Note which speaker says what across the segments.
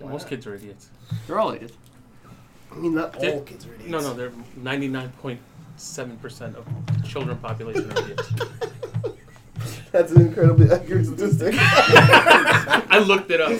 Speaker 1: Why
Speaker 2: Most
Speaker 1: not?
Speaker 2: kids are idiots.
Speaker 3: They're all idiots.
Speaker 1: I mean, not all
Speaker 2: They're-
Speaker 1: kids are idiots.
Speaker 2: No, no, they're 99.7% of children population are idiots.
Speaker 1: That's an incredibly accurate statistic.
Speaker 2: I looked it up.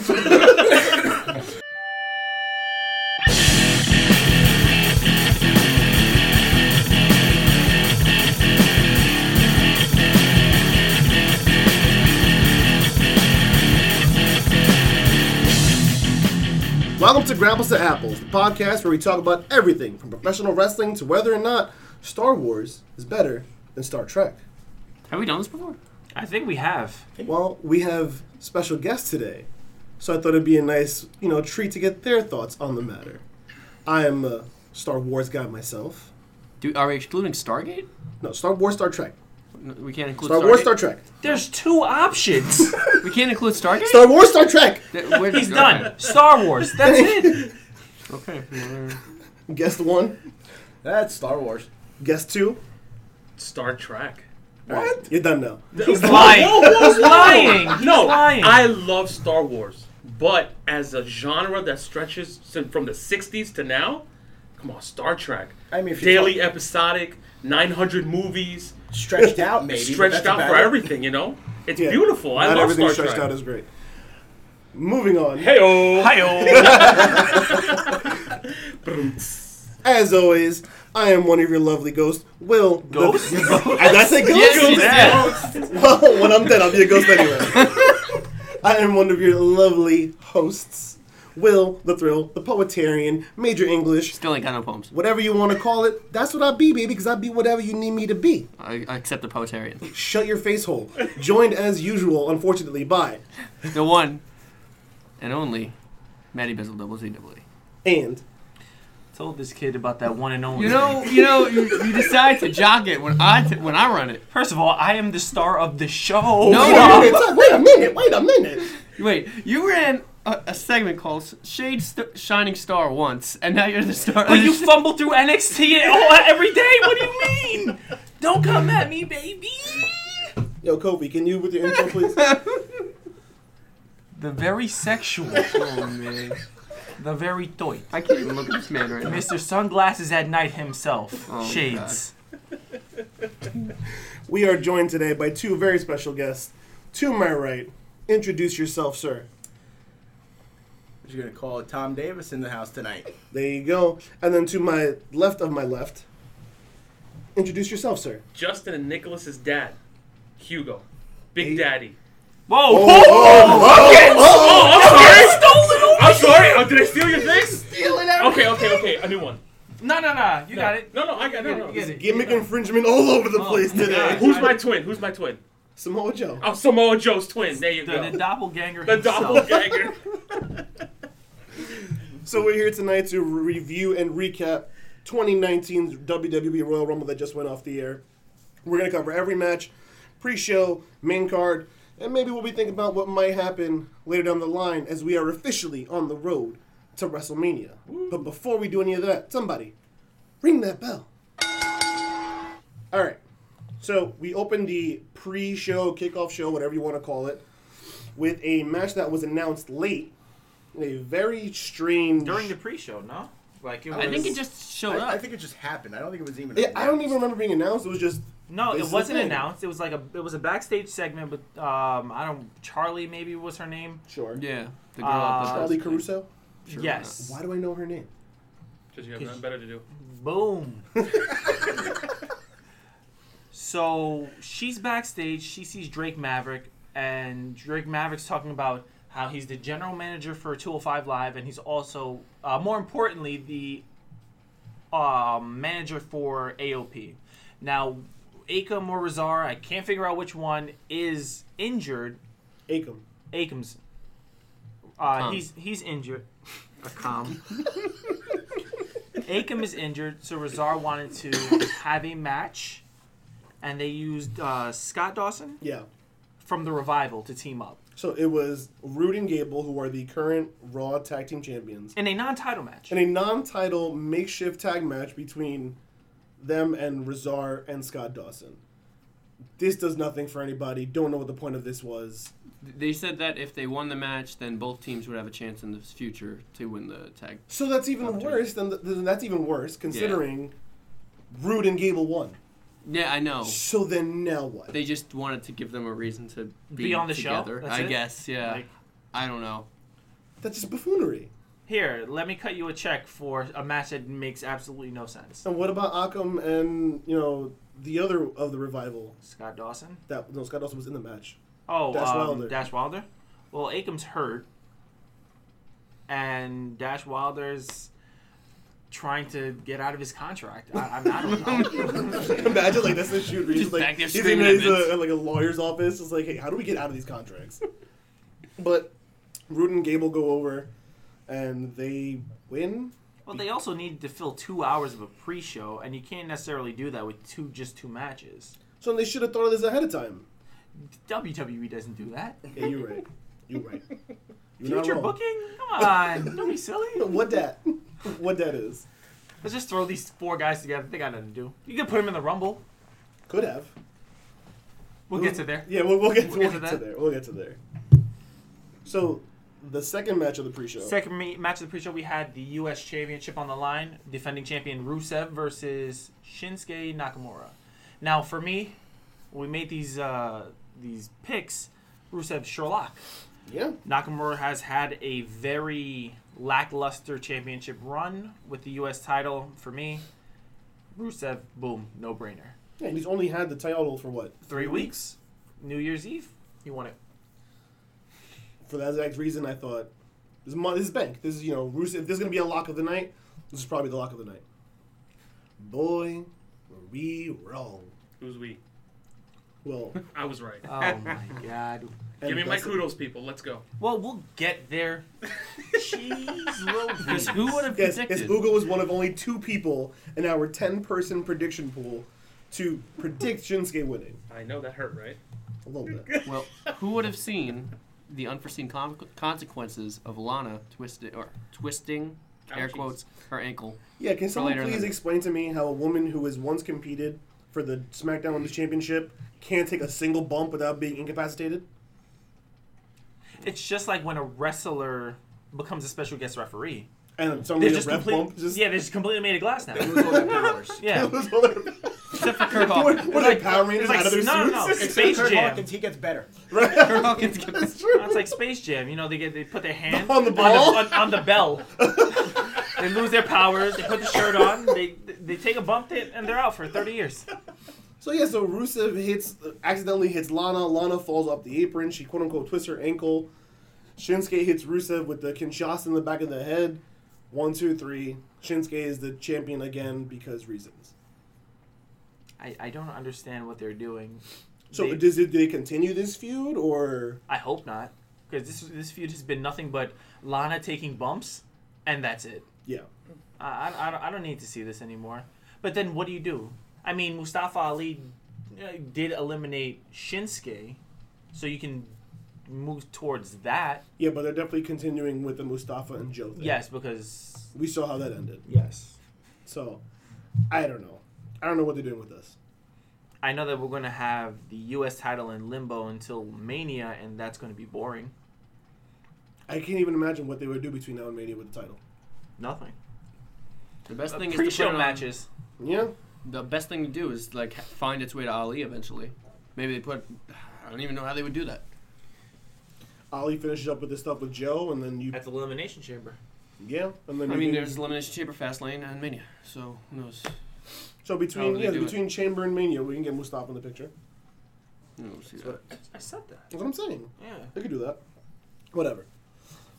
Speaker 1: Welcome to Grapples to Apples, the podcast where we talk about everything from professional wrestling to whether or not Star Wars is better than Star Trek.
Speaker 3: Have we done this before?
Speaker 4: I think we have.
Speaker 1: Well, we have special guests today, so I thought it'd be a nice, you know, treat to get their thoughts on the matter. I am a Star Wars guy myself.
Speaker 3: Do are we excluding Stargate?
Speaker 1: No, Star Wars, Star Trek.
Speaker 3: No, we can't include
Speaker 1: Star
Speaker 3: Stargate.
Speaker 1: Wars, Star Trek.
Speaker 4: There's two options.
Speaker 3: we can't include Stargate.
Speaker 1: Star Wars, Star Trek.
Speaker 3: That- where-
Speaker 4: He's
Speaker 3: okay.
Speaker 4: done. Star Wars. That's it.
Speaker 3: Okay.
Speaker 1: Guest one,
Speaker 5: That's Star Wars.
Speaker 1: guest two.
Speaker 2: Star Trek.
Speaker 1: What? You're done now.
Speaker 4: He's lying. He's lying. He's
Speaker 2: no,
Speaker 4: lying.
Speaker 2: I love Star Wars, but as a genre that stretches sin- from the '60s to now, come on, Star Trek.
Speaker 5: I mean, if you
Speaker 2: daily episodic, 900 movies,
Speaker 5: Stretched out, maybe. but
Speaker 2: stretched
Speaker 5: that's
Speaker 2: out for
Speaker 5: about it.
Speaker 2: everything. You know, it's
Speaker 1: Yeah.
Speaker 2: beautiful. I
Speaker 1: Not
Speaker 2: love
Speaker 1: everything
Speaker 2: Star
Speaker 1: stretched
Speaker 2: Trek.
Speaker 1: out is great. Moving on.
Speaker 2: Heyo.
Speaker 4: Hi-oh.
Speaker 1: As always, I am one of your lovely ghosts, Will. Ghost? Did I say ghost?
Speaker 3: Yes, you
Speaker 1: well, when I'm dead, I'll be a ghost anyway. I am one of your lovely hosts, Will the Thrill, the Poetarian, Major English,
Speaker 3: Still ain't got no poems.
Speaker 1: whatever you want to call it. That's what I be, baby, because I be whatever you need me to be.
Speaker 3: I, I accept the Poetarian.
Speaker 1: Shut your face hole. Joined as usual, unfortunately, by
Speaker 3: The one and only Maddie Bizzle Double Z Double E.
Speaker 1: and
Speaker 4: Told this kid about that one and only.
Speaker 3: You know, you know, you, you decide to jock it when I t- when I run it.
Speaker 4: First of all, I am the star of the show.
Speaker 3: No,
Speaker 1: Wait
Speaker 3: no.
Speaker 1: a minute, wait a minute, wait a minute.
Speaker 3: Wait, you ran a, a segment called S- Shade St- Shining Star once, and now you're the star.
Speaker 4: But you fumble through NXT and all, every day. What do you mean? Don't come at me, baby.
Speaker 1: Yo, Kofi, can you with your intro, please?
Speaker 4: The very sexual.
Speaker 3: oh man,
Speaker 4: The very toy.
Speaker 3: I can't even look at this man right now.
Speaker 4: Mr. Sunglasses at Night himself.
Speaker 3: Oh,
Speaker 4: Shades.
Speaker 1: We are joined today by two very special guests. To my right, introduce yourself, sir.
Speaker 5: What you gonna call it? Tom Davis in the house tonight.
Speaker 1: There you go. And then to my left of my left, introduce yourself, sir.
Speaker 2: Justin and Nicholas's dad, Hugo, Big
Speaker 1: Hey.
Speaker 2: Daddy.
Speaker 4: Whoa.
Speaker 2: Oh, I'm sorry. I'm sorry. Oh, did I steal your thing? Okay, okay, okay. A new one.
Speaker 4: No, no, no. You got it.
Speaker 2: No, no, I got it. No, no.
Speaker 4: You get it.
Speaker 1: Gimmick infringement all over the place
Speaker 2: Uh,
Speaker 1: today.
Speaker 2: who's my twin? Who's my twin?
Speaker 1: Samoa Joe.
Speaker 2: Oh, Samoa Joe's twin. There you
Speaker 4: The,
Speaker 2: go.
Speaker 4: the doppelganger.
Speaker 2: The
Speaker 4: himself.
Speaker 2: doppelganger.
Speaker 1: So we're here tonight to review and recap 2019's WWE E Royal Rumble that just went off the air. We're going to cover every match, pre-show, main card, and maybe we'll be thinking about what might happen later down the line as we are officially on the road to WrestleMania. But before we do any of that, somebody ring that bell. All right. So we opened the pre-show, kickoff show, whatever you want to call it, with a match that was announced late. A very strange.
Speaker 4: During the pre-show, no? Like it was.
Speaker 3: I think it just showed up.
Speaker 5: I, I think it just happened. I don't think it was even.
Speaker 1: Yeah, I don't even
Speaker 5: announced.
Speaker 1: remember being announced. It was just
Speaker 4: No,
Speaker 1: This is
Speaker 4: it
Speaker 1: the
Speaker 4: wasn't
Speaker 1: thing.
Speaker 4: announced. It was like a. It was a backstage segment with um. I don't. Charlie maybe was her name.
Speaker 1: sure.
Speaker 3: Yeah, the girl.
Speaker 4: Uh,
Speaker 3: at the
Speaker 1: Charlie
Speaker 3: bus.
Speaker 1: Caruso.
Speaker 3: Sure.
Speaker 4: yes.
Speaker 1: Why do I know her name?
Speaker 2: Because you have nothing better to do.
Speaker 4: Boom. so she's backstage. She sees Drake Maverick, and Drake Maverick's talking about how he's the general manager for 205 Live, and he's also, uh, more importantly, the um, manager for AOP. Now, Akam or Razar, I can't figure out which one, is injured.
Speaker 1: Akam.
Speaker 4: Akam's. Uh,
Speaker 3: Tom.
Speaker 4: he's he's injured.
Speaker 3: A com.
Speaker 4: Akam is injured, so Razar wanted to have a match, and they used uh, Scott Dawson
Speaker 1: Yeah.
Speaker 4: from the Revival to team up
Speaker 1: So it was Rude and Gable, who are the current Raw Tag Team Champions,
Speaker 4: in a non-title match.
Speaker 1: in a non-title makeshift tag match between them and Razar and Scott Dawson. this does nothing for anybody. Don't know what the point of this was.
Speaker 3: They said that if they won the match, then both teams would have a chance in the future to win the tag.
Speaker 1: So that's even worse than, the, than that's even worse considering Rude and Gable won.
Speaker 3: Yeah, I know.
Speaker 1: So then now what?
Speaker 3: They just wanted to give them a reason to be,
Speaker 4: Be on the show?
Speaker 3: together.
Speaker 4: That's
Speaker 3: I
Speaker 4: it?
Speaker 3: guess. Yeah.
Speaker 4: Like-
Speaker 3: I don't know.
Speaker 1: that's just buffoonery.
Speaker 4: Here, let me cut you a check for a match that makes absolutely no sense.
Speaker 1: And what about Akam and you know the other of the revival
Speaker 4: Scott Dawson.
Speaker 1: that no Scott Dawson was in the match.
Speaker 4: Oh,
Speaker 1: Dash
Speaker 4: um,
Speaker 1: Wilder.
Speaker 4: Dash Wilder. Well, Akam's hurt, and Dash Wilder's trying to get out of his contract. I, I, mean, I don't know.
Speaker 1: Imagine like that's the shoot. where he's
Speaker 3: Just
Speaker 1: like
Speaker 3: back there
Speaker 1: he's in
Speaker 3: screaming at
Speaker 1: his,
Speaker 3: Vince.
Speaker 1: uh, like a lawyer's office. It's like, hey, how do we get out of these contracts? but Rude and Gable go over, and they win.
Speaker 4: well, they also need to fill two hours of a pre-show, and you can't necessarily do that with two just two matches.
Speaker 1: So they should have thought of this ahead of time.
Speaker 4: WWE E doesn't do that.
Speaker 1: Yeah, you're right. You're right. You're not
Speaker 4: Future
Speaker 1: wrong.
Speaker 4: booking? Come on, don't be silly.
Speaker 1: What that? What that is?
Speaker 4: Let's just throw these four guys together. They got nothing to do. You can put them in the Rumble.
Speaker 1: Could have.
Speaker 4: We'll get to there.
Speaker 1: Yeah, we'll, we'll get,
Speaker 4: We'll
Speaker 1: to,
Speaker 4: get
Speaker 1: we'll
Speaker 4: to
Speaker 1: get to
Speaker 4: that.
Speaker 1: there. We'll get to there. So, the second match of the pre-show.
Speaker 4: Second ma- match of the pre-show, we had the U.S. Championship on the line. Defending champion Rusev versus Shinsuke Nakamura. Now, for me, when we made these uh, these picks. Rusev Sherlock.
Speaker 1: yeah.
Speaker 4: Nakamura has had a very lackluster championship run with the U.S. title. For me, Rusev, boom, no brainer.
Speaker 1: yeah, and he's only had the title for what?
Speaker 4: Three weeks, New Year's Eve, he won it.
Speaker 1: For that exact reason, I thought this is, mon- this is bank. This is you know, Rusev. If there's gonna be a lock of the night, this is probably the lock of the night. Boy, were we wrong.
Speaker 2: Who's we?
Speaker 1: Well,
Speaker 2: I was right.
Speaker 4: Oh my god.
Speaker 2: Give
Speaker 1: and
Speaker 2: me my
Speaker 1: that's-
Speaker 2: kudos, people. Let's go.
Speaker 4: Well, we'll get there. Jeez Louise.
Speaker 3: Who would have
Speaker 1: Yes, yes,
Speaker 3: predicted?
Speaker 1: Ugo was one of only two people in our ten-person prediction pool to predict Shinsuke winning.
Speaker 2: I know that hurt, right?
Speaker 1: A little bit.
Speaker 3: well, who would have seen the unforeseen com- consequences of Lana twisting or twisting air
Speaker 2: Ouchies.
Speaker 3: quotes her ankle?
Speaker 1: Yeah, can someone
Speaker 3: later in the
Speaker 1: please
Speaker 3: night.
Speaker 1: explain to me how a woman who has once competed for the SmackDown Women's Championship can't take a single bump without being incapacitated?
Speaker 4: It's just like when a wrestler becomes a special guest referee.
Speaker 1: And someone
Speaker 4: They're
Speaker 1: made a
Speaker 4: just
Speaker 1: ref
Speaker 4: complete-
Speaker 1: bump. Just
Speaker 4: yeah, they're just completely made of glass now.
Speaker 5: Lose all their powers.
Speaker 4: Yeah.
Speaker 1: That's all they're-
Speaker 3: Except for Kirk
Speaker 1: what,
Speaker 3: Hawkins.
Speaker 1: what are they, Power Rangers
Speaker 4: like-
Speaker 1: out of their
Speaker 4: no, no, no.
Speaker 1: suits?
Speaker 4: It's-
Speaker 5: Except
Speaker 4: Space
Speaker 5: Kurt
Speaker 4: Jam.
Speaker 5: Hawkins, he gets better.
Speaker 3: Kirk Hawkins gives-
Speaker 4: That's like Space Jam. You know, they get they put their hand
Speaker 1: On the ball?
Speaker 4: on, on the bell. they lose their powers. They put the shirt on. They they take a bump they, and they're out for thirty years.
Speaker 1: So yeah, so Rusev hits, accidentally hits Lana. Lana falls off the apron. She quote unquote twists her ankle. Shinsuke hits Rusev with the Kinshasa in the back of the head. One, two, three. Shinsuke is the champion again because reasons.
Speaker 4: I, I don't understand what they're doing.
Speaker 1: So
Speaker 4: They-
Speaker 1: does it, do they continue this feud or?
Speaker 4: I hope not, because this this feud has been nothing but Lana taking bumps, and that's it.
Speaker 1: Yeah.
Speaker 4: I, I, I don't- I don't need to see this anymore. But then what do you do? I mean, Mustafa Ali uh, did eliminate Shinsuke, so you can move towards that.
Speaker 1: Yeah, but they're definitely continuing with the Mustafa and Joe thing.
Speaker 4: Yes, because
Speaker 1: We saw how that ended.
Speaker 4: yes,
Speaker 1: So, I don't know. I don't know what they're doing with this.
Speaker 4: I know that we're gonna have the U.S. title in limbo until Mania, and that's gonna be boring.
Speaker 1: I can't even imagine what they would do between now and Mania with the title.
Speaker 4: Nothing.
Speaker 3: The best
Speaker 4: Uh,
Speaker 3: thing is to put
Speaker 4: Pre-show
Speaker 3: it on-
Speaker 4: matches.
Speaker 1: Yeah.
Speaker 3: the best thing to do is like ha- find its way to Ali eventually. Maybe they put. I don't even know how they would do that.
Speaker 1: Ali finishes up with this stuff with Joe, and then you.
Speaker 4: At the Elimination Chamber.
Speaker 1: Yeah, and then
Speaker 3: I
Speaker 1: you
Speaker 3: mean,
Speaker 1: can-
Speaker 3: there's Elimination Chamber, Fastlane, and Mania. So who knows?
Speaker 1: So
Speaker 3: How
Speaker 1: between
Speaker 3: do they
Speaker 1: yeah,
Speaker 3: do it?
Speaker 1: between Chamber and Mania, we can get Mustafa in the picture.
Speaker 3: Who knows? Yeah.
Speaker 1: what-
Speaker 4: I said that.
Speaker 1: That's what I'm saying.
Speaker 4: Yeah.
Speaker 1: They could do that. Whatever.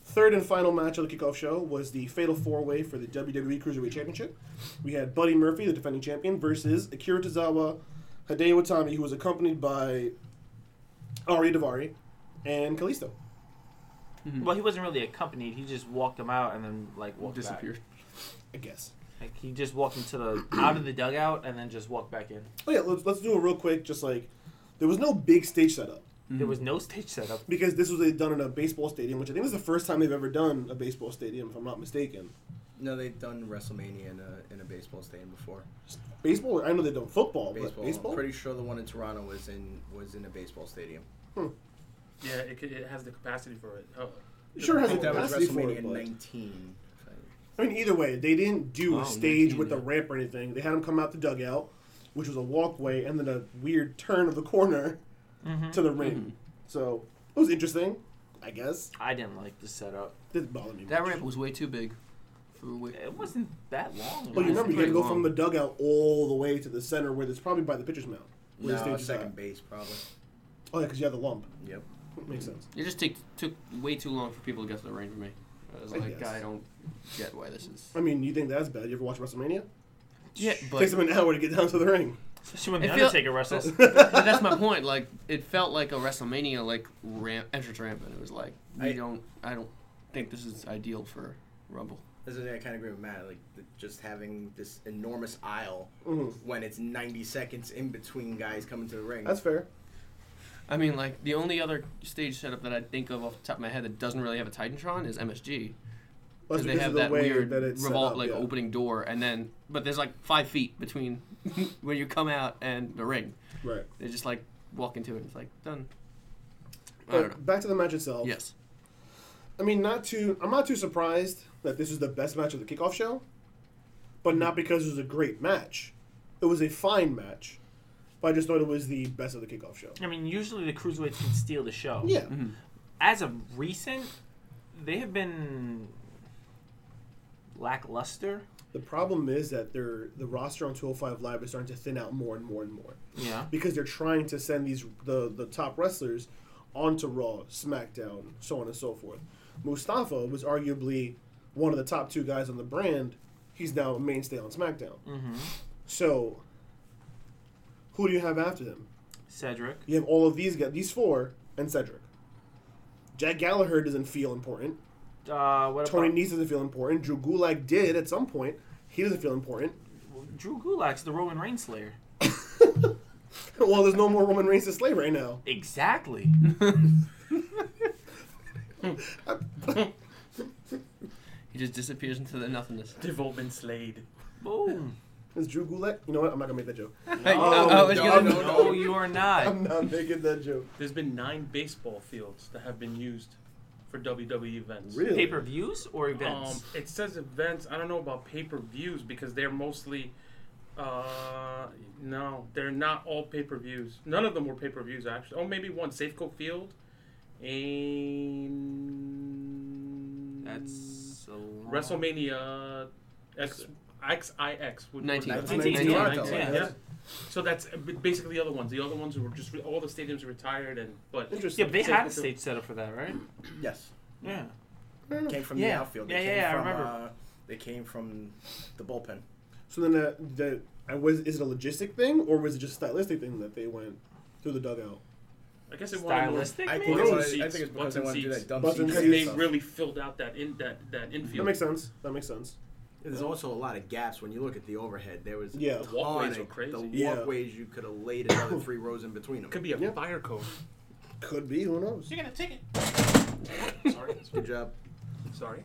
Speaker 1: Third and final match of the kickoff show was the Fatal Four Way for the WWE Cruiserweight Championship. We had Buddy Murphy, the defending champion, versus Akira Tozawa, Hideo Itami, who was accompanied by Ari Davari and Kalisto.
Speaker 4: Mm-hmm. Well, he wasn't really accompanied. He just walked him out and then like walked back.
Speaker 3: Disappeared.
Speaker 1: I guess.
Speaker 4: Like he just walked into the out of the dugout and then just walked back in.
Speaker 1: Oh yeah, let's, let's do it real quick. Just like there was no big stage setup
Speaker 4: There was no stage setup.
Speaker 1: because this was done in a baseball stadium, which I think was the first time they've ever done a baseball stadium, if I'm not mistaken.
Speaker 5: No, they've done WrestleMania in a, in a baseball stadium before.
Speaker 1: Baseball. I know they don't football.
Speaker 5: Baseball.
Speaker 1: But baseball.
Speaker 5: I'm pretty sure the one in Toronto was in was in a baseball stadium.
Speaker 2: Yeah, it, could, it has the capacity for it. Oh.
Speaker 1: It sure
Speaker 5: I
Speaker 1: has a
Speaker 5: think that was
Speaker 1: capacity for
Speaker 5: WrestleMania
Speaker 1: it. but-
Speaker 5: 19. if I-
Speaker 1: I mean, either way, they didn't do
Speaker 3: Oh,
Speaker 1: a stage
Speaker 3: 19,
Speaker 1: with a
Speaker 3: yeah.
Speaker 1: ramp or anything. They had them come out the dugout, which was a walkway, and then a weird turn of the corner
Speaker 3: Mm-hmm.
Speaker 1: to the
Speaker 5: Mm-hmm.
Speaker 1: ring. So it was interesting, I guess.
Speaker 4: I didn't like the setup.
Speaker 1: Didn't bother me.
Speaker 3: That
Speaker 1: much.
Speaker 3: ramp was way too big. For way,
Speaker 4: It wasn't that long.
Speaker 1: Well,
Speaker 3: was
Speaker 1: you remember you had
Speaker 3: pretty
Speaker 1: to go
Speaker 3: long.
Speaker 1: from the dugout all the way to the center, where it's probably by the pitcher's mound. Where the
Speaker 5: No,
Speaker 1: stage is
Speaker 5: second
Speaker 1: at.
Speaker 5: base probably.
Speaker 1: Oh yeah, because you have the lump.
Speaker 5: Yep.
Speaker 1: Makes sense.
Speaker 3: it just take, took way too long for people to get to the ring for me. I was
Speaker 1: I
Speaker 3: like,
Speaker 1: guess.
Speaker 3: I don't get why this is.
Speaker 1: I mean, you think that's bad? You ever watch WrestleMania?
Speaker 3: Yeah,
Speaker 1: Takes
Speaker 3: but
Speaker 1: them an hour to get down to the ring.
Speaker 4: Especially when
Speaker 3: It
Speaker 4: the
Speaker 3: feel-
Speaker 4: Undertaker wrestles.
Speaker 3: but that's my point. Like it felt like a WrestleMania like ramp entrance ramp, and it was like we
Speaker 5: I-
Speaker 3: don't. I don't think this is ideal for Rumble.
Speaker 5: This is I kind of agree with Matt. Like the, just having this enormous aisle when it's 90 seconds in between guys coming to the ring.
Speaker 1: Mm-hmm. That's fair.
Speaker 3: I mean, like the only other stage setup that I think of off the top of my head that doesn't really have a Titantron is MSG.
Speaker 1: That's
Speaker 3: Because they
Speaker 1: because
Speaker 3: have
Speaker 1: of the
Speaker 3: that
Speaker 1: way
Speaker 3: weird
Speaker 1: that it's set
Speaker 3: revolt
Speaker 1: up,
Speaker 3: like
Speaker 1: yeah.
Speaker 3: opening door, and then but there's like five feet between when you come out and the ring.
Speaker 1: Right.
Speaker 3: They just like walk into it. It's like done. I don't know.
Speaker 1: But back to the match itself.
Speaker 3: Yes.
Speaker 1: I mean, not too. I'm not too surprised that this is the best match of the kickoff show, but not because it was a great match. It was a fine match, but I just thought it was the best of the kickoff show.
Speaker 4: I mean, usually the cruiserweights can steal the show.
Speaker 1: Yeah,
Speaker 3: Mm-hmm.
Speaker 4: As of recent, they have been lackluster.
Speaker 1: the problem is that they're the roster on 205 Live is starting to thin out more and more and more
Speaker 4: Yeah.
Speaker 1: because they're trying to send these the the top wrestlers onto Raw, SmackDown, so on and so forth. Mustafa was arguably one of the top two guys on the brand. He's now a mainstay on SmackDown. So, who do you have after them?
Speaker 4: Cedric.
Speaker 1: You have all of these guys, these four, and Cedric. Jack Gallagher doesn't feel important.
Speaker 4: Uh, what
Speaker 1: Tony
Speaker 4: about
Speaker 1: Nese doesn't feel important. Drew Gulak did at some point. He doesn't feel important.
Speaker 4: Drew Gulak's the Roman Reigns Slayer?
Speaker 1: well, there's no more Roman Reigns to slay right now.
Speaker 4: Exactly.
Speaker 3: He just disappears into the nothingness.
Speaker 2: Devolt been slayed.
Speaker 4: Boom.
Speaker 1: Is Drew Gulak? You know what? I'm not gonna make that joke.
Speaker 3: I was
Speaker 5: no,
Speaker 3: gonna-
Speaker 5: no,
Speaker 4: No, you are not.
Speaker 1: I'm not making that joke.
Speaker 2: There's been nine baseball fields that have been used for WWE events.
Speaker 1: Really?
Speaker 4: Pay per views or events?
Speaker 2: Um, it says events. I don't know about pay per views because they're mostly. Uh, no, they're not all pay per views. None of them were pay per views actually. Oh, maybe one Safeco Field, and
Speaker 4: That's a long-
Speaker 2: WrestleMania X XIX would-
Speaker 3: 19.
Speaker 2: would-
Speaker 5: That's
Speaker 4: 19,
Speaker 5: 19,
Speaker 4: yeah,
Speaker 5: Toronto,
Speaker 4: 19,
Speaker 5: right?
Speaker 4: yeah.
Speaker 2: Yeah. So that's uh, b- basically the other ones. The other ones were just re- all the stadiums retired and but
Speaker 1: Interesting.
Speaker 4: Yeah, they had a
Speaker 2: Safeco Field-
Speaker 4: stage set up for that, right?
Speaker 5: Yes.
Speaker 4: Yeah.
Speaker 5: Came from the
Speaker 4: Yeah.
Speaker 5: outfield. They
Speaker 4: Yeah,
Speaker 5: came
Speaker 4: yeah, I
Speaker 5: from,
Speaker 4: remember.
Speaker 5: Uh, they came from the bullpen.
Speaker 1: So then, the, the I was is it a logistic thing or was it just a stylistic thing that they went through the dugout?
Speaker 2: I guess it wanted more
Speaker 4: Stylistic,
Speaker 5: I
Speaker 4: maybe?
Speaker 5: think,
Speaker 2: Button
Speaker 5: it's, I think
Speaker 2: seats,
Speaker 5: it's because they
Speaker 2: button
Speaker 5: want to do
Speaker 2: seats.
Speaker 5: that dumb
Speaker 1: Button
Speaker 5: seat
Speaker 1: seats.
Speaker 5: stuff.
Speaker 2: they really filled out that in that that
Speaker 1: That
Speaker 2: infield.
Speaker 1: makes sense. That makes sense.
Speaker 5: There's also a lot of gaps when you look at the overhead. There was
Speaker 1: Yeah.
Speaker 5: a
Speaker 1: The
Speaker 5: ton
Speaker 2: walkways
Speaker 5: of-
Speaker 2: were crazy.
Speaker 5: The
Speaker 1: Yeah.
Speaker 5: walkways you could have laid another three rows in between them.
Speaker 2: Could be a
Speaker 1: Yeah.
Speaker 2: fire code.
Speaker 1: Could be. Who knows?
Speaker 4: gonna take it.
Speaker 2: Sorry,
Speaker 5: Good job.
Speaker 2: sorry.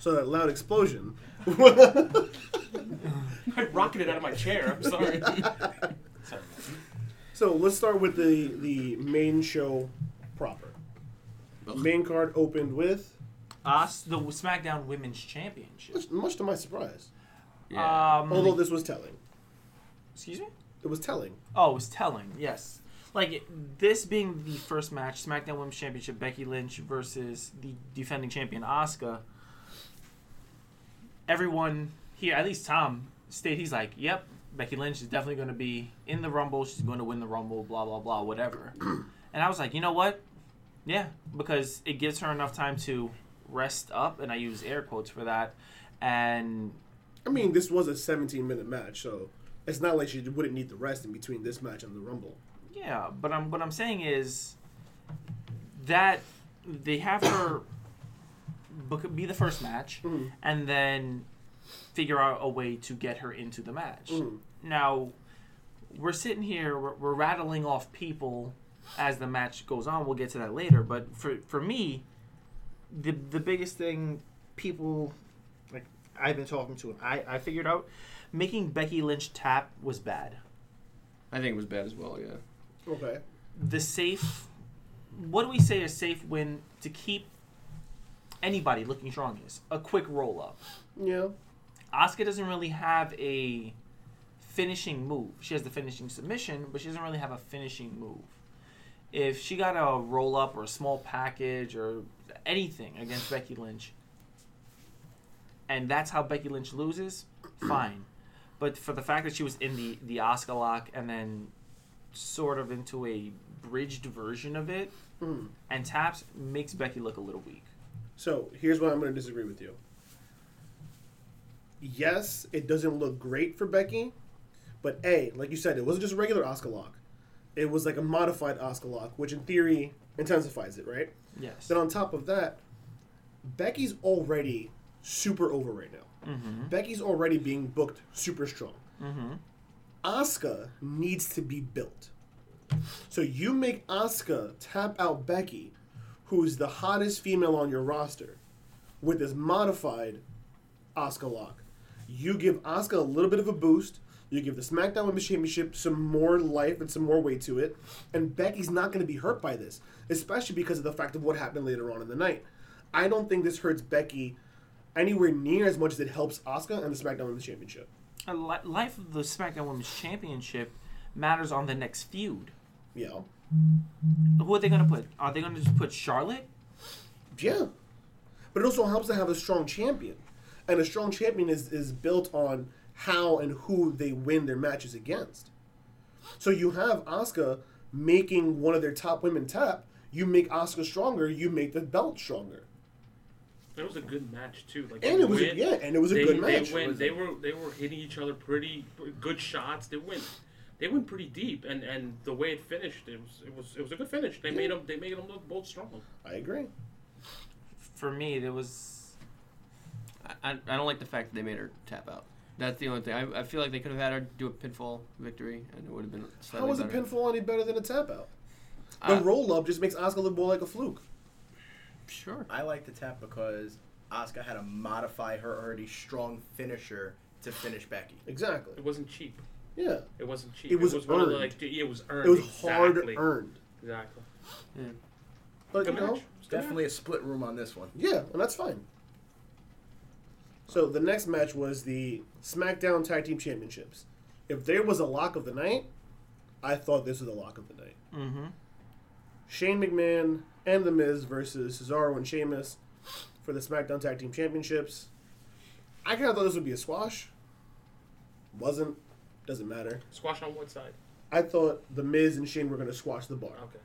Speaker 1: So that loud explosion.
Speaker 2: I rocketed out of my chair. I'm sorry.
Speaker 1: So let's start with the the main show proper. Main card opened with
Speaker 4: Us, the SmackDown Women's Championship.
Speaker 1: much, much to my surprise.
Speaker 3: Yeah.
Speaker 4: Um,
Speaker 1: Although this was telling.
Speaker 4: excuse me.
Speaker 1: It was telling.
Speaker 4: Oh, it was telling. Yes, like it- this being the first match, SmackDown Women's Championship, Becky Lynch versus the defending champion Asuka. Everyone here, at least Tom, stayed. He's like, "Yep, Becky Lynch is definitely going to be in the Rumble. She's going to win the Rumble. Blah blah blah, whatever." and I was like, "You know what? Yeah, because it gives her enough time to rest up, and I use air quotes for that, and."
Speaker 1: I mean, this was a 17 minute match, so it's not like she wouldn't need the rest in between this match and the Rumble.
Speaker 4: Yeah, but I'm what I'm saying is that they have her bec- be the first match, and then figure out a way to get her into the match.
Speaker 1: Mm-hmm.
Speaker 4: Now we're sitting here, we're, we're rattling off people as the match goes on. We'll get to that later, but for for me, the the biggest thing people like I've been talking to him. I, I figured out making Becky Lynch tap was bad.
Speaker 3: I think it was bad as well. Yeah.
Speaker 1: Okay.
Speaker 4: The safe, what do we say a safe win to keep anybody looking strong is? A quick roll up.
Speaker 1: Yeah.
Speaker 4: Asuka doesn't really have a finishing move. She has the finishing submission, but she doesn't really have a finishing move. If she got a roll up or a small package or anything against Becky Lynch, and that's how Becky Lynch loses, fine. But for the fact that she was in the the Asuka lock and then sort of into a bridged version of it
Speaker 1: Mm.
Speaker 4: and taps makes Becky look a little weak.
Speaker 1: So here's why I'm going to disagree with you. Yes, it doesn't look great for Becky, but A, like you said, it wasn't just a regular Oscar lock. It was like a modified Oscar lock, which in theory intensifies it, right?
Speaker 4: Yes.
Speaker 1: Then on top of that, Becky's already super over right now. Becky's already being booked super strong. Asuka needs to be built. So you make Asuka tap out Becky, who's the hottest female on your roster, with this modified Asuka lock. You give Asuka a little bit of a boost. You give the SmackDown Women's Championship some more life and some more weight to it. And Becky's not going to be hurt by this, especially because of the fact of what happened later on in the night. I don't think this hurts Becky anywhere near as much as it helps Asuka and the SmackDown Women's Championship.
Speaker 4: A li- life of the SmackDown Women's Championship matters on the next feud.
Speaker 1: Yeah.
Speaker 4: Who are they gonna put? Are they gonna just put Charlotte?
Speaker 1: Yeah. But it also helps to have a strong champion. And a strong champion is, is built on how and who they win their matches against. So you have Asuka making one of their top women tap. You make Asuka stronger, you make the belt stronger.
Speaker 2: It was a good match too. Like
Speaker 1: And
Speaker 2: they
Speaker 1: it was a-
Speaker 2: win,
Speaker 1: yeah, and it was a
Speaker 2: they,
Speaker 1: good
Speaker 2: they
Speaker 1: match.
Speaker 2: win.
Speaker 1: Was
Speaker 2: they were they were hitting each other pretty good shots. They win. They went pretty deep, and, and the way it finished, it was it was it was a good finish. They made them they made them look both strong.
Speaker 1: I agree.
Speaker 4: For me, there was
Speaker 3: I- I, I don't like the fact that they made her tap out. That's the only thing. I, I feel like they could have had her do a pinfall victory, and it would have been slightly
Speaker 1: How is a
Speaker 3: better.
Speaker 1: pinfall any better than a tap out? The
Speaker 3: Uh,
Speaker 1: roll up just makes Asuka look more like a fluke.
Speaker 3: Sure.
Speaker 5: I like the tap because Asuka had to modify her already strong finisher to finish Becky.
Speaker 1: Exactly.
Speaker 2: It wasn't cheap.
Speaker 1: Yeah.
Speaker 2: It wasn't cheap.
Speaker 1: It was
Speaker 2: one of the,
Speaker 1: earned.
Speaker 2: like yeah, it was earned.
Speaker 1: It was
Speaker 2: exactly.
Speaker 1: hard earned.
Speaker 2: Exactly.
Speaker 1: But you
Speaker 2: Good match.
Speaker 1: know,
Speaker 2: It's a good
Speaker 5: Definitely a split room on this one.
Speaker 1: Yeah, and that's fine. So the next match was the SmackDown Tag Team Championships. If there was a lock of the night, I thought this was the lock of the night.
Speaker 4: mm-hmm.
Speaker 1: Shane McMahon and The Miz versus Cesaro and Sheamus for the SmackDown Tag Team Championships. I kind of thought this would be a squash. Wasn't. Doesn't matter.
Speaker 2: match. Squash on one side.
Speaker 1: I thought The Miz and Shane were going to squash the bar.
Speaker 2: Okay.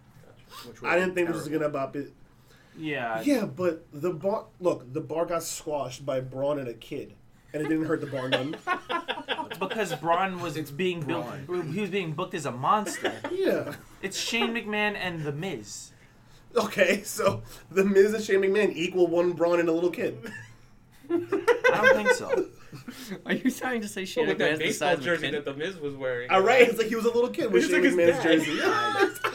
Speaker 2: Gotcha.
Speaker 5: Which
Speaker 1: I didn't think this was going to about be
Speaker 4: yeah.
Speaker 1: Yeah, but the bar. Look, the bar got squashed by Braun and a kid, and it didn't hurt the bar none.
Speaker 4: Because Braun was being built.
Speaker 5: Braun.
Speaker 4: He was being booked as a monster.
Speaker 1: yeah.
Speaker 4: it's Shane McMahon and The Miz.
Speaker 1: Okay, so the Miz and Shane McMahon equal one Braun and a little kid.
Speaker 4: I don't think so.
Speaker 3: Are you trying to say she
Speaker 2: Well, with
Speaker 3: had
Speaker 2: that
Speaker 3: the size
Speaker 2: baseball
Speaker 3: of a
Speaker 2: jersey
Speaker 3: kid?
Speaker 2: that the Miz was wearing.
Speaker 1: All right, it's like he was a little kid with
Speaker 2: He's
Speaker 1: Shane
Speaker 2: like his dad.
Speaker 1: McMahon's jersey.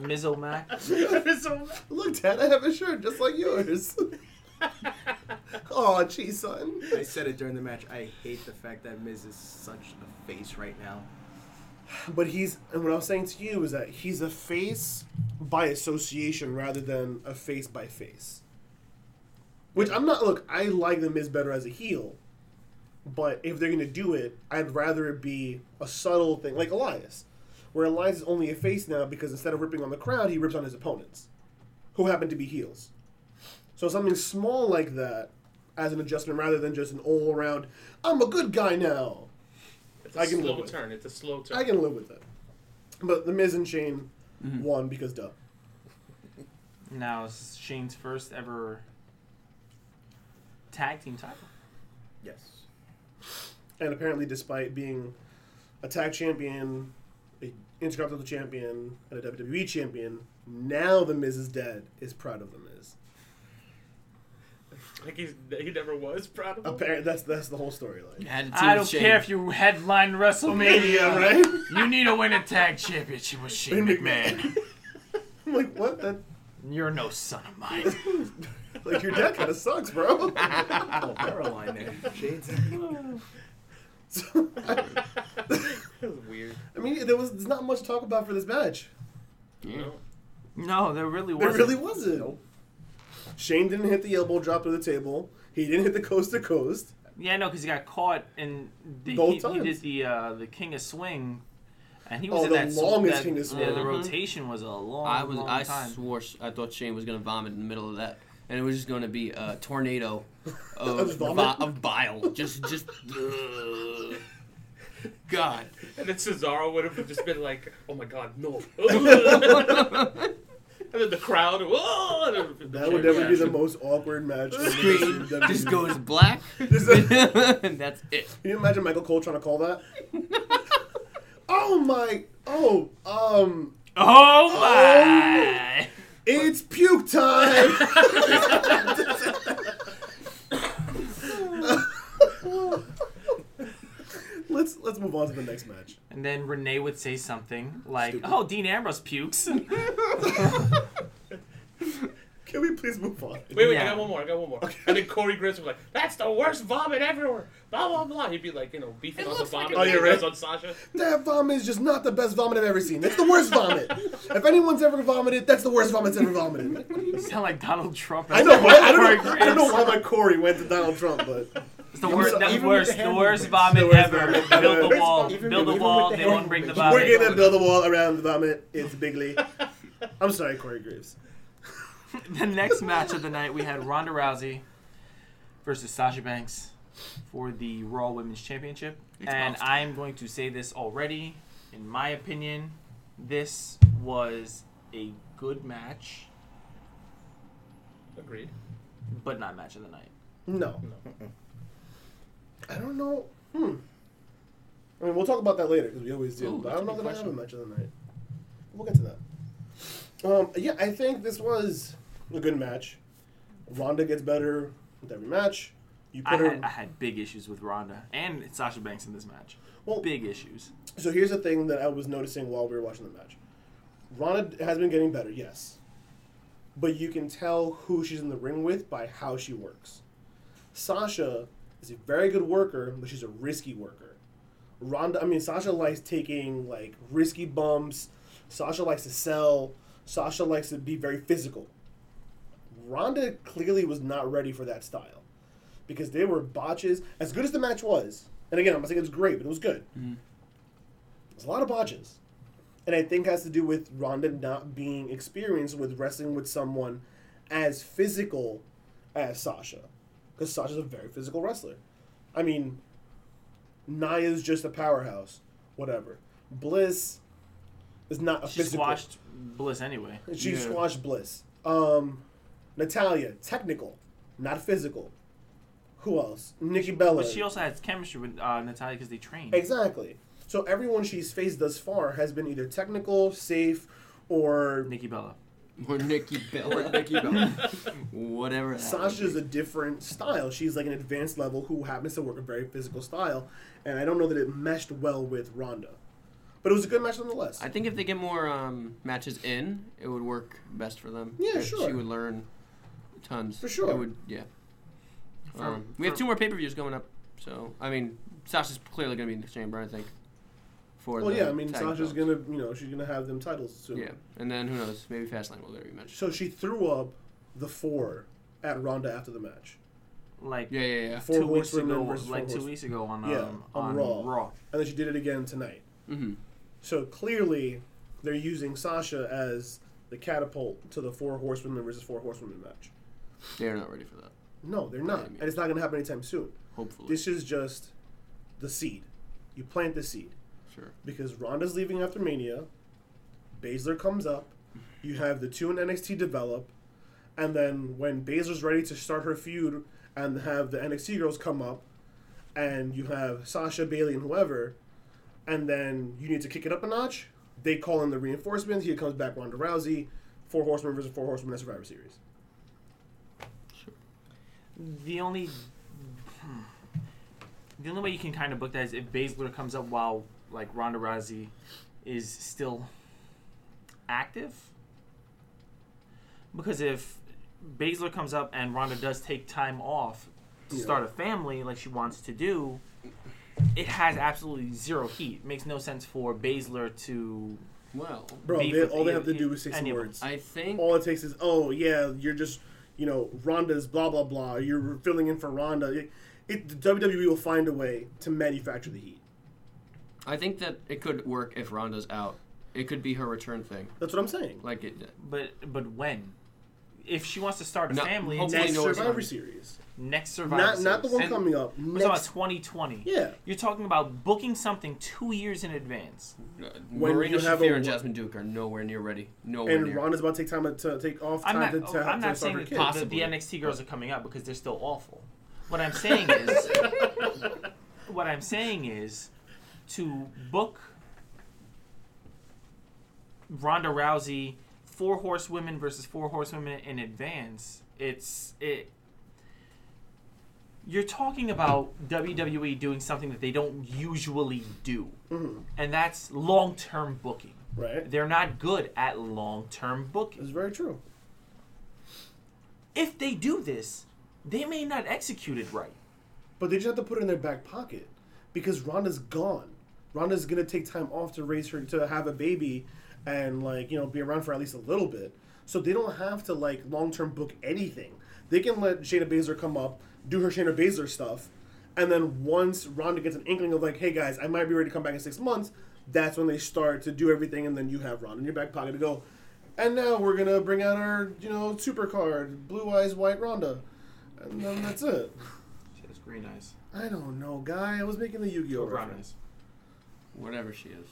Speaker 4: Miz O'Mac.
Speaker 2: So-
Speaker 1: Look, Dad, I have a shirt just like yours. oh, geez, son.
Speaker 5: I said it during the match. I hate the fact that Miz is such a face right now.
Speaker 1: But he's, and what I was saying to you is that he's a face by association rather than a face by face. Which I'm not, look, I like The Miz better as a heel, but if they're going to do it, I'd rather it be a subtle thing, like Elias, where Elias is only a face now because instead of ripping on the crowd, he rips on his opponents, who happen to be heels. So something small like that as an adjustment rather than just an all around, I'm a good guy now.
Speaker 2: It's a
Speaker 1: I can live
Speaker 2: slow
Speaker 1: with it.
Speaker 2: turn. It's a slow turn.
Speaker 1: I can live with it. But the Miz and Shane won because duh.
Speaker 4: Now it's Shane's first ever tag team title.
Speaker 5: Yes.
Speaker 1: And apparently, despite being a tag champion, a intercontinental champion, and a WWE champion, now the Miz is dead. Is proud of the Miz.
Speaker 2: Like he's he never was proud of. him.
Speaker 1: Apparently, that's that's the whole storyline.
Speaker 3: Had a team
Speaker 4: I
Speaker 3: with
Speaker 4: don't
Speaker 3: Shane.
Speaker 4: care if you headline
Speaker 1: Yeah,
Speaker 4: WrestleMania.
Speaker 1: right.
Speaker 4: You need to win a tag championship with Shane McMahon.
Speaker 1: I'm like, what? That
Speaker 4: You're no son of mine.
Speaker 1: like your deck kind of sucks, bro.
Speaker 5: Oh, barrel line there. Shades.
Speaker 1: So, I,
Speaker 2: That was weird.
Speaker 1: I mean, there was there's not much to talk about for this match.
Speaker 3: Yeah.
Speaker 4: No, there really
Speaker 1: There
Speaker 4: wasn't.
Speaker 1: really wasn't. Shane didn't hit the elbow drop to the table. He didn't hit the coast to coast.
Speaker 4: Yeah, no, because he got caught and the,
Speaker 1: Both
Speaker 4: he, he
Speaker 1: times.
Speaker 4: did the uh, the King of Swing, and he was
Speaker 1: Oh,
Speaker 4: in
Speaker 1: the
Speaker 4: that sw-
Speaker 1: longest
Speaker 4: that-
Speaker 1: King of
Speaker 4: Yeah,
Speaker 1: Swing.
Speaker 4: the
Speaker 3: Mhm.
Speaker 4: rotation was a long,
Speaker 3: I was
Speaker 4: long
Speaker 3: I
Speaker 4: time.
Speaker 3: swore sh- I thought Shane was gonna vomit in the middle of that, and it was just gonna be a tornado
Speaker 1: Of
Speaker 3: of vi-
Speaker 1: vomit?
Speaker 3: of bile. Just just ugh. God.
Speaker 2: And then Cesaro would have just been like, "Oh my God, no!" and then the crowd, "Whoa!" and then the
Speaker 1: That would
Speaker 2: chairs.
Speaker 1: definitely be the most awkward match. I've ever seen in
Speaker 3: Screen just
Speaker 1: WWE.
Speaker 3: goes black, and that's it.
Speaker 1: Can you imagine Michael Cole trying to call that? oh my! Oh, um,
Speaker 4: Oh
Speaker 1: Oh!
Speaker 4: my!
Speaker 1: it's puke time. let's let's move on to the next match.
Speaker 4: And then Renee would say something like,
Speaker 1: Stupid.
Speaker 4: "Oh, Dean Ambrose pukes."
Speaker 1: Can we please move on?
Speaker 2: Wait, wait, I
Speaker 4: Yeah.
Speaker 2: got one more. I got one more. And then Corey Graves would be like, "That's the worst vomit ever." Blah blah blah. He'd be like, you know, beefing on the vomit.
Speaker 1: Oh,
Speaker 2: that
Speaker 1: you're
Speaker 2: he does
Speaker 1: right.
Speaker 2: on Sasha.
Speaker 1: That vomit is just not the best vomit I've ever seen. It's the worst vomit. if anyone's ever vomited, that's the worst vomit ever vomited. Like, what do you
Speaker 4: you sound like Donald Trump.
Speaker 1: I know. Why, I,
Speaker 4: Corey
Speaker 1: don't know I don't know
Speaker 4: Graves.
Speaker 1: why my Corey went to Donald Trump, but
Speaker 4: It's the
Speaker 5: Even
Speaker 4: worst,
Speaker 5: with-
Speaker 4: the
Speaker 5: even with
Speaker 4: worst,
Speaker 5: the
Speaker 4: the
Speaker 5: hand
Speaker 4: worst
Speaker 5: movements.
Speaker 4: vomit
Speaker 1: The worst
Speaker 4: ever.
Speaker 1: vomit ever.
Speaker 4: Build the
Speaker 1: Even-
Speaker 4: wall.
Speaker 5: even
Speaker 4: Build the
Speaker 5: with
Speaker 4: wall.
Speaker 5: the
Speaker 4: They
Speaker 5: hand
Speaker 4: won't bring the
Speaker 5: movements.
Speaker 4: vomit.
Speaker 1: we're gonna build a wall around the vomit. It's bigly. I'm sorry, Corey Graves.
Speaker 4: The next match of the night, we had Ronda Rousey versus Sasha Banks for the Raw Women's Championship. And
Speaker 3: Xbox.
Speaker 4: I'm going to say this already. In my opinion, this was a good match,
Speaker 2: Agreed.
Speaker 4: but not match of the night.
Speaker 1: No. I don't know. Hmm. I mean, we'll talk about that later because we always do.
Speaker 3: Ooh,
Speaker 1: but I don't know
Speaker 3: that's a
Speaker 1: that
Speaker 3: good
Speaker 1: I have a
Speaker 3: question.
Speaker 1: match of the night. We'll get to that. Um, yeah, I think this was a good match. Ronda gets better with every match. You
Speaker 4: I
Speaker 1: put her.
Speaker 4: had, I had big issues with Ronda and Sasha Banks in this match.
Speaker 1: well,
Speaker 4: Big issues.
Speaker 1: so here's the thing that I was noticing while we were watching the match. Ronda has been getting better, yes, but you can tell who she's in the ring with by how she works. Sasha is a very good worker, but she's a risky worker. Ronda, I mean, Sasha likes taking like risky bumps. Sasha likes to sell. Sasha likes to be very physical. Ronda clearly was not ready for that style because they were botches. As good as the match was, and again, I'm not saying it was great, but it was good. There's a lot of botches. And I think has to do with Ronda not being experienced with wrestling with someone as physical as Sasha. Because Sasha's a very physical wrestler. I mean, Naya's just a powerhouse. Whatever. Bliss is not a
Speaker 4: She
Speaker 1: physical.
Speaker 4: squashed Bliss anyway.
Speaker 1: She
Speaker 3: Yeah.
Speaker 1: squashed Bliss. Um, Natalia, technical, not physical. Who else? Nikki Bella.
Speaker 4: But she also has chemistry with uh, Natalia because they trained.
Speaker 1: Exactly. So everyone she's faced thus far has been either technical, safe, or
Speaker 4: Nikki Bella.
Speaker 3: Or Nikki Bella,
Speaker 5: Nikki Bella.
Speaker 3: whatever. that would
Speaker 1: Sasha's
Speaker 3: be.
Speaker 1: a different style. She's like an advanced level who happens to work a very physical style, and I don't know that it meshed well with Ronda. But it was a good match nonetheless.
Speaker 3: I think if they get more um, matches in, it would work best for them.
Speaker 1: Yeah,
Speaker 3: If
Speaker 1: sure.
Speaker 3: She would learn tons.
Speaker 1: For sure.
Speaker 3: It would, yeah.
Speaker 4: For-
Speaker 3: um, we have
Speaker 4: for-
Speaker 3: two more pay per views going up, so I mean, Sasha's clearly going to be in the chamber, I think. For
Speaker 1: well,
Speaker 3: the
Speaker 1: yeah, I mean
Speaker 3: tag
Speaker 1: Sasha's
Speaker 3: belts.
Speaker 1: gonna, you know, she's gonna have them titles soon.
Speaker 3: Yeah, and then who knows? Maybe Fastlane will get rematch.
Speaker 1: So she threw up the four at Ronda after the match.
Speaker 4: Like
Speaker 3: yeah, yeah, yeah.
Speaker 1: Four
Speaker 4: two weeks
Speaker 1: horsewomen
Speaker 4: ago,
Speaker 1: versus four
Speaker 4: like two
Speaker 1: horse-
Speaker 4: weeks ago on um,
Speaker 1: Yeah, on Raw.
Speaker 4: on, Raw.
Speaker 1: and then she did it again tonight.
Speaker 3: Mm-hmm.
Speaker 1: So clearly, they're using Sasha as the catapult to the four horsewomen versus four horsewomen match.
Speaker 3: They're not ready for that.
Speaker 1: No, they're not,
Speaker 3: I mean-
Speaker 1: and it's not going to happen anytime soon.
Speaker 3: Hopefully,
Speaker 1: This is just the seed. You plant the seed
Speaker 3: sure.
Speaker 1: because Ronda's leaving after Mania. Baszler comes up. You have the two in NXT develop, and then when Baszler's ready to start her feud and have the NXT girls come up, and you have Sasha, Bailey, and whoever, and then you need to kick it up a notch. They call in the reinforcements. Here comes back Ronda Rousey, Four Horsemen versus Four Horsemen at Survivor Series.
Speaker 4: The only hmm. the only way you can kind of book that is if Baszler comes up while like Ronda Rousey is still active. Because if Baszler comes up and Ronda does take time off to start a family like she wants to do, it has absolutely zero heat. It makes no sense for Baszler to.
Speaker 3: Well,
Speaker 1: Bro,
Speaker 4: beef
Speaker 1: they,
Speaker 4: with
Speaker 1: all they
Speaker 4: either-
Speaker 1: have to do is say some
Speaker 4: any of
Speaker 1: words.
Speaker 3: I think
Speaker 1: all it takes is, oh yeah, you're just you know Ronda's blah blah blah. You're filling in for Ronda. It, it, the WWE will find a way to manufacture the heat.
Speaker 3: I think that it could work if Ronda's out. It could be her return thing,
Speaker 1: That's what I'm saying.
Speaker 3: like it.
Speaker 4: But but when, if she wants to start a
Speaker 3: No,
Speaker 4: family,
Speaker 3: hopefully
Speaker 1: Next
Speaker 4: next,
Speaker 3: no- it's
Speaker 1: Survivor
Speaker 3: not.
Speaker 1: Series,
Speaker 4: next Survivor,
Speaker 1: not not the
Speaker 4: Series.
Speaker 1: one
Speaker 3: And-
Speaker 1: coming up.
Speaker 4: We're talking about
Speaker 1: Next,
Speaker 4: 2020.
Speaker 1: yeah,
Speaker 4: You're talking about booking something two years in advance.
Speaker 3: Uh,
Speaker 1: When
Speaker 3: Marina
Speaker 1: you have a
Speaker 3: Shafir and
Speaker 1: wo-
Speaker 3: Jasmine Duke are nowhere near ready. Nowhere
Speaker 1: and
Speaker 3: near.
Speaker 1: Ronda's about to take time to take off
Speaker 4: I'm
Speaker 1: time
Speaker 4: not, oh,
Speaker 1: to, to,
Speaker 4: I'm
Speaker 1: to
Speaker 4: not
Speaker 1: start
Speaker 4: saying
Speaker 1: her
Speaker 4: that
Speaker 1: kid.
Speaker 4: the-
Speaker 3: Possibly.
Speaker 4: the, NXT girls are coming up because they're still awful. What I'm saying is, what I'm saying is, to book Ronda Rousey four horsewomen versus four horsewomen in advance. It's it. You're talking about WWE doing something that they don't usually do, and that's long-term booking.
Speaker 1: Right,
Speaker 4: They're not good at long-term booking
Speaker 1: that's very true.
Speaker 4: if they do this, they may not execute it right.
Speaker 1: But they just have to put it in their back pocket because Rhonda's gone. Rhonda's gonna take time off to raise her to have a baby and like you know be around for at least a little bit. So they don't have to like long term book anything. They can let Shayna Baszler come up, do her Shayna Baszler stuff, and then once Rhonda gets an inkling of like, hey guys, I might be ready to come back in six months, that's when they start to do everything, and then you have Rhonda in your back pocket to go. And now we're gonna bring out our you know super card, blue eyes, white Rhonda, and then that's it.
Speaker 4: She has green eyes.
Speaker 1: I don't know, guy. I was making the Yu-Gi-Oh reference.
Speaker 3: Whatever she is.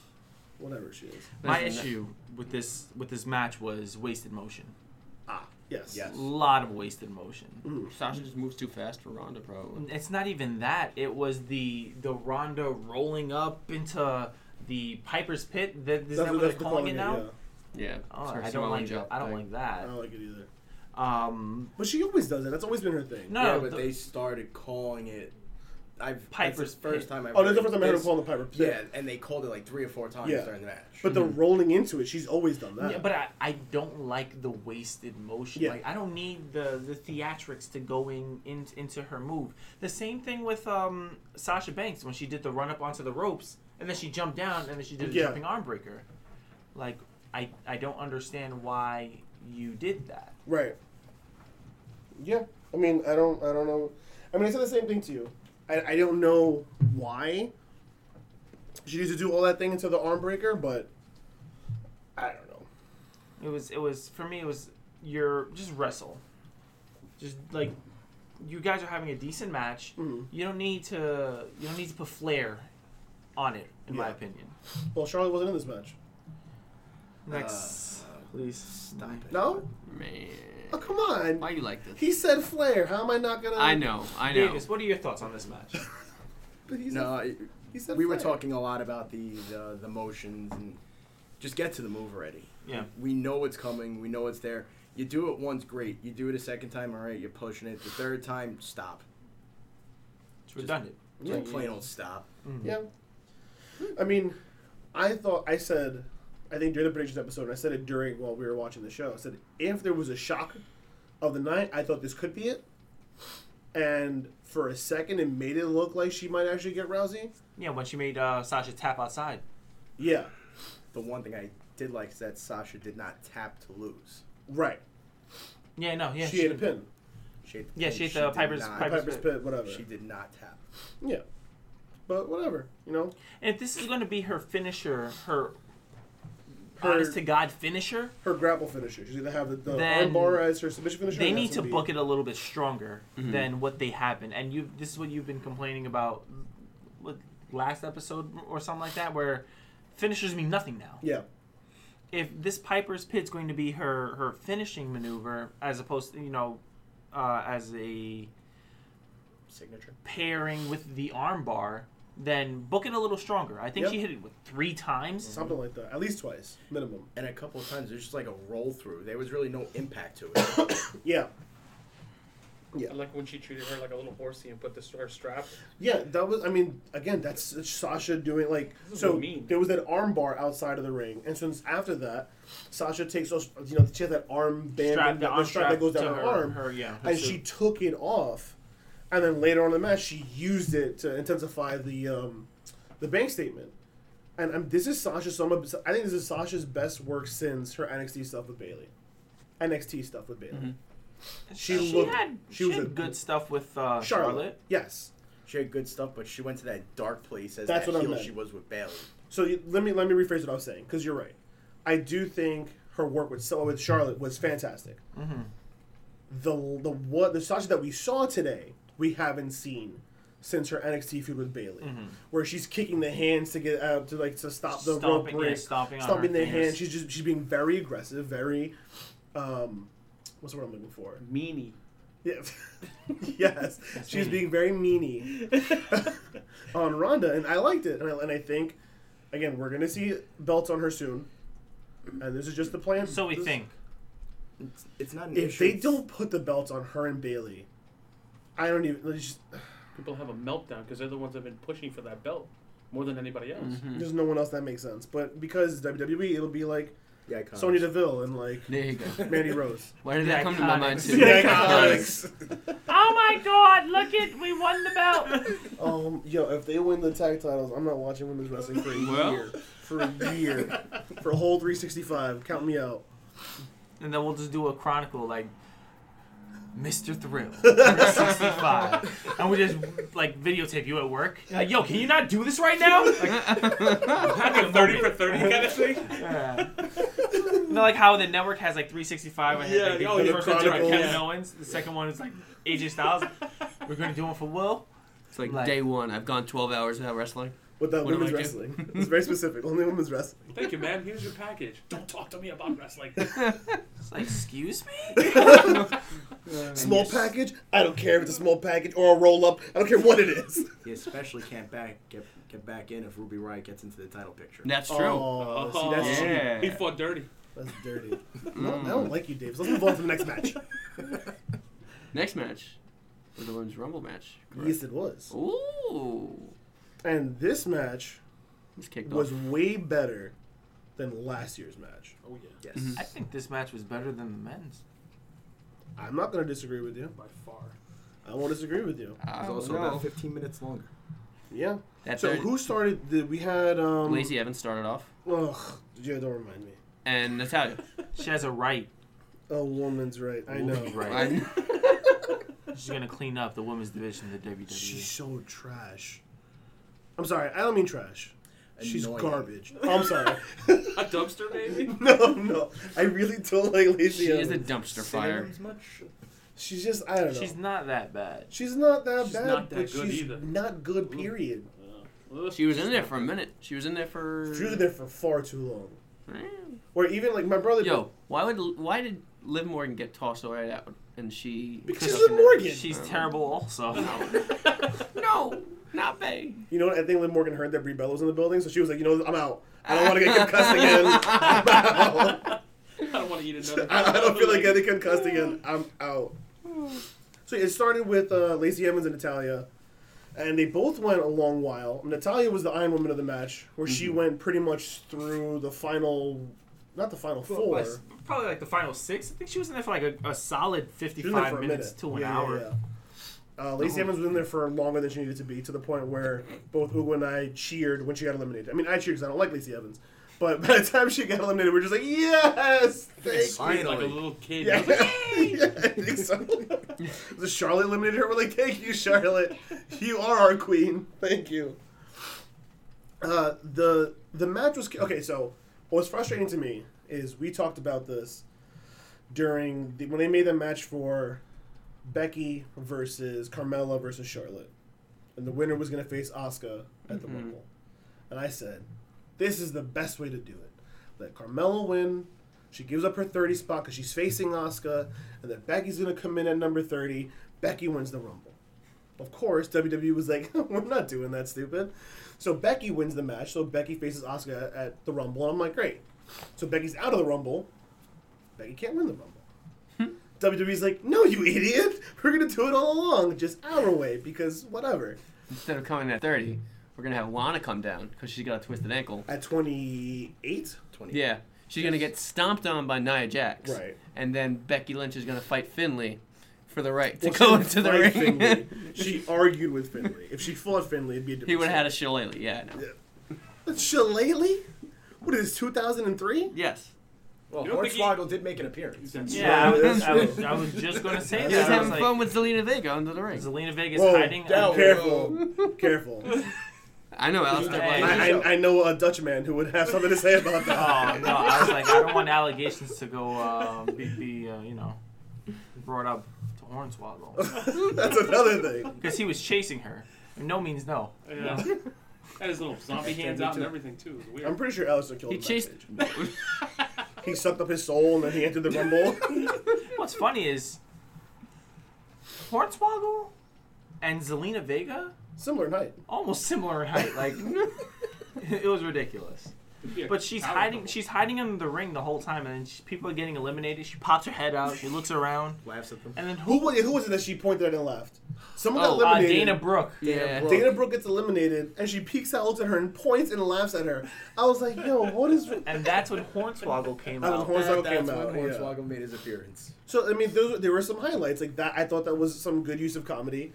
Speaker 1: Whatever she is.
Speaker 4: My
Speaker 3: Listen,
Speaker 4: issue with this with this match was wasted motion.
Speaker 1: Ah, yes.
Speaker 5: Yes.
Speaker 4: A lot of wasted motion.
Speaker 3: Sasha just moves too fast for Ronda, probably.
Speaker 4: It's not even that. It was the the Ronda rolling up into the Piper's Pit. Th- Is that what they're calling it now?
Speaker 3: Yeah.
Speaker 4: Oh,
Speaker 3: it's her
Speaker 4: I don't
Speaker 3: Samoan
Speaker 4: like
Speaker 3: job
Speaker 4: that. I don't
Speaker 3: thing.
Speaker 4: like
Speaker 1: I
Speaker 4: that.
Speaker 1: don't like it either.
Speaker 4: Um,
Speaker 1: But she always does it. That's always been her thing.
Speaker 4: no,
Speaker 5: yeah,
Speaker 4: no,
Speaker 5: but
Speaker 4: the-
Speaker 5: they started calling it. I've
Speaker 4: Piper's
Speaker 5: that's the first
Speaker 4: Pit.
Speaker 5: time I've
Speaker 1: Oh, that's the
Speaker 5: heard
Speaker 1: first time I heard her
Speaker 5: this.
Speaker 1: call the Piper Pit.
Speaker 5: Yeah, and they called it like three or four times
Speaker 1: Yeah.
Speaker 5: during the match.
Speaker 1: But the rolling into it, she's always done that.
Speaker 4: Hmm. Yeah, but I, I don't like the wasted motion.
Speaker 1: Yeah.
Speaker 4: Like I don't need the the theatrics to go in, in into her move. The same thing with um Sasha Banks when she did the run up onto the ropes and then she jumped down and then she did a
Speaker 1: Yeah.
Speaker 4: jumping arm breaker. Like I I don't understand why you did that.
Speaker 1: right. Yeah. I mean, I don't. I don't know. I mean, I said the same thing to you. I, I don't know why she needs to do all that thing into the arm breaker, but I don't know.
Speaker 4: It was it was for me it was your just wrestle. Just like you guys are having a decent match.
Speaker 1: Mhm.
Speaker 4: You don't need to you don't need to put flair on it in my
Speaker 1: Yeah.
Speaker 4: opinion.
Speaker 1: Well, Charlotte wasn't in this match. Uh,
Speaker 4: Next, please
Speaker 5: Stop it.
Speaker 1: No.
Speaker 3: Man.
Speaker 1: Oh, come on.
Speaker 3: Why you like this?
Speaker 1: He uh, said Flair. How am I not gonna?
Speaker 3: I know. I know.
Speaker 4: Davis, what are your thoughts on this match?
Speaker 1: But he said-
Speaker 5: No, I-
Speaker 1: he said
Speaker 5: we were
Speaker 1: Flair.
Speaker 5: talking a lot about the, the the motions and just get to the move already.
Speaker 4: Yeah.
Speaker 5: We know it's coming. We know it's there. You do it once, great. You do it a second time, all right. You're pushing it. The third time, stop.
Speaker 4: It's redundant.
Speaker 5: It's
Speaker 1: Yeah.
Speaker 5: like plain old stop.
Speaker 1: Yeah. I mean, I thought I said, I think during the predictions episode, and I said it during while we were watching the show. I said if there was a shock of the night, I thought this could be it. And for a second, it made it look like she might actually get Rousey.
Speaker 4: Yeah, when she made uh, Sasha tap outside.
Speaker 1: Yeah,
Speaker 5: The one thing I did like is that Sasha did not tap to lose.
Speaker 1: right.
Speaker 4: Yeah, no, yeah.
Speaker 1: she ate a pin,
Speaker 5: She ate the
Speaker 4: Yeah,
Speaker 5: pin.
Speaker 4: she ate the
Speaker 5: did
Speaker 4: Piper's-
Speaker 5: not-
Speaker 4: Piper's-
Speaker 1: Piper's pit, whatever.
Speaker 5: She did not tap.
Speaker 1: Yeah, but whatever, you know.
Speaker 4: And if this is going to be her finisher, her,
Speaker 1: Her-
Speaker 4: honest to God finisher,
Speaker 1: Her grapple finisher. She's gonna have the, the
Speaker 4: Then
Speaker 1: armbar as her submission finisher.
Speaker 4: they
Speaker 1: and
Speaker 4: need
Speaker 1: that's
Speaker 4: to
Speaker 1: gonna be-
Speaker 4: book it a little bit stronger than what they have been. And you, this is what you've been complaining about with last episode or something like that, where finishers mean nothing now.
Speaker 1: Yeah,
Speaker 4: if this Piper's Pit's going to be her her finishing maneuver as opposed to you know uh, as a
Speaker 5: Signature.
Speaker 4: pairing with the armbar, then book it a little stronger. I think
Speaker 1: Yep. Mm-hmm.
Speaker 4: she hit it with three times.
Speaker 1: something like that. At least twice minimum.
Speaker 5: And a couple of times, there's just like a roll through. There was really no impact to it.
Speaker 1: Yeah. Yeah.
Speaker 2: I like when she treated her like a little horsey and put the her strap.
Speaker 1: Yeah, that was. I mean, again, that's Sasha doing like
Speaker 2: is
Speaker 1: so.
Speaker 2: what I mean.
Speaker 1: There was that arm bar outside of the ring, and since after that, Sasha takes those. You know, she had that arm band,
Speaker 4: Strap,
Speaker 1: that-
Speaker 4: the
Speaker 1: that
Speaker 4: arm
Speaker 1: strap that goes down
Speaker 4: to
Speaker 1: her, arm,
Speaker 4: Her, yeah. her
Speaker 1: and
Speaker 4: suit.
Speaker 1: she took it off, and then later on in the match, she used it to intensify the um, the bank statement. And um, this is Sasha. Some of, I think this is Sasha's best work since her NXT stuff with Bailey, NXT stuff with Bailey. she looked-
Speaker 4: had,
Speaker 1: she
Speaker 4: she
Speaker 1: was
Speaker 4: had
Speaker 1: a-
Speaker 4: good stuff with uh, Charlotte.
Speaker 1: Charlotte, yes.
Speaker 5: She had good stuff, but she went to that dark place as
Speaker 1: That's
Speaker 5: that
Speaker 1: what I
Speaker 5: heel
Speaker 1: meant.
Speaker 5: she was with Bailey.
Speaker 1: So you, let me let me rephrase what I was saying because you're right. I do think her work with so with Charlotte was fantastic.
Speaker 4: Mm-hmm.
Speaker 1: The the what the Sasha that we saw today we haven't seen since her NXT feud with Bailey,
Speaker 4: Mm-hmm.
Speaker 1: where she's kicking the hands to get out to like to stop the rope
Speaker 4: Stomping, yeah,
Speaker 1: break,
Speaker 4: stomping on her
Speaker 1: the
Speaker 4: fingers.
Speaker 1: hand. She's just she's being very aggressive, very. Um, what's the word I'm looking for?
Speaker 2: Meanie.
Speaker 1: Yeah. yes, she was being very meany on Ronda, and I liked it. And I, and I think, again, we're gonna see belts on her soon, and this is just the plan.
Speaker 4: So we
Speaker 1: This-
Speaker 4: think.
Speaker 5: It's, it's not an
Speaker 1: if
Speaker 5: issue.
Speaker 1: they don't put the belts on her and Bailey, I don't even. There's, just,
Speaker 2: People have a meltdown because they're the ones that have been pushing for that belt more than anybody else.
Speaker 1: there's no one else that makes sense. But because WWE, it'll be like
Speaker 5: the iconics.
Speaker 1: Sonya Deville and like
Speaker 3: There you go.
Speaker 1: Mandy Rose.
Speaker 3: Why did
Speaker 4: The
Speaker 3: that come to my mind
Speaker 4: iconics.
Speaker 3: too?
Speaker 4: The
Speaker 1: iconics.
Speaker 4: Oh my God! Look at we won the belt.
Speaker 1: Um, yo, if they win the tag titles, I'm not watching women's wrestling for a
Speaker 3: Well.
Speaker 1: year. For a year, for a whole 365, count me out.
Speaker 4: and then we'll just do a chronicle like Mr. Thrill, 65, and we just like videotape you at work. Like, yo, can you not do this right now? Like,
Speaker 2: Like a 30 for 30 kind of thing.
Speaker 4: yeah. You know, like how the network has like 365. And
Speaker 2: Yeah,
Speaker 4: like, the,
Speaker 2: oh,
Speaker 4: the
Speaker 1: yeah,
Speaker 4: first one's like
Speaker 1: Chronicles.
Speaker 4: Kevin Owens. The second one is like AJ Styles. We're gonna do one for Will.
Speaker 3: It's like,
Speaker 4: Like-
Speaker 3: day one. I've gone 12 hours without wrestling.
Speaker 1: Without
Speaker 3: What am
Speaker 1: women's
Speaker 3: I
Speaker 1: wrestling. it's very specific. Only women's wrestling.
Speaker 2: Thank you, man. Here's your package. Don't talk to me about wrestling.
Speaker 4: It's like, excuse me.
Speaker 1: Small package? I don't care if it's a small package or a roll up. I don't care what it is.
Speaker 5: You especially can't back get get back in if Ruby Riot gets into the title picture.
Speaker 3: That's true.
Speaker 1: Oh, see, that's
Speaker 3: yeah.
Speaker 1: cheap.
Speaker 2: He fought dirty.
Speaker 1: That's dirty. No, I don't like you, Dave. So let's move on to the next match.
Speaker 3: Next match was the Women's Rumble match. correct?
Speaker 1: yes, it was.
Speaker 3: Ooh.
Speaker 1: And this match
Speaker 3: This kicked
Speaker 1: was
Speaker 3: off.
Speaker 1: way better than last year's match.
Speaker 2: Oh, yeah.
Speaker 5: Yes.
Speaker 1: mm-hmm.
Speaker 4: I think this match was better than the men's.
Speaker 1: I'm not going to disagree with you.
Speaker 2: By far.
Speaker 1: I won't disagree with you.
Speaker 3: I
Speaker 5: It's
Speaker 4: Oh,
Speaker 3: don't
Speaker 5: also
Speaker 3: know.
Speaker 5: about 15 minutes longer.
Speaker 1: Yeah.
Speaker 3: That
Speaker 1: so
Speaker 3: third-
Speaker 1: who started? The, we had. um
Speaker 3: Lacey Evans started off,
Speaker 1: Ugh, yeah, don't remind me.
Speaker 3: and Natalia.
Speaker 4: She has a right.
Speaker 1: A woman's right. I know.
Speaker 4: Woman's right.
Speaker 3: I-
Speaker 4: She's gonna clean up the women's division of the E. WWE.
Speaker 1: She's so trash. I'm sorry, I don't mean trash. She's
Speaker 5: Annoying.
Speaker 1: garbage. I'm sorry.
Speaker 2: A dumpster, maybe?
Speaker 1: no, no. I really don't like Lacey.
Speaker 3: she is a
Speaker 1: Evans.
Speaker 3: dumpster fire.
Speaker 5: Synonyms much?
Speaker 1: She's just I don't know.
Speaker 4: She's
Speaker 1: She's,
Speaker 4: not that bad.
Speaker 1: not that
Speaker 2: She's
Speaker 1: bad,
Speaker 2: not that
Speaker 1: but
Speaker 2: good
Speaker 1: she's
Speaker 2: either.
Speaker 1: not good. Period.
Speaker 3: She was in there for a minute. She was in there for.
Speaker 1: She was there for far too long. Or even like my brother.
Speaker 3: Yo, why would why did Liv Morgan get tossed right out and she?
Speaker 1: Because she's Liv Morgan.
Speaker 4: She's terrible, also.
Speaker 3: No, not Bay.
Speaker 1: you know what? I think Liv Morgan heard that Brie Bella was in the building, so she was like, you know, I'm out. I don't want to get concussed again. I'm out.
Speaker 2: I don't want to eat another.
Speaker 1: I, I don't feel like getting concussed again. I'm out. So it started with uh, Lacey Evans and Natalia, and they both went a long while. Natalia was the Iron Woman of the match, where she
Speaker 4: Mm-hmm.
Speaker 1: went pretty much through the final, not the final four.
Speaker 4: Probably like the final six. I think she was in there for like a, a solid
Speaker 1: She was in there
Speaker 4: 55
Speaker 1: for a
Speaker 4: minutes
Speaker 1: minute.
Speaker 4: to
Speaker 1: Yeah,
Speaker 4: an
Speaker 1: yeah,
Speaker 4: hour. Oh.
Speaker 1: yeah. Uh, Lacey Evans was in there for longer than she needed to be, to the point where both Ugo and I cheered when she got eliminated. I mean, I cheered because I don't like Lacey Evans, but by the time she got eliminated, we are just like, yes, thank
Speaker 2: Finally. Like a
Speaker 5: Finally.
Speaker 2: little kid. I
Speaker 1: Yeah,
Speaker 2: was like,
Speaker 1: yeah exactly. the Charlotte eliminated her. We're like, thank you, Charlotte. You are our queen. Thank you. Uh, the the match was okay. So what was frustrating to me is we talked about this during the, when they made the match for Becky versus Carmella versus Charlotte, and the winner was going to face Asuka
Speaker 2: Mm-hmm.
Speaker 1: at the Rumble, and I said, this is the best way to do it. Let Carmella win. She gives up her 30 spot because she's facing Asuka, and then Becky's going to come in at number 30. Becky wins the Rumble. Of course, WWE was like, we're not doing that, stupid. So Becky wins the match. So Becky faces Asuka at the Rumble, and I'm like, great. So Becky's out of the Rumble. Becky can't win the Rumble. WWE's like, no, you idiot. We're going to do it all along, just our way, because whatever.
Speaker 3: Instead of coming in at 30, we're going to have Lana come down because she's got a twisted ankle.
Speaker 1: At 28?
Speaker 5: 20.
Speaker 3: Yeah. She's going to get stomped on by Nia Jax.
Speaker 1: Right.
Speaker 3: And then Becky Lynch is going to fight Finley for the right to
Speaker 1: Well,
Speaker 3: go
Speaker 1: she
Speaker 3: into the
Speaker 1: fight
Speaker 3: ring.
Speaker 1: Finley. she argued with Finley. If she fought Finley, it'd be a different
Speaker 3: he would have had a shillelagh. Yeah, I know.
Speaker 1: a shillelagh? What is this, 2003?
Speaker 3: Yes.
Speaker 5: Well,
Speaker 2: You don't think he-
Speaker 5: Hornswoggle did make an appearance.
Speaker 4: Yeah, I
Speaker 1: right.
Speaker 4: was, I was, I was just gonna say
Speaker 3: He's
Speaker 4: that. I was
Speaker 3: having
Speaker 4: like,
Speaker 3: fun with Zelina Vega under the ring.
Speaker 4: Zelina Vega's
Speaker 1: Whoa,
Speaker 4: hiding.
Speaker 5: that
Speaker 4: under-
Speaker 1: Careful. Careful.
Speaker 3: I know, Alistair
Speaker 4: Hey.
Speaker 3: Black.
Speaker 1: I, I, I know a Dutch man who would have something to say about
Speaker 4: Oh
Speaker 2: Ah.
Speaker 1: that.
Speaker 4: no! I was like, I don't want allegations to go uh, be, be uh, you know brought up to Hornswoggle
Speaker 1: That's another thing.
Speaker 4: because he was chasing her. No means no.
Speaker 2: Yeah. Had his little zombie hands out and everything too. It was weird.
Speaker 1: I'm pretty sure Alistair killed
Speaker 3: He
Speaker 1: him. that
Speaker 3: chased.
Speaker 1: stage. He sucked up his soul and then he entered the rumble.
Speaker 4: What's funny is Hornswoggle and Zelina Vega
Speaker 1: Similar night.
Speaker 4: almost similar in height. Like it was ridiculous.
Speaker 2: Yeah,
Speaker 4: But she's
Speaker 2: power
Speaker 4: hiding.
Speaker 2: couple.
Speaker 4: She's hiding in the ring the whole time, and then she, people are getting eliminated. She pops her head out. She looks around,
Speaker 5: Laughs at them.
Speaker 4: and then
Speaker 1: Who
Speaker 4: who?
Speaker 1: was, who was it that she pointed at and left? Someone
Speaker 3: Oh,
Speaker 1: got
Speaker 4: Uh,
Speaker 1: eliminated.
Speaker 4: Dana Brooke.
Speaker 3: Yeah.
Speaker 5: Brooke.
Speaker 1: Dana Brooke gets eliminated, and she peeks out, looks at her, and points and laughs at her. I was like, yo, what is.
Speaker 4: And that's when Hornswoggle came
Speaker 1: That was
Speaker 4: out.
Speaker 1: Horn- Hornswoggle came
Speaker 5: that's
Speaker 1: out,
Speaker 5: when
Speaker 1: yeah.
Speaker 5: Hornswoggle made his appearance.
Speaker 1: So I mean, those there were some highlights like that. I thought that was some good use of comedy.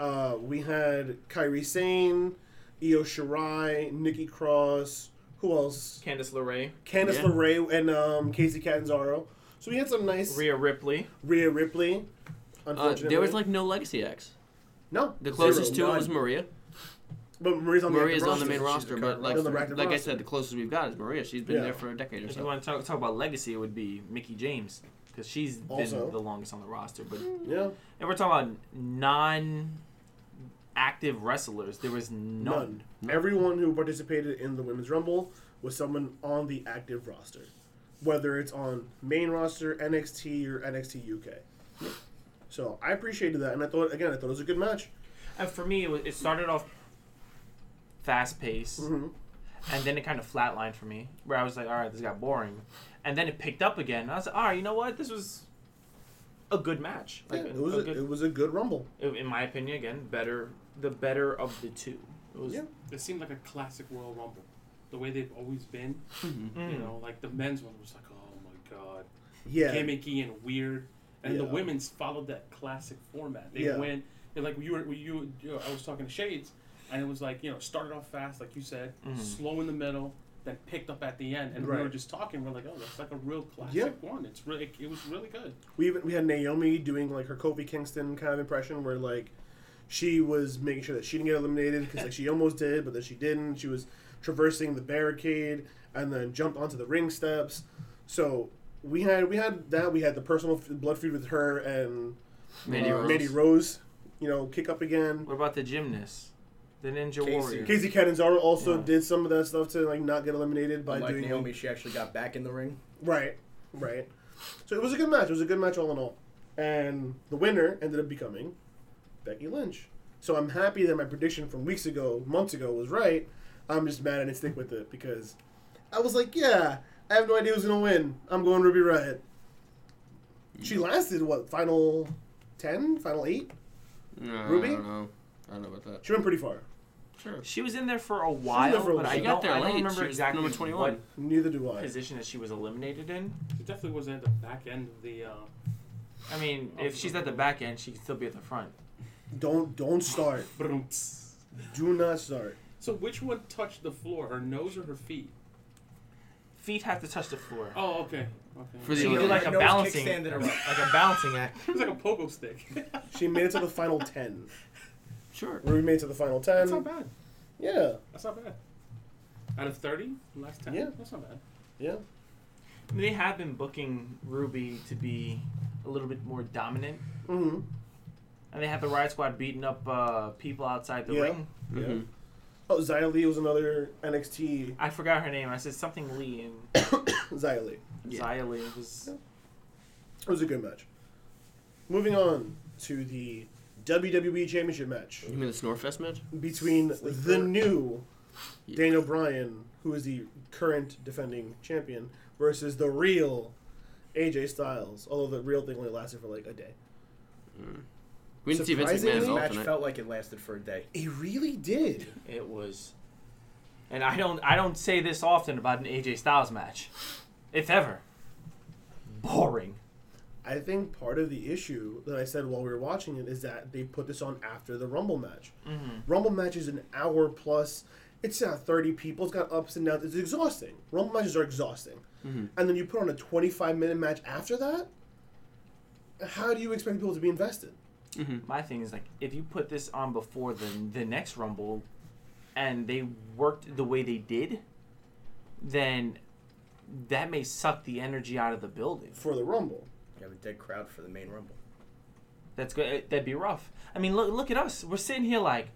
Speaker 1: Uh, we had Kyrie Sane, Io Shirai, Nikki Cross. Who else?
Speaker 4: Candice LeRae,
Speaker 1: Candice
Speaker 3: Yeah.
Speaker 1: LeRae and um, Casey Catanzaro. So we had some nice Rhea,
Speaker 4: Rhea Ripley.
Speaker 1: Ripley.
Speaker 3: Uh,
Speaker 1: Unfortunately,
Speaker 3: there was like no legacy acts.
Speaker 1: no
Speaker 3: The closest
Speaker 1: zero,
Speaker 3: to it
Speaker 1: none.
Speaker 3: was Maria.
Speaker 1: but Maria's on
Speaker 3: Maria's
Speaker 1: the
Speaker 3: on the main
Speaker 1: She's
Speaker 3: roster,
Speaker 1: the
Speaker 3: but
Speaker 1: current
Speaker 3: like,
Speaker 1: roster.
Speaker 3: like
Speaker 1: Active
Speaker 3: I
Speaker 1: roster.
Speaker 3: said, the closest we've got is Maria. She's been
Speaker 1: Yeah.
Speaker 3: there for a decade or
Speaker 4: If you
Speaker 3: so.
Speaker 4: want to talk, talk about legacy, it would be Mickey James because she's been
Speaker 1: Also.
Speaker 4: the longest on the roster. But
Speaker 1: yeah,
Speaker 4: if we're talking about non-active wrestlers, there was none.
Speaker 1: none. Everyone who participated in the women's rumble was someone on the active roster, whether it's on main roster, NXT, or NXT UK. So I appreciated that, and I thought again, I thought it was a good match.
Speaker 4: And for me, it, was, it started off fast paced,
Speaker 1: Mhm.
Speaker 4: and then it kind of flatlined for me, where I was like, all right, this got boring. And then it picked up again. And I was like, all right, you know what? This was a good match. Like,
Speaker 1: Yeah,
Speaker 4: a-
Speaker 1: it was
Speaker 4: a
Speaker 1: a,
Speaker 4: good-
Speaker 1: it was a good rumble.
Speaker 4: in- in my opinion, again, better the better of the two. It was
Speaker 1: Yeah.
Speaker 2: It seemed like a classic Royal Rumble, the way they've always been.
Speaker 4: Mm.
Speaker 2: You know, like the men's one was like, oh my god,
Speaker 1: Yeah,
Speaker 2: gimmicky and weird, and the
Speaker 1: Yeah.
Speaker 2: women's followed that classic format. They
Speaker 1: Yeah.
Speaker 2: went, they like you were you, you. I was talking to Shades, and it was like you know started off fast, like you said,
Speaker 4: Mhm.
Speaker 2: slow in the middle, then picked up at the end, and we were
Speaker 1: Right.
Speaker 2: just talking. We're like, oh, that's like a real classic
Speaker 1: Yeah.
Speaker 2: one. It's really, it was really good.
Speaker 1: we even we had Naomi doing like her Kofi Kingston kind of impression, where like she was making sure that she didn't get eliminated because like she almost did, but then she didn't. She was traversing the barricade and then jumped onto the ring steps. So we had we had that. We had the personal f- blood feud with her and
Speaker 3: Mandy
Speaker 1: uh,
Speaker 3: Rose.
Speaker 1: Mandy Rose. You know, kick up again.
Speaker 4: What about the gymnast, the Ninja
Speaker 5: Casey.
Speaker 4: Warrior?
Speaker 1: Casey Catanzaro also
Speaker 4: Yeah.
Speaker 1: did some of that stuff to like not get eliminated by
Speaker 5: Unlike
Speaker 1: doing
Speaker 5: Naomi, she actually got back in the ring.
Speaker 1: Right, right. So it was a good match. It was a good match all in all. And the winner ended up becoming Becky Lynch. So I'm happy that my prediction from weeks ago, months ago, was right. I'm just mad I didn't stick with it because I was like, yeah, I have no idea who's going to win. I'm going Ruby Riot. She lasted, what, final 10, final 8?
Speaker 3: No,
Speaker 1: Ruby?
Speaker 3: I don't know. I don't know about that.
Speaker 1: She went pretty far.
Speaker 3: Sure.
Speaker 4: She was in there for a while,
Speaker 1: for a
Speaker 4: but
Speaker 1: while.
Speaker 4: I
Speaker 1: She
Speaker 4: don't,
Speaker 3: got there
Speaker 4: I don't
Speaker 3: late.
Speaker 4: remember
Speaker 3: She was
Speaker 4: exactly
Speaker 3: number 21.
Speaker 4: what
Speaker 1: Neither do I.
Speaker 4: position that she was eliminated in.
Speaker 2: It definitely was at the back end of the. Uh,
Speaker 4: I mean,
Speaker 1: Oh,
Speaker 4: if she's at the back end, she can still be at the front.
Speaker 1: Don't don't start.
Speaker 2: brumps.
Speaker 1: Do not start.
Speaker 2: so which one touched the floor, her nose or her feet?
Speaker 4: Feet have to touch the floor.
Speaker 2: Oh, okay, okay.
Speaker 3: For the
Speaker 4: She
Speaker 3: Really?
Speaker 4: did like
Speaker 5: Her
Speaker 4: a
Speaker 5: nose
Speaker 4: balancing,
Speaker 5: kickstand it
Speaker 4: like
Speaker 5: around.
Speaker 4: a balancing act.
Speaker 2: it was like a pogo stick.
Speaker 1: She made it to the final 10.
Speaker 3: Sure.
Speaker 1: Ruby made it to the final
Speaker 2: That's not
Speaker 1: 10.
Speaker 2: bad.
Speaker 1: Yeah,
Speaker 2: That's not bad. Out of 30, last 10?
Speaker 1: Yeah.
Speaker 2: That's not bad.
Speaker 1: yeah.
Speaker 4: I mean, They have been booking Ruby to be a little bit more dominant,
Speaker 1: Mm-hmm.
Speaker 4: and they have the Riot Squad beating up uh, people outside the
Speaker 1: Yeah.
Speaker 4: ring.
Speaker 1: Yeah.
Speaker 3: Mhm.
Speaker 1: Oh, Xia Li was another NXT
Speaker 4: I forgot her name. I said something Lee and
Speaker 1: Xia Li.
Speaker 3: Yeah.
Speaker 4: Zia Lee was.
Speaker 1: It was a good match. Moving on to the WWE Championship match
Speaker 3: You mean the Snorefest match?
Speaker 1: between the
Speaker 5: Sleeper.
Speaker 1: new
Speaker 3: Yeah.
Speaker 1: Daniel Bryan, who is the current defending champion, versus the real AJ Styles, although the real thing only lasted for like a day.
Speaker 3: We didn't see Vince McMahon
Speaker 5: This
Speaker 3: as
Speaker 1: Surprisingly,
Speaker 5: match
Speaker 3: alternate.
Speaker 5: felt like it lasted for a day.
Speaker 1: It really did.
Speaker 4: It was, and I don't I don't say this often about an AJ Styles match, if ever. Boring.
Speaker 1: I think part of the issue that I said while we were watching it is that they put this on after the Rumble match. Rumble match is an hour plus. It's not 30 people. It's got ups and downs. It's exhausting. Rumble matches are exhausting. And then you put on a 25 minute match after that? How do you expect people to be invested?
Speaker 4: My thing is like if you put this on before the the next Rumble, and they worked the way they did, then that may suck the energy out of the building.
Speaker 1: For the Rumble.
Speaker 5: You have a dead crowd for the main rumble.
Speaker 4: That's good. That'd be rough. I mean, look look at us. We're sitting here like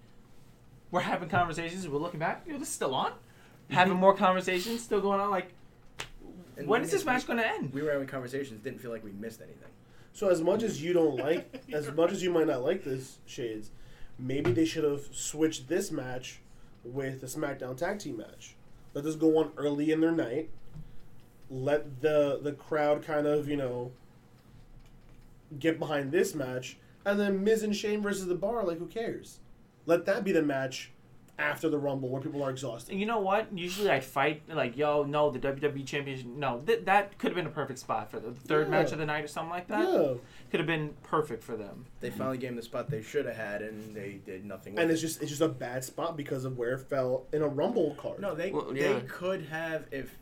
Speaker 4: we're having conversations. We're looking back. You know, this is still on. Having more conversations, still going on. Like,
Speaker 5: Mm-hmm. And
Speaker 4: when
Speaker 5: we
Speaker 4: is this match
Speaker 5: missed-
Speaker 4: going to end?
Speaker 5: We were having conversations. Didn't feel like we missed anything.
Speaker 1: So as much as you don't like, as much as you might not like this shades, maybe they should have switched this match with the SmackDown tag team match. Let this go on early in their night. Let the the crowd kind of you know get behind this match, and then Miz and Shane versus the Bar. Like who cares? Let that be the match after the Rumble where people are exhausted.
Speaker 4: You know what? Usually I'd fight like, yo, no, the WWE Championship. No, th- that could have been a perfect spot for the third
Speaker 1: Yeah.
Speaker 4: match of the night or something like that.
Speaker 1: Yeah,
Speaker 4: Could have been perfect for them.
Speaker 5: They finally gave him the spot they should have had, and they did nothing.
Speaker 1: and
Speaker 5: with
Speaker 1: it's just it's just a bad spot because of where it fell in a Rumble card.
Speaker 5: No, they
Speaker 3: Well,
Speaker 5: they
Speaker 3: yeah.
Speaker 5: could have if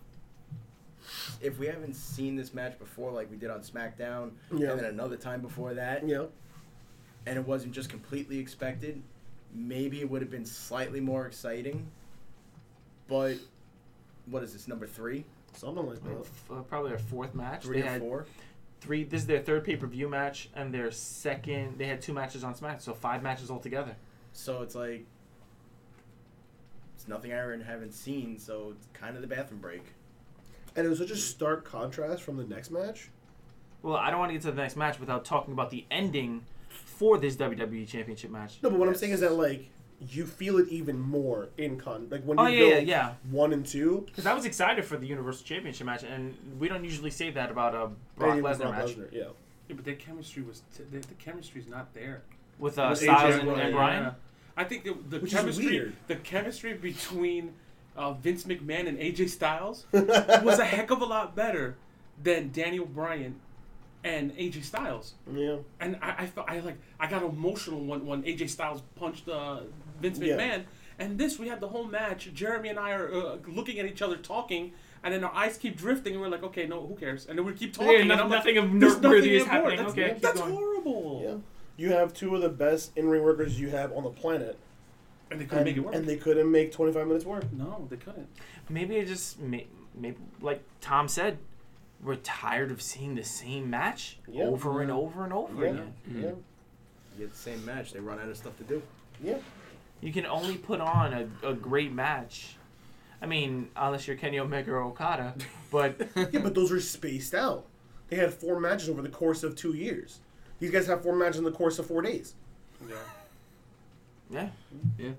Speaker 5: if we haven't seen this match before, like we did on SmackDown,
Speaker 1: Yeah.
Speaker 5: and then another time before that,
Speaker 1: you know.
Speaker 5: and it wasn't just completely expected. Maybe it would have been slightly more exciting, but what is this number three,
Speaker 1: Something like that.
Speaker 4: F- uh, probably their fourth match.
Speaker 5: three
Speaker 4: they
Speaker 5: or
Speaker 4: had
Speaker 5: four?
Speaker 4: three. This is their third pay per view match and their second. They had two matches on SmackDown, so five matches altogether.
Speaker 5: So it's like it's nothing I ever haven't seen. So it's kind of the bathroom break.
Speaker 1: And it was such a stark contrast from the next match.
Speaker 4: Well, I don't want to get to the next match without talking about the ending for this WWE Championship match.
Speaker 1: No, but what I'm
Speaker 5: Yes.
Speaker 1: saying is that like you feel it even more in con like when
Speaker 4: Oh,
Speaker 1: you
Speaker 4: yeah,
Speaker 1: go
Speaker 4: yeah, yeah.
Speaker 1: one and two.
Speaker 4: Because I was excited for the Universal Championship match, and we don't usually say that about a Brock
Speaker 1: and even
Speaker 4: Lesnar match
Speaker 1: Lesnar, yeah.
Speaker 2: Yeah, but their chemistry was t- the, the chemistry's not there.
Speaker 4: with uh,
Speaker 1: With
Speaker 4: Styles
Speaker 1: AJ
Speaker 4: and,
Speaker 1: and Bryan.
Speaker 4: and Bryan.
Speaker 2: Yeah. I think the, the
Speaker 1: Which is
Speaker 2: chemistry
Speaker 1: weird.
Speaker 2: the chemistry between uh, Vince McMahon and AJ Styles was a heck of a lot better than Daniel Bryan and AJ Styles.
Speaker 1: Yeah.
Speaker 2: And I, I felt I like I got emotional when, when AJ Styles punched uh, Vince
Speaker 1: Yeah.
Speaker 2: McMahon. And this we had the whole match. Jeremy and I are uh, looking at each other talking. And then our eyes keep drifting, and we're like, "Okay, no, who cares?" And then we keep talking.
Speaker 4: Yeah,
Speaker 2: and
Speaker 4: nothing-
Speaker 2: I'm like,
Speaker 4: nothing of
Speaker 2: "There's
Speaker 4: noteworthy
Speaker 2: nothing
Speaker 4: is
Speaker 2: of
Speaker 4: happening."
Speaker 2: That's,
Speaker 4: Okay, keep
Speaker 2: that's
Speaker 4: going.
Speaker 2: horrible.
Speaker 1: Yeah. You have two of the best in ring workers you have on the planet.
Speaker 2: And they couldn't
Speaker 1: And,
Speaker 2: make it work.
Speaker 1: and they couldn't make twenty five minutes work.
Speaker 2: no, they couldn't.
Speaker 4: Maybe it just may- maybe like Tom said, we're tired of seeing the same match
Speaker 1: Yeah.
Speaker 4: over and over and over
Speaker 1: Yeah.
Speaker 4: again.
Speaker 1: Yeah.
Speaker 5: You get the same match. They run out of stuff to do.
Speaker 1: Yeah.
Speaker 4: You can only put on a, a great match. I mean, unless you're Kenny Omega or Okada, but
Speaker 1: Yeah, but those are spaced out. They had four matches over the course of two years. These guys have four matches in the course of four days.
Speaker 2: Yeah.
Speaker 4: yeah,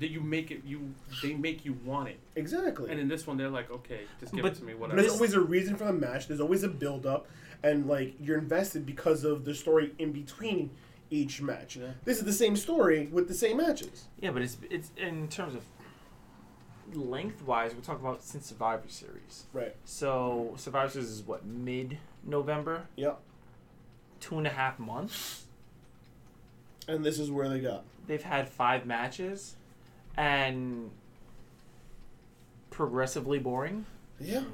Speaker 2: That you make it. You they make you want it.
Speaker 1: Exactly.
Speaker 2: And in this one, they're like, "Okay, just give
Speaker 4: But-
Speaker 2: it to me,
Speaker 1: But There's
Speaker 2: whatever."
Speaker 1: always a reason for the match. There's always a build up, and like you're invested because of the story in between each match.
Speaker 2: Yeah.
Speaker 1: This is the same story with the same matches.
Speaker 4: yeah, but it's it's in terms of lengthwise, we're talking about since Survivor Series.
Speaker 1: Right.
Speaker 4: So Survivor Series is what mid November,
Speaker 1: Yeah.
Speaker 4: two and a half months.
Speaker 1: And this is where they got.
Speaker 4: They've had five matches, and progressively boring.
Speaker 1: Yeah.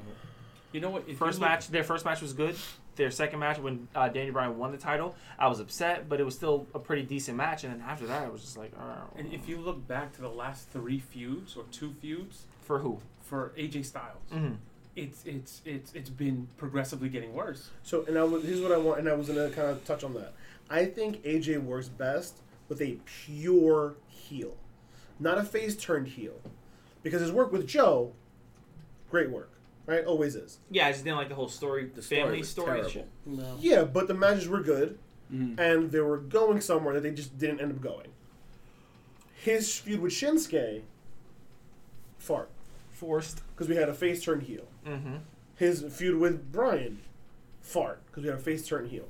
Speaker 2: You know what? If you
Speaker 4: First
Speaker 2: look-
Speaker 4: match, their first match was good. Their second match, when uh, Danny Bryan won the title, I was upset, but it was still a pretty decent match. And then after that, I was just like, oh,
Speaker 2: And if you look back to the last three feuds or two feuds
Speaker 4: for who?
Speaker 2: for AJ Styles,
Speaker 1: Mm-hmm.
Speaker 4: Mhm.
Speaker 2: it's it's it's it's been progressively getting worse.
Speaker 1: So and I was, here's what I want, and I was gonna kind of touch on that. I think AJ works best with a pure heel, not a face turned heel, because his work with Joe, great work, right? Always is.
Speaker 4: Yeah, I just didn't like the whole story,
Speaker 5: The story
Speaker 4: family
Speaker 5: was
Speaker 4: story.
Speaker 5: terrible.
Speaker 4: shit.
Speaker 2: No.
Speaker 1: Yeah, but the matches were good, and they were going somewhere that they just didn't end up going. His feud with Shinsuke, fart,
Speaker 4: Forced.
Speaker 1: because we had a face turn heel.
Speaker 4: Mm-hmm.
Speaker 1: His feud with Brian, fart because we have a face turn heel.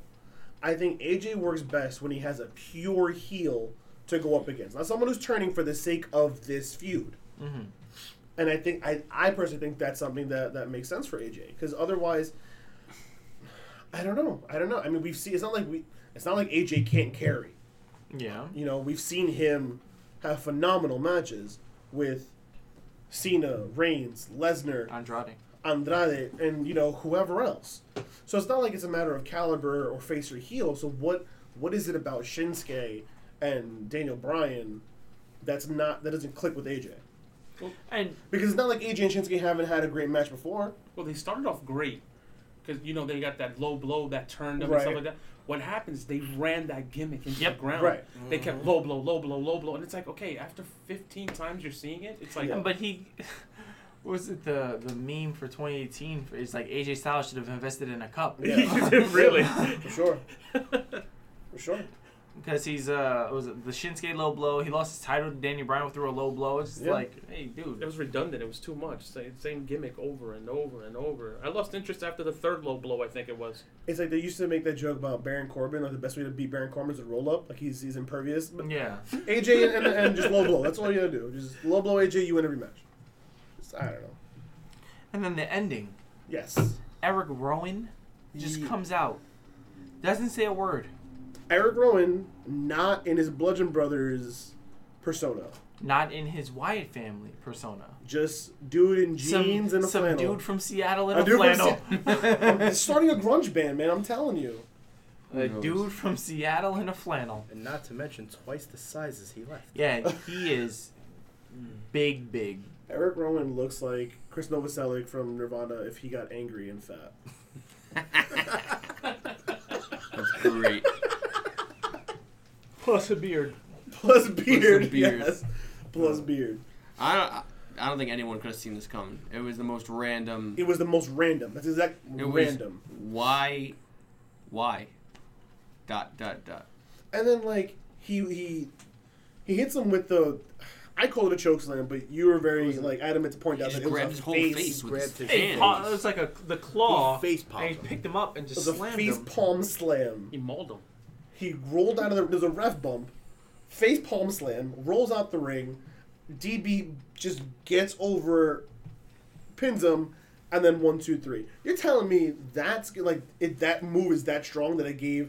Speaker 1: I think AJ works best when he has a pure heel to go up against, not someone who's turning for the sake of this feud. And I think I, I personally think that's something that, that makes sense for AJ because otherwise, I don't know. I don't know. I mean, we've seen it's not like we it's not like AJ can't carry.
Speaker 4: Yeah.
Speaker 1: You know, we've seen him have phenomenal matches with Cena, Reigns, Lesnar,
Speaker 4: Andrade.
Speaker 1: Andrade and you know whoever else. So it's not like it's a matter of caliber or face or heel. So what what is it about Shinsuke and Daniel Bryan that's not that doesn't click with AJ?
Speaker 4: And
Speaker 1: Because it's not like AJ and Shinsuke haven't had a great match before.
Speaker 2: Well, they started off great because you know they got that low blow that turned them and
Speaker 1: Right.
Speaker 2: stuff like that. What happens? They ran that gimmick into
Speaker 4: Yep.
Speaker 2: the ground.
Speaker 1: Right.
Speaker 2: They kept low blow, low blow, low blow, and it's like okay, after 15 times you're seeing it, it's like
Speaker 4: but he what was it the the meme for 2018 for- It's like AJ Styles should have invested in a cup
Speaker 1: Yeah.
Speaker 2: really.
Speaker 1: For sure. For sure.
Speaker 4: because he's uh it was the Shinsuke low blow. He lost his title to Daniel Bryan through a low blow. It's just
Speaker 1: Yeah.
Speaker 4: like hey dude.
Speaker 2: It was redundant. It was too much. Same, same gimmick over and over and over. I lost interest after the third low blow. I think it was.
Speaker 1: It's like they used to make that joke about Baron Corbin, like the best way to beat Baron Corbin is a roll up, like he's he's impervious. But
Speaker 4: Yeah.
Speaker 1: AJ and, and, and just low blow. That's all you gotta do. Just low blow AJ, you win every match. Just, I don't know.
Speaker 4: And then the ending.
Speaker 1: Yes.
Speaker 4: Eric Rowan just
Speaker 1: Ye-
Speaker 4: comes out. Doesn't say a word.
Speaker 1: Eric Rowan not in his Bludgeon Brothers persona.
Speaker 4: Not in his Wyatt family persona.
Speaker 1: Just dude in jeans
Speaker 4: some,
Speaker 1: and a
Speaker 4: some
Speaker 1: flannel.
Speaker 4: dude from Seattle in
Speaker 1: A
Speaker 4: a,
Speaker 1: dude from
Speaker 4: flannel.
Speaker 1: It's starting a grunge band, man. I'm telling you.
Speaker 4: a dude from Seattle in a flannel.
Speaker 5: And not to mention twice the size as he left.
Speaker 4: Yeah, he is big, big.
Speaker 1: Eric Rowan looks like Chris Novoselic from Nirvana if he got angry and fat.
Speaker 3: That's great.
Speaker 4: Plus a beard.
Speaker 1: Plus beard.
Speaker 3: beard. Oh.
Speaker 1: Yes. Plus beard.
Speaker 3: I don't. I- I don't think anyone could have seen this coming. It was the most random.
Speaker 1: It was the most random. That's exact
Speaker 3: It was
Speaker 1: random.
Speaker 3: why, why, dot dot dot.
Speaker 1: And then like he he he hits him with the I call it a choke slam, but you were very like adamant to point out
Speaker 3: He
Speaker 1: that
Speaker 3: just
Speaker 1: it was
Speaker 3: grabbed
Speaker 1: a
Speaker 3: his whole
Speaker 1: face,
Speaker 3: face, with his
Speaker 5: grabbed his
Speaker 4: Hey,
Speaker 3: hand.
Speaker 4: paw, it was like a the claw.
Speaker 5: He face
Speaker 4: And he
Speaker 5: popped him.
Speaker 4: picked him up and just
Speaker 1: the
Speaker 4: slammed
Speaker 1: face
Speaker 4: him.
Speaker 1: palm slam.
Speaker 2: He mauled him.
Speaker 1: He rolled out of the. There's a ref bump, face palm slam, rolls out the ring. DB just gets over, pins him, and then one, two, three. You're telling me that's like it, that move is that strong that it gave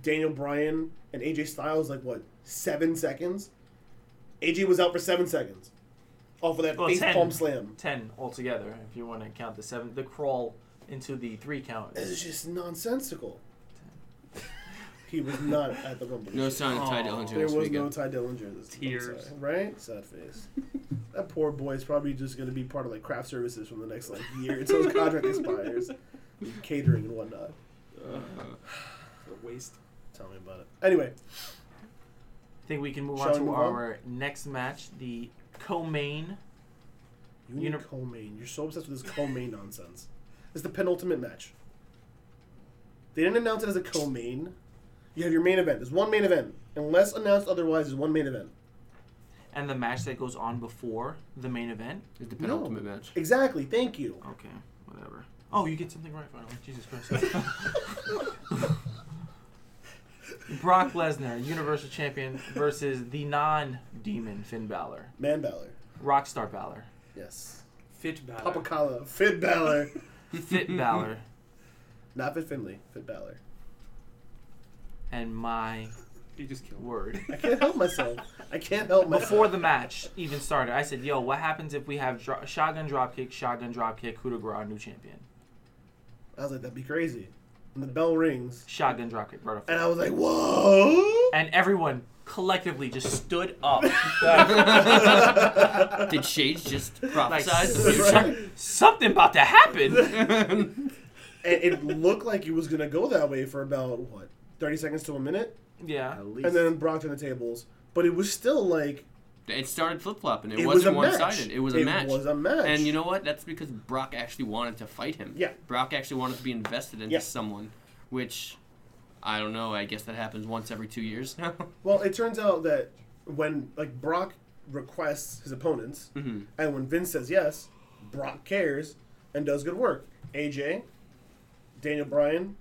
Speaker 1: Daniel Bryan and AJ Styles like what seven seconds? AJ was out for seven seconds off of that
Speaker 4: Well,
Speaker 1: face
Speaker 4: 10.
Speaker 1: palm slam.
Speaker 4: Ten altogether, if you want to count the seven, the crawl into the three count.
Speaker 1: It's just nonsensical. he was not at the Rumble.
Speaker 3: No sign of Ty
Speaker 2: Aw.
Speaker 3: Dillinger
Speaker 1: There
Speaker 3: this
Speaker 1: was
Speaker 3: weekend.
Speaker 1: no Ty Dillinger this I'm
Speaker 2: Tears.
Speaker 1: sorry, right? Sad face. that poor boy is probably just going to be part of like craft services from the next like year until his contract expires, catering and whatnot.
Speaker 2: What a waste.
Speaker 1: Tell me about it. Anyway,
Speaker 4: I think we can move
Speaker 1: Shall
Speaker 4: on
Speaker 1: we
Speaker 4: to
Speaker 1: move on?
Speaker 4: our next match, the co-main.
Speaker 1: you need
Speaker 4: Uni-
Speaker 1: co-main. You're so obsessed with this co-main nonsense. It's the penultimate match. They didn't announce it as a co-main. You have your main event. There's one main event, unless announced otherwise. There's one main event.
Speaker 4: and the match that goes on before the main event.
Speaker 3: It's the penultimate match.
Speaker 1: Exactly. Thank you.
Speaker 4: Okay, whatever. Oh, you get something right finally. Jesus Christ. Brock Lesnar, Universal Champion, versus the non-demon Finn Balor,
Speaker 1: Man Balor.
Speaker 4: Rockstar Balor,
Speaker 1: Yes.
Speaker 2: Fit bad.
Speaker 1: Papa Kala. Fit Balor.
Speaker 4: Fit Balor,
Speaker 1: Not Fit Finley. Fit Balor.
Speaker 4: and my
Speaker 2: He just killed. him.
Speaker 4: word.
Speaker 1: I can't help myself. I can't help myself.
Speaker 4: Before the match even started, I said, "Yo, what happens if we have dro- shotgun dropkick, shotgun dropkick, coup de grace, new champion,
Speaker 1: I was like, that'd be crazy. And the bell rings,
Speaker 4: shotgun dropkick, right off the
Speaker 1: and I was like, whoa!
Speaker 4: and everyone collectively just stood up.
Speaker 3: Did Shades just
Speaker 4: Like,
Speaker 3: prophesize the future?
Speaker 1: Right?
Speaker 4: so- something about to happen.
Speaker 1: and it looked like it was gonna go that way for about what, thirty seconds to a minute,
Speaker 4: Yeah.
Speaker 5: At least.
Speaker 1: and then Brock turned the tables. But it was still like
Speaker 3: It started flip flopping. It,
Speaker 1: It was a
Speaker 3: wasn't one
Speaker 1: match.
Speaker 3: sided. It was a
Speaker 1: It
Speaker 3: match.
Speaker 1: was a match.
Speaker 3: And you know what? That's because Brock actually wanted to fight him.
Speaker 1: Yeah.
Speaker 3: Brock actually wanted to be invested into
Speaker 1: Yeah.
Speaker 3: someone, which I don't know. I guess that happens once every two years now.
Speaker 1: Well, it turns out that when like Brock requests his opponents, and when Vince says yes, Brock cares and does good work. AJ, Daniel Bryan,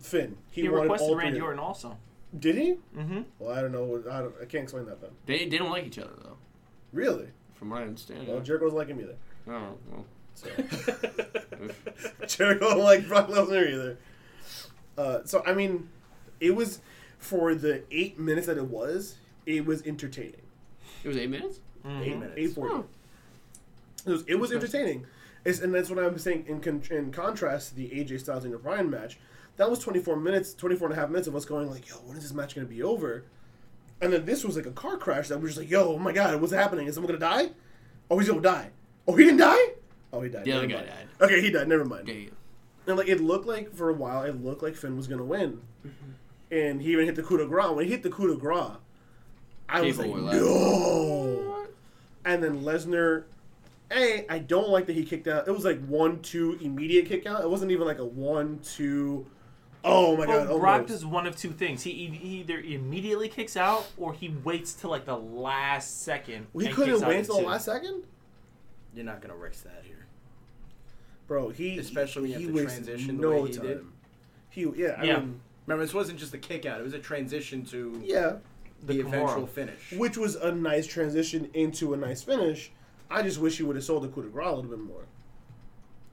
Speaker 1: Finn.
Speaker 4: He,
Speaker 1: wanted all
Speaker 4: requested
Speaker 1: three
Speaker 4: Randy
Speaker 1: of them.
Speaker 4: Orton also.
Speaker 1: Did he?
Speaker 4: Mm-hmm.
Speaker 1: Well, I don't know. what- I, don't, I can't explain that then.
Speaker 3: They, they don't like each other though,
Speaker 1: Really?
Speaker 3: from what I understand.
Speaker 1: Well, Jericho doesn't like him either.
Speaker 3: I don't know. Well,
Speaker 1: So.
Speaker 3: if-
Speaker 1: Jericho don't like Brock Lesnar either. Uh, so I mean, it was for the eight minutes that it was. It was entertaining.
Speaker 3: it was eight minutes.
Speaker 1: Eight
Speaker 5: minutes.
Speaker 1: Eight forty.
Speaker 3: Oh.
Speaker 1: It was, it was
Speaker 3: Interesting.
Speaker 1: entertaining. It's, and that's what I'm saying in, con- in contrast to the AJ Styles and Bryan match. That was 24 minutes, 24 and a half minutes of us going like, yo, when is this match going to be over? And then this was like a car crash that we're just like, yo, oh my God, what's happening? Is someone going to die? Oh, he's going to die. Oh, he didn't die? Oh, he died.
Speaker 3: The other
Speaker 1: Never
Speaker 3: guy
Speaker 1: mind. Okay, he died. Never mind.
Speaker 3: There you go.
Speaker 1: And like it looked like for a while, it looked like Finn was gonna win,
Speaker 5: Mm-hmm.
Speaker 1: and he even hit the coup de grace. When he hit the coup de grace, I was
Speaker 3: People
Speaker 1: like,
Speaker 3: were like,
Speaker 1: no. And then Lesnar, a I don't like that he kicked out. It was like one two immediate kick out. It wasn't even like a one two. Oh my god!
Speaker 4: Well, Brock
Speaker 1: almost.
Speaker 4: does one of two things. He, e- he either immediately kicks out or he waits till like the last second.
Speaker 1: he
Speaker 4: and
Speaker 1: couldn't
Speaker 4: kicks out
Speaker 1: wait
Speaker 4: at
Speaker 1: until the
Speaker 4: two.
Speaker 1: last second,
Speaker 5: You're not gonna risk that here,
Speaker 1: bro. He
Speaker 5: especially when you
Speaker 1: he
Speaker 5: have to
Speaker 1: wasted
Speaker 5: transition the
Speaker 1: no
Speaker 5: way he
Speaker 1: time.
Speaker 5: did.
Speaker 1: He yeah, I
Speaker 4: Yeah.
Speaker 1: mean
Speaker 5: Remember, this wasn't just a kick out; it was a transition to
Speaker 1: yeah.
Speaker 5: the,
Speaker 4: The
Speaker 5: eventual
Speaker 4: Kimura.
Speaker 5: finish.
Speaker 1: which was a nice transition into a nice finish. I just wish he would have sold the coup de grace a little bit more.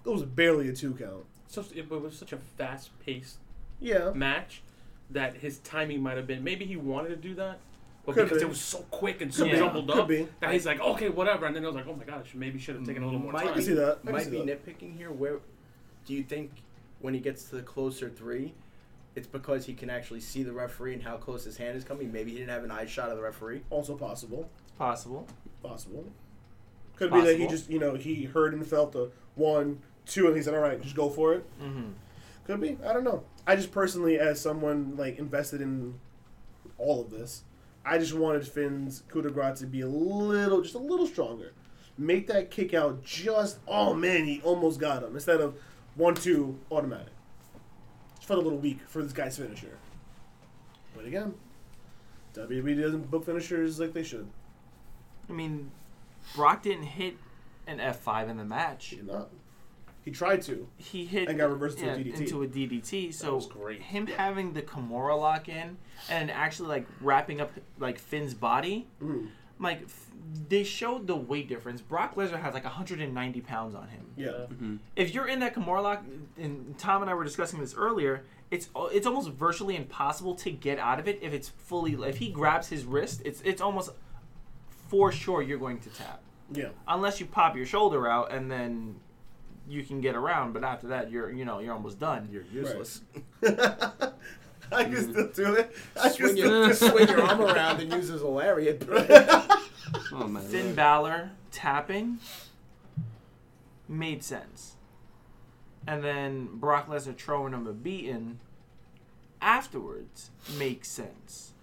Speaker 1: It was barely a two count.
Speaker 2: So it was such a fast-paced
Speaker 1: Yeah,
Speaker 2: match that his timing might have been. Maybe he wanted to do that, but
Speaker 1: Could
Speaker 2: because
Speaker 1: be.
Speaker 2: it was so quick and so
Speaker 4: Could be.
Speaker 2: jumbled
Speaker 1: Could
Speaker 2: up,
Speaker 1: be.
Speaker 2: that he's like, okay, whatever. And then I was like, oh my god, I should, maybe should have taken a little more
Speaker 5: Might
Speaker 2: time.
Speaker 1: I can see that. I can
Speaker 5: might
Speaker 1: see
Speaker 5: be
Speaker 1: that.
Speaker 5: nitpicking here. Where do you think when he gets to the closer three, it's because he can actually see the referee and how close his hand is coming? Maybe he didn't have an eye shot of the referee.
Speaker 1: Also possible,
Speaker 4: It's possible.
Speaker 1: possible. Could be that he
Speaker 4: Possible.
Speaker 1: just you know he heard and felt the one, two, and he said, "All right, just go for it."
Speaker 4: Mm-hmm.
Speaker 1: Could be. I don't know. I just personally, as someone like invested in all of this, I just wanted Finn's coup de grace to be a little, just a little stronger. Make that kick out just, oh man, he almost got him instead of one, two, automatic. Just felt a little weak for this guy's finisher. But again, WWE doesn't book finishers like they should.
Speaker 4: I mean, Brock didn't hit an F5 in the match.
Speaker 1: He did not. He tried to.
Speaker 4: He hit
Speaker 1: And got reversed into a
Speaker 4: yeah,
Speaker 1: DDT.
Speaker 4: into a DDT. So
Speaker 2: was great.
Speaker 4: him having the Kimura lock in and actually like wrapping up like Finn's body,
Speaker 1: Mhm.
Speaker 4: like f- they showed the weight difference. Brock Lesnar has like 190 pounds on him.
Speaker 1: Yeah.
Speaker 4: if you're in that Kimura lock, and Tom and I were discussing this earlier, it's it's almost virtually impossible to get out of it if it's fully. If he grabs his wrist, it's it's almost for sure you're going to tap,
Speaker 1: Yeah.
Speaker 4: unless you pop your shoulder out and then you can get around. But after that, you're you know you're almost done.
Speaker 5: You're useless.
Speaker 1: I can still do it. I can
Speaker 5: Swing,
Speaker 1: still
Speaker 5: your,
Speaker 1: do it.
Speaker 5: swing your arm around and use it as a lariat.
Speaker 3: Oh man.
Speaker 4: Finn Balor tapping made sense. And then Brock Lesnar throwing him a beating afterwards makes sense.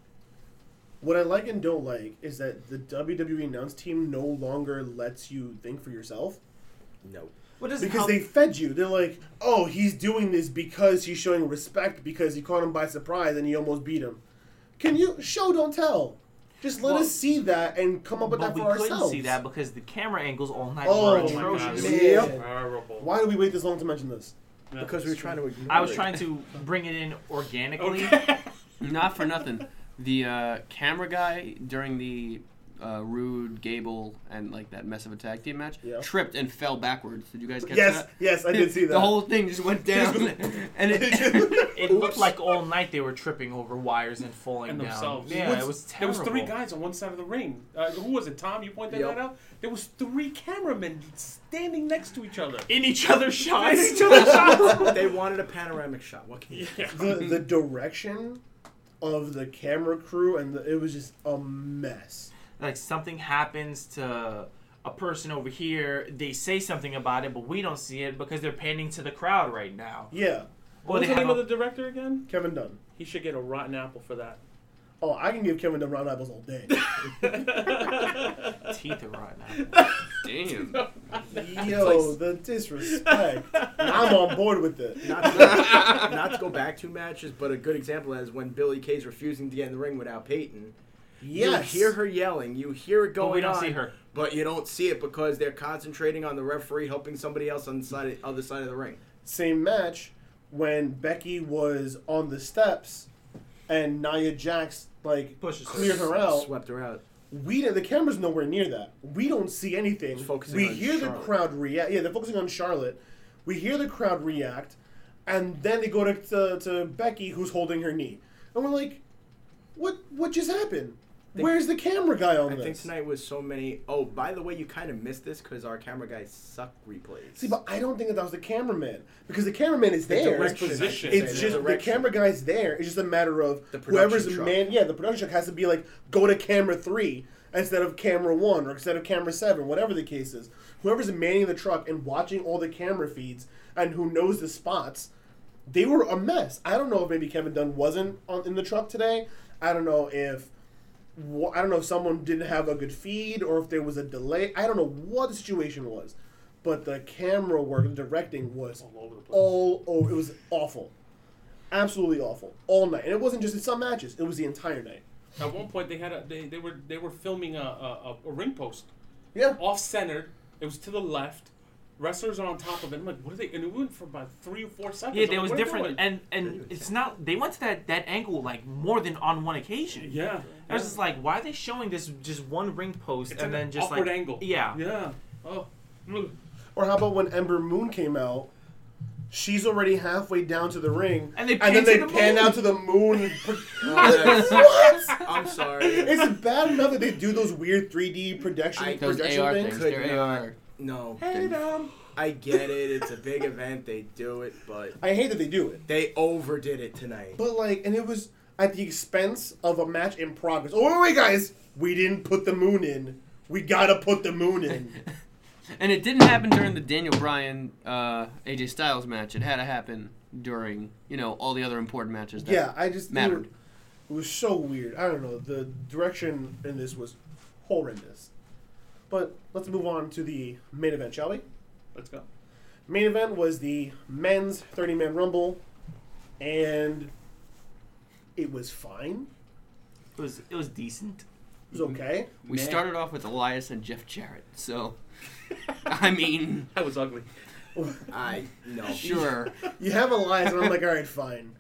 Speaker 1: What I like and don't like is that the WWE announce team no longer lets you think for yourself
Speaker 5: no.
Speaker 4: What does
Speaker 1: because they fed you. They're like, "Oh, he's doing this because he's showing respect because he caught him by surprise and he almost beat him." Can you show don't tell? Just let
Speaker 4: Well-
Speaker 1: us see that and come up with
Speaker 4: But
Speaker 1: that
Speaker 4: we
Speaker 1: for
Speaker 4: couldn't
Speaker 1: ourselves.
Speaker 4: see that because the camera angles all night
Speaker 1: Oh
Speaker 4: were
Speaker 1: my
Speaker 2: Oh my god,
Speaker 4: atrocious.
Speaker 2: it was
Speaker 1: Yep.
Speaker 2: horrible.
Speaker 1: Why did we wait this long to mention this?
Speaker 2: Yeah,
Speaker 5: Because we were trying to ignore
Speaker 4: I was
Speaker 5: it.
Speaker 4: trying to bring it in organically.
Speaker 2: Okay.
Speaker 3: Not for nothing. The uh, camera guy during the uh, Rude Gable and like that mess of a tag team match
Speaker 1: Yeah.
Speaker 3: tripped and fell backwards. Did you guys catch
Speaker 1: Yes,
Speaker 3: that?
Speaker 1: yes, I did see that.
Speaker 3: the whole thing just went down, and it.
Speaker 4: It looked like all night they were tripping over wires and falling
Speaker 2: And
Speaker 4: down.
Speaker 2: themselves.
Speaker 4: Yeah,
Speaker 2: What's-
Speaker 4: it was
Speaker 2: There
Speaker 4: terrible.
Speaker 2: was three guys on one side of the ring. Uh, who was it? Tom, you pointed
Speaker 5: Yep.
Speaker 2: that out. There was three cameramen standing next to each other.
Speaker 4: in each other's shots.
Speaker 2: In each other's
Speaker 5: they wanted a panoramic shot. What can you? do?
Speaker 1: the, the direction of the camera crew and the, it was just a mess.
Speaker 4: like something happens to a person over here, they say something about it, but we don't see it because they're panning to the crowd right now.
Speaker 1: Yeah,
Speaker 2: What was
Speaker 4: they
Speaker 2: the name
Speaker 4: have
Speaker 2: of
Speaker 4: a-
Speaker 2: the director again?
Speaker 1: Kevin Dunn.
Speaker 2: He should get a rotten apple for that.
Speaker 1: Oh, I can give Kevin Dunn round apples all day.
Speaker 4: Teeth are right now.
Speaker 3: Damn.
Speaker 1: Yo, the disrespect. I'm on board with it.
Speaker 5: Not to, not to go back to matches, but a good example is when Billy Kay's refusing to get in the ring without Peyton.
Speaker 1: Yes.
Speaker 5: You hear her yelling. You hear it going
Speaker 4: But we don't
Speaker 5: on,
Speaker 4: see her.
Speaker 5: But you don't see it because they're concentrating on the referee helping somebody else on the side, other side of the ring.
Speaker 1: Same match. when Becky was on the steps and Nia Jax like
Speaker 4: Pushes her.
Speaker 1: cleared her out.
Speaker 5: Swept her out.
Speaker 1: We didn't- the camera's nowhere near that. We don't see anything.
Speaker 5: It's focusing
Speaker 1: we
Speaker 5: on
Speaker 1: hear the
Speaker 5: Charlotte.
Speaker 1: crowd react. Yeah, they're focusing on Charlotte. We hear the crowd react, and then they go to, to, to Becky, who's holding her knee, and we're like, "What? What just happened? Where's the camera guy on
Speaker 5: I
Speaker 1: this?"
Speaker 5: think tonight was so many. Oh, by the way, you kind of missed this because our camera guys suck replays.
Speaker 1: See, but I don't think that, that was the cameraman because the cameraman is
Speaker 5: The
Speaker 1: there.
Speaker 5: direction, I should
Speaker 2: Position.
Speaker 5: say,
Speaker 1: It's
Speaker 5: the
Speaker 1: just the
Speaker 5: direction.
Speaker 1: camera guy's there. It's just a matter of
Speaker 5: The
Speaker 1: whoever's
Speaker 5: production
Speaker 1: man. Yeah, the production truck has to be like go to camera three instead of camera one or instead of camera seven, whatever the case is. Whoever's manning the truck and watching all the camera feeds and who knows the spots, they were a mess. I don't know if maybe Kevin Dunn wasn't on, in the truck today. I don't know if wh- I don't know if someone didn't have a good feed or if there was a delay. I don't know what the situation was, but the camera work and directing was all over. The place. it was awful, absolutely awful all night. And it wasn't just in some matches; it was the entire night.
Speaker 2: At one point, they had a they, they were they were filming a a, a, a ring post
Speaker 1: Yeah,
Speaker 2: off centered. It was to the left. Wrestlers are on top of it. I'm like, what are they? And it went for about three or four seconds.
Speaker 4: Yeah,
Speaker 2: I'm
Speaker 4: there
Speaker 2: like,
Speaker 4: was
Speaker 2: what are they
Speaker 4: different,
Speaker 2: doing?
Speaker 4: and and it's not. They went to that that angle like more than on one occasion.
Speaker 2: yeah,
Speaker 4: I was just like, why are they showing this just one ring post
Speaker 2: It's
Speaker 4: and
Speaker 2: an
Speaker 4: then just
Speaker 2: awkward
Speaker 4: like
Speaker 2: angle.
Speaker 4: Yeah.
Speaker 2: yeah. Oh, mm.
Speaker 1: or how about when Ember Moon came out? She's already halfway down to the ring,
Speaker 4: And they pan
Speaker 1: then
Speaker 4: to
Speaker 1: they
Speaker 4: the
Speaker 1: pan
Speaker 4: moon.
Speaker 1: out to the moon. and pro-
Speaker 5: Nice. I'm sorry.
Speaker 1: it's bad enough that they do those weird 3D projection
Speaker 5: I-
Speaker 3: Those
Speaker 1: projection
Speaker 3: AR
Speaker 1: things. um,
Speaker 3: things. They're
Speaker 5: Could not.
Speaker 3: AR.
Speaker 5: No,
Speaker 4: Hey, Dom.
Speaker 5: I get it. It's a big event. They do it, but
Speaker 1: I hate that they do it.
Speaker 5: they overdid it tonight.
Speaker 1: But like, and it was at the expense of a match in progress. Oh wait, wait, guys, we didn't put the moon in. We gotta put the moon in.
Speaker 3: And it didn't happen during the Daniel Bryan uh, AJ Styles match. It had to happen during you know all the other important matches. That
Speaker 1: yeah, I just
Speaker 3: mattered.
Speaker 1: It was so weird. I don't know. The direction in this was horrendous. But let's move on to the main event, shall we?
Speaker 2: let's go.
Speaker 1: Main event was the men's 30 man rumble, and it was fine.
Speaker 4: It was it was
Speaker 1: It
Speaker 4: decent.
Speaker 1: was
Speaker 4: Mm-hmm.
Speaker 1: okay.
Speaker 3: We
Speaker 2: Man.
Speaker 3: started off with Elias and Jeff Jarrett. So, I mean,
Speaker 2: That was ugly.
Speaker 5: I no.
Speaker 3: sure.
Speaker 1: You have Elias, and I'm like, all right, fine.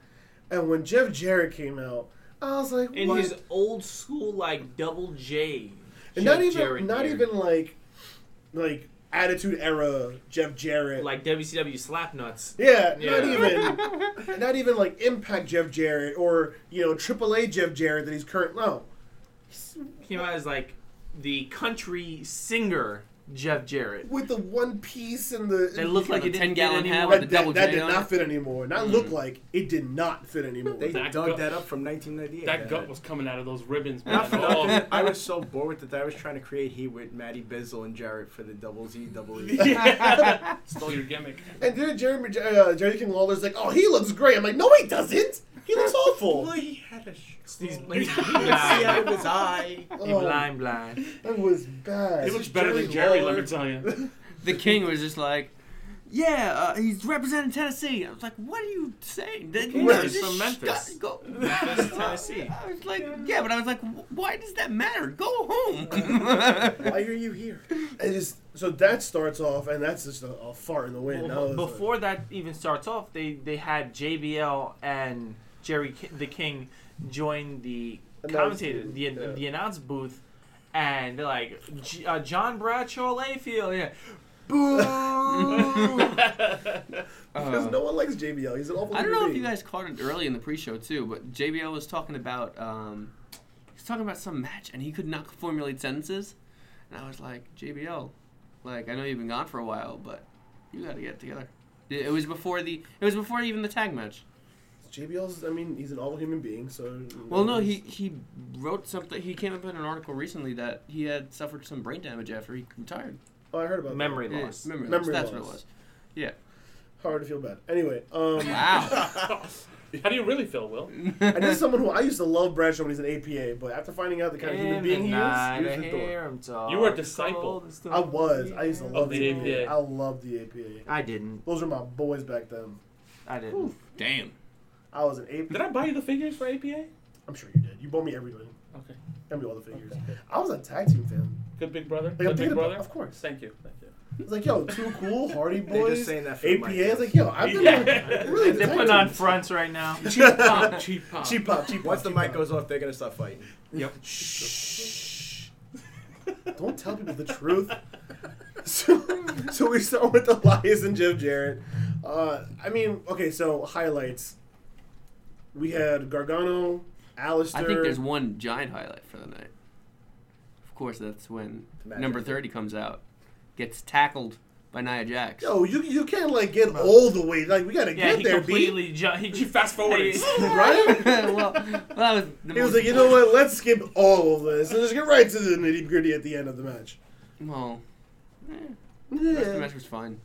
Speaker 1: And when Jeff Jarrett came out, I was like,
Speaker 4: In
Speaker 1: what?
Speaker 4: his old school like double J.
Speaker 1: And
Speaker 4: Jeff
Speaker 1: not even
Speaker 4: Jarrett
Speaker 1: not
Speaker 4: here.
Speaker 1: even like like attitude era Jeff Jarrett.
Speaker 4: like WCW slap nuts.
Speaker 1: yeah, not
Speaker 4: Yeah.
Speaker 1: even not even like impact Jeff Jarrett or you know AAA Jeff Jarrett that he's current no.
Speaker 4: Came out as like the country singer Jeff Jarrett.
Speaker 1: With the one piece and the
Speaker 4: They looked like
Speaker 3: the
Speaker 4: it didn't
Speaker 3: 10
Speaker 4: get
Speaker 3: gallon
Speaker 4: any
Speaker 3: hat
Speaker 4: more-
Speaker 1: that,
Speaker 3: with the
Speaker 1: that-
Speaker 3: double
Speaker 1: that
Speaker 3: J
Speaker 1: did
Speaker 3: on
Speaker 1: not
Speaker 3: it.
Speaker 1: fit anymore. Not look like it did not fit anymore.
Speaker 5: They
Speaker 2: That
Speaker 5: dug
Speaker 2: gut-
Speaker 5: that up from 1998.
Speaker 2: That gut was coming out of those ribbons, man.
Speaker 5: Not for
Speaker 2: Oh.
Speaker 5: nothing. I was so bored with it that I was trying to create heat with Maddie Bizzle and Jarrett for the double Z double E.
Speaker 2: Yeah. Stole your gimmick.
Speaker 1: and then Jeremy uh, Jerry King Lawler's like, "Oh, he looks great." I'm like, "No, he doesn't. He looks awful."
Speaker 5: Well, he had a sh-
Speaker 4: He's
Speaker 5: You could
Speaker 4: blind,
Speaker 5: see out
Speaker 4: blind,
Speaker 5: of his eye.
Speaker 1: Oh,
Speaker 4: blind, blind.
Speaker 1: That was bad.
Speaker 2: It looks better than Jerry,
Speaker 5: Jerry
Speaker 2: let me
Speaker 5: Lawler.
Speaker 2: tell you.
Speaker 3: The king was just like, "Yeah, uh, he's representing Tennessee." I was like, "What are you saying?" The
Speaker 4: king
Speaker 1: is
Speaker 3: just
Speaker 4: from Memphis.
Speaker 3: shut- go-
Speaker 4: Memphis, Tennessee.
Speaker 3: I was like, "Yeah," but I was like, "Wh- "Why does that matter? Go home."
Speaker 5: Why are you here?
Speaker 1: It just so that starts off, and that's just a, a fart in the wind.
Speaker 4: Well,
Speaker 1: That was
Speaker 4: before that even starts off, they they had JBL and Jerry Ki- the King join the
Speaker 1: Announce
Speaker 4: commentator,
Speaker 1: booth,
Speaker 4: the
Speaker 1: yeah.
Speaker 4: the announce booth, and they're like J- uh, John Bradshaw Layfield, yeah, boo.
Speaker 1: like- because no one likes JBL. He's an awful.
Speaker 3: Uh. I don't
Speaker 1: human
Speaker 3: know if you
Speaker 1: being.
Speaker 3: guys caught it early in the pre-show too, but JBL was talking about um, he was talking about some match and he could not formulate sentences, and I was like, JBL, like I know you've been gone for a while, but you got to get it together. It it was before the it was before even the tag match.
Speaker 1: JBL's. I mean, he's an awful human being. So
Speaker 3: Well, no, he he wrote something. He came up in an article recently that he had suffered some brain damage after he retired.
Speaker 1: Oh, I heard about that.
Speaker 4: memory
Speaker 3: Yeah,
Speaker 4: loss.
Speaker 3: memory
Speaker 1: Memory
Speaker 3: loss. That's what it
Speaker 1: loss.
Speaker 3: was.
Speaker 1: Hard to feel bad. Anyway, um,
Speaker 3: Wow.
Speaker 2: How do you really feel, Will?
Speaker 1: and this is someone who I used to love Bradshaw when he's an APA, but after finding out the kind of human
Speaker 4: In
Speaker 1: being
Speaker 4: the
Speaker 1: he is,
Speaker 4: night,
Speaker 1: he was
Speaker 4: I
Speaker 1: the door.
Speaker 4: hear him talk,
Speaker 2: You were a disciple.
Speaker 4: cold and still.
Speaker 1: I was. I used to love
Speaker 2: the
Speaker 1: the APA.
Speaker 2: APA.
Speaker 1: I loved the APA.
Speaker 4: I didn't.
Speaker 1: Those were my boys back then.
Speaker 4: I didn't.
Speaker 3: Damn.
Speaker 1: I was an APA.
Speaker 2: Did I buy you the figures for APA? Okay.
Speaker 1: I'm sure you did. You bought me everything. Got me all the figures. I was a tag team fan.
Speaker 2: Good big brother.
Speaker 1: Like, I'm
Speaker 2: Good big
Speaker 1: thinking about-
Speaker 2: brother.
Speaker 1: of course.
Speaker 2: Thank you. Thank you.
Speaker 1: I was like, yo, two cool, Hardy
Speaker 5: They're
Speaker 1: Boys,
Speaker 5: just saying that for
Speaker 1: APA.
Speaker 5: Mike.
Speaker 1: I was like, yo, I've been
Speaker 4: Yeah.
Speaker 1: yeah. really
Speaker 4: They're
Speaker 1: detecting
Speaker 4: putting on
Speaker 1: this.
Speaker 4: fronts right now.
Speaker 2: Cheap pop, cheap pop.
Speaker 1: Cheap pop, cheap pop.
Speaker 5: Once the
Speaker 1: cheap
Speaker 5: mic
Speaker 1: pop.
Speaker 5: goes off, they're gonna start fighting.
Speaker 3: Yep.
Speaker 1: Shh. Don't tell people the truth. So, so we start with Elias and Jeff Jarrett. Uh, I mean, okay, so highlights. We had Gargano, Alistair.
Speaker 3: I think there's one giant highlight for the night. Of course, that's when
Speaker 5: Matt
Speaker 3: number
Speaker 5: Jackson.
Speaker 3: 30 comes out, gets tackled by Nia Jax.
Speaker 1: Yo, you you can't like get all the way. Like we gotta
Speaker 4: Yeah,
Speaker 1: get
Speaker 4: he
Speaker 1: there, B.
Speaker 4: completely ju- he,
Speaker 2: He fast forwarded.
Speaker 1: Right?
Speaker 3: well, that was the
Speaker 1: He was
Speaker 3: most-
Speaker 1: like, you know what? Let's skip all of this and just get right to the nitty gritty at the end of the match.
Speaker 3: Well, eh, the rest of the
Speaker 1: Yeah.
Speaker 3: match was fine.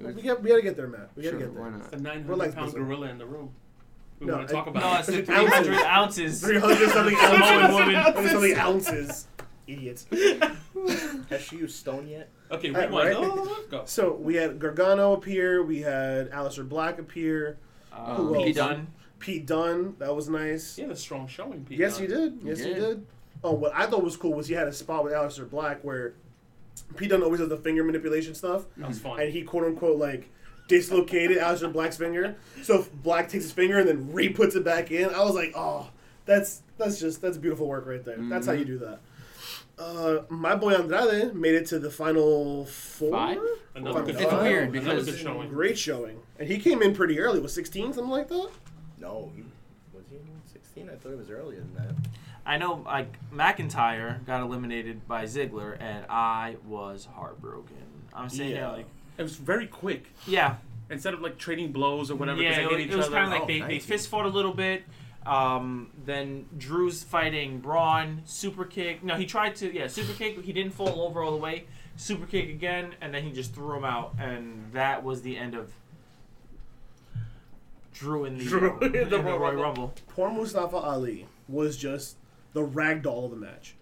Speaker 3: It
Speaker 1: We
Speaker 3: was,
Speaker 1: got we gotta get there, Matt. We gotta
Speaker 3: sure,
Speaker 1: get there.
Speaker 3: why not?
Speaker 2: The 900
Speaker 1: We're like
Speaker 2: hundred pound
Speaker 1: bizarre.
Speaker 2: gorilla in the room. We
Speaker 1: No,
Speaker 2: want
Speaker 1: I-
Speaker 2: to talk about
Speaker 4: no,
Speaker 2: it.
Speaker 4: it's the 300 ounces.
Speaker 1: Three hundred something ounces.
Speaker 4: Samoan woman.
Speaker 1: 300 something ounces. Idiots.
Speaker 5: Has she used stone yet?
Speaker 2: Okay,
Speaker 1: Alright,
Speaker 2: rewind.
Speaker 1: right.
Speaker 2: Oh, let's go.
Speaker 1: So we had Gargano appear. We had Alistair Black appear.
Speaker 3: Uh,
Speaker 4: Um,
Speaker 1: Well
Speaker 4: Pete
Speaker 1: done.
Speaker 4: Dunne.
Speaker 1: Pete Dunn. That was nice.
Speaker 2: He had a strong showing, Pete.
Speaker 1: Yes,
Speaker 2: Dunne.
Speaker 1: he did. Yes, he
Speaker 3: Yeah.
Speaker 1: did. Oh, what I thought was cool was he had a spot with Alistair Black where Pete Dunn always does the finger manipulation stuff,
Speaker 2: That was fun.
Speaker 1: and he quote unquote like dislocated Alistair Black's finger. So if Black takes his finger and then re puts it back in. I was like, oh, that's that's just that's beautiful work right there. That's how you do that. Uh, my boy Andrade made it to the final four.
Speaker 3: Five?
Speaker 2: Another good
Speaker 1: It's
Speaker 2: showing.
Speaker 1: weird
Speaker 2: Another
Speaker 3: because-
Speaker 2: good showing.
Speaker 1: Great showing, and he came in pretty early. Was sixteen, something like that.
Speaker 5: No. He, was he 16? I thought it was earlier than that.
Speaker 4: I know like McIntyre got eliminated by Ziggler, and I was heartbroken. I'm saying
Speaker 1: Yeah.
Speaker 4: yeah. like
Speaker 2: It was very quick.
Speaker 4: yeah,
Speaker 2: Instead of like trading blows or whatever,
Speaker 4: yeah.
Speaker 2: because
Speaker 4: It
Speaker 2: they
Speaker 4: was,
Speaker 2: hate each
Speaker 4: it was
Speaker 2: other.
Speaker 4: kind of like
Speaker 5: Oh,
Speaker 4: they, they
Speaker 5: nice.
Speaker 4: fist fought a little bit. Um, then Drew's fighting Braun, super kick. No, he tried to yeah super kick. He didn't fall over all the way. Super kick again, and then he just threw him out, and that was the end of Drew in the,
Speaker 2: Drew in the
Speaker 4: in the
Speaker 2: Royal
Speaker 4: Royal
Speaker 2: Rumble.
Speaker 4: Rumble.
Speaker 1: Poor Mustafa Ali was just the ragdoll of the match.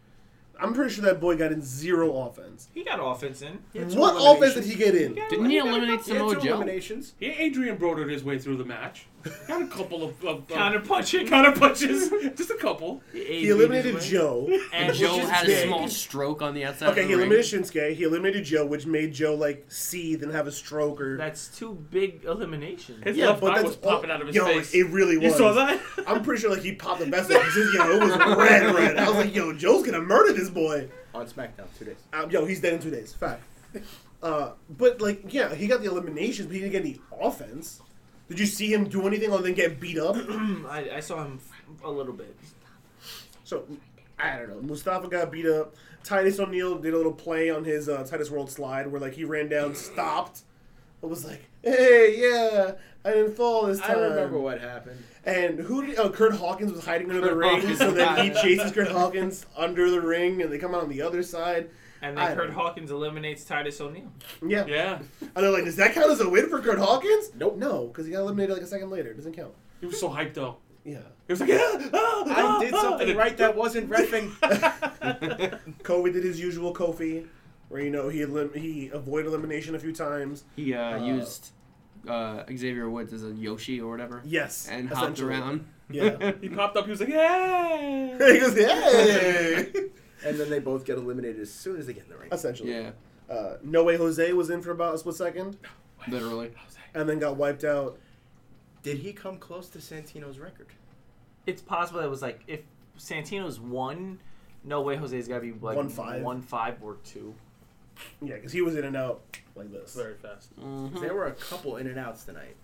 Speaker 1: I'm pretty sure that boy got in zero offense.
Speaker 4: He got offense in.
Speaker 1: What offense did he get in?
Speaker 4: got-
Speaker 3: Didn't he
Speaker 4: got a
Speaker 3: eliminate
Speaker 4: couple-
Speaker 5: He had
Speaker 3: Samoa
Speaker 5: two
Speaker 3: Joe?
Speaker 5: eliminations.
Speaker 2: Yeah, Adrian brodered his way through the match. Got a couple of, of, of
Speaker 4: Counter punching.
Speaker 2: counter punches, just a couple.
Speaker 1: He eliminated Joe.
Speaker 4: And
Speaker 3: And Joe
Speaker 1: which is
Speaker 3: had a
Speaker 1: big.
Speaker 3: small stroke on the outside.
Speaker 1: Okay,
Speaker 3: of
Speaker 1: he
Speaker 3: the ring.
Speaker 1: eliminated Shinsuke. He eliminated Joe, which made Joe like seethe and have a stroke or.
Speaker 4: That's two big eliminations.
Speaker 2: His left eye was popping out of his
Speaker 1: yo,
Speaker 2: face.
Speaker 1: it really was.
Speaker 2: you saw that?
Speaker 1: I'm pretty sure like he popped the best. Like, his- yo, it was red, red. I was like, yo, Joe's gonna murder this boy.
Speaker 5: On SmackDown, two days.
Speaker 1: Um, yo, he's dead in two days. Fact. Uh, but like, yeah, he got the eliminations, but he didn't get any offense. Did you see him do anything other than get beat up?
Speaker 4: I, I saw him f- a little bit.
Speaker 1: So I don't know. Mustafa got beat up. Titus O'Neil did a little play on his uh, Titus World slide where like he ran down, stopped, and was like, "Hey, yeah, I didn't fall this
Speaker 5: I
Speaker 1: time."
Speaker 5: remember what happened.
Speaker 1: And who did? Oh, Kurt Hawkins was hiding under the
Speaker 3: Kurt
Speaker 1: ring,
Speaker 3: Hawkins.
Speaker 1: so then he chases Kurt Hawkins under the ring, and they come out on the other side.
Speaker 4: And
Speaker 1: I
Speaker 4: then Kurt
Speaker 1: don't-
Speaker 4: Hawkins eliminates Titus O'Neil.
Speaker 1: Yeah.
Speaker 2: Yeah,
Speaker 1: And they're like, "Does that count as a win for Kurt Hawkins?"
Speaker 5: Nope.
Speaker 1: No, because he got eliminated like a second later. It doesn't count.
Speaker 2: he was so hyped though.
Speaker 1: Yeah.
Speaker 2: He was like, ah, ah, ah,
Speaker 5: I did
Speaker 2: ah," and
Speaker 5: something
Speaker 2: then-
Speaker 5: right that wasn't refing.
Speaker 1: Kofi did his usual Kofi, where you know he elim- he avoided elimination a few times.
Speaker 3: He uh,
Speaker 5: Uh,
Speaker 3: used uh, Xavier Woods as a Yoshi or whatever.
Speaker 1: Yes.
Speaker 3: And hopped
Speaker 1: essentially.
Speaker 3: around.
Speaker 1: Yeah.
Speaker 2: He popped up. He was like, yeah.
Speaker 1: he goes, "Hey!"
Speaker 5: and then they both get eliminated as soon as they get in the ring.
Speaker 1: Essentially.
Speaker 3: yeah,
Speaker 1: Uh, no way Jose was in for about a split second,
Speaker 3: literally.
Speaker 1: and then got wiped out.
Speaker 5: Did he come close to Santino's record?
Speaker 4: It's possible that it was like if Santino's one, no way Jose's got to be like
Speaker 1: One five.
Speaker 4: one five or two.
Speaker 1: Yeah, because he was in and out like this.
Speaker 2: Very fast.
Speaker 3: Mhm.
Speaker 5: There were a couple in and outs tonight.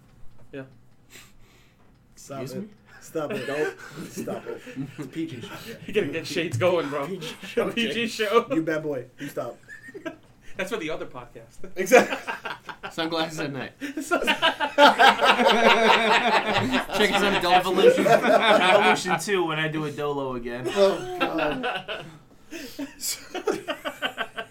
Speaker 1: Stop
Speaker 4: Excuse
Speaker 1: it.
Speaker 4: me?
Speaker 1: Stop it.
Speaker 5: Don't
Speaker 1: Stop it.
Speaker 5: it's PG show.
Speaker 2: You gotta get shades going, bro.
Speaker 5: PG show.
Speaker 2: PG
Speaker 5: Jay.
Speaker 2: show.
Speaker 1: You bad boy. You stop.
Speaker 2: That's for the other podcast.
Speaker 1: Exactly.
Speaker 3: Sunglasses at night.
Speaker 4: Check
Speaker 3: Check us out at
Speaker 4: Evolution,
Speaker 3: Dolphin.
Speaker 4: Evolution two when I do a dolo again.
Speaker 1: Oh god.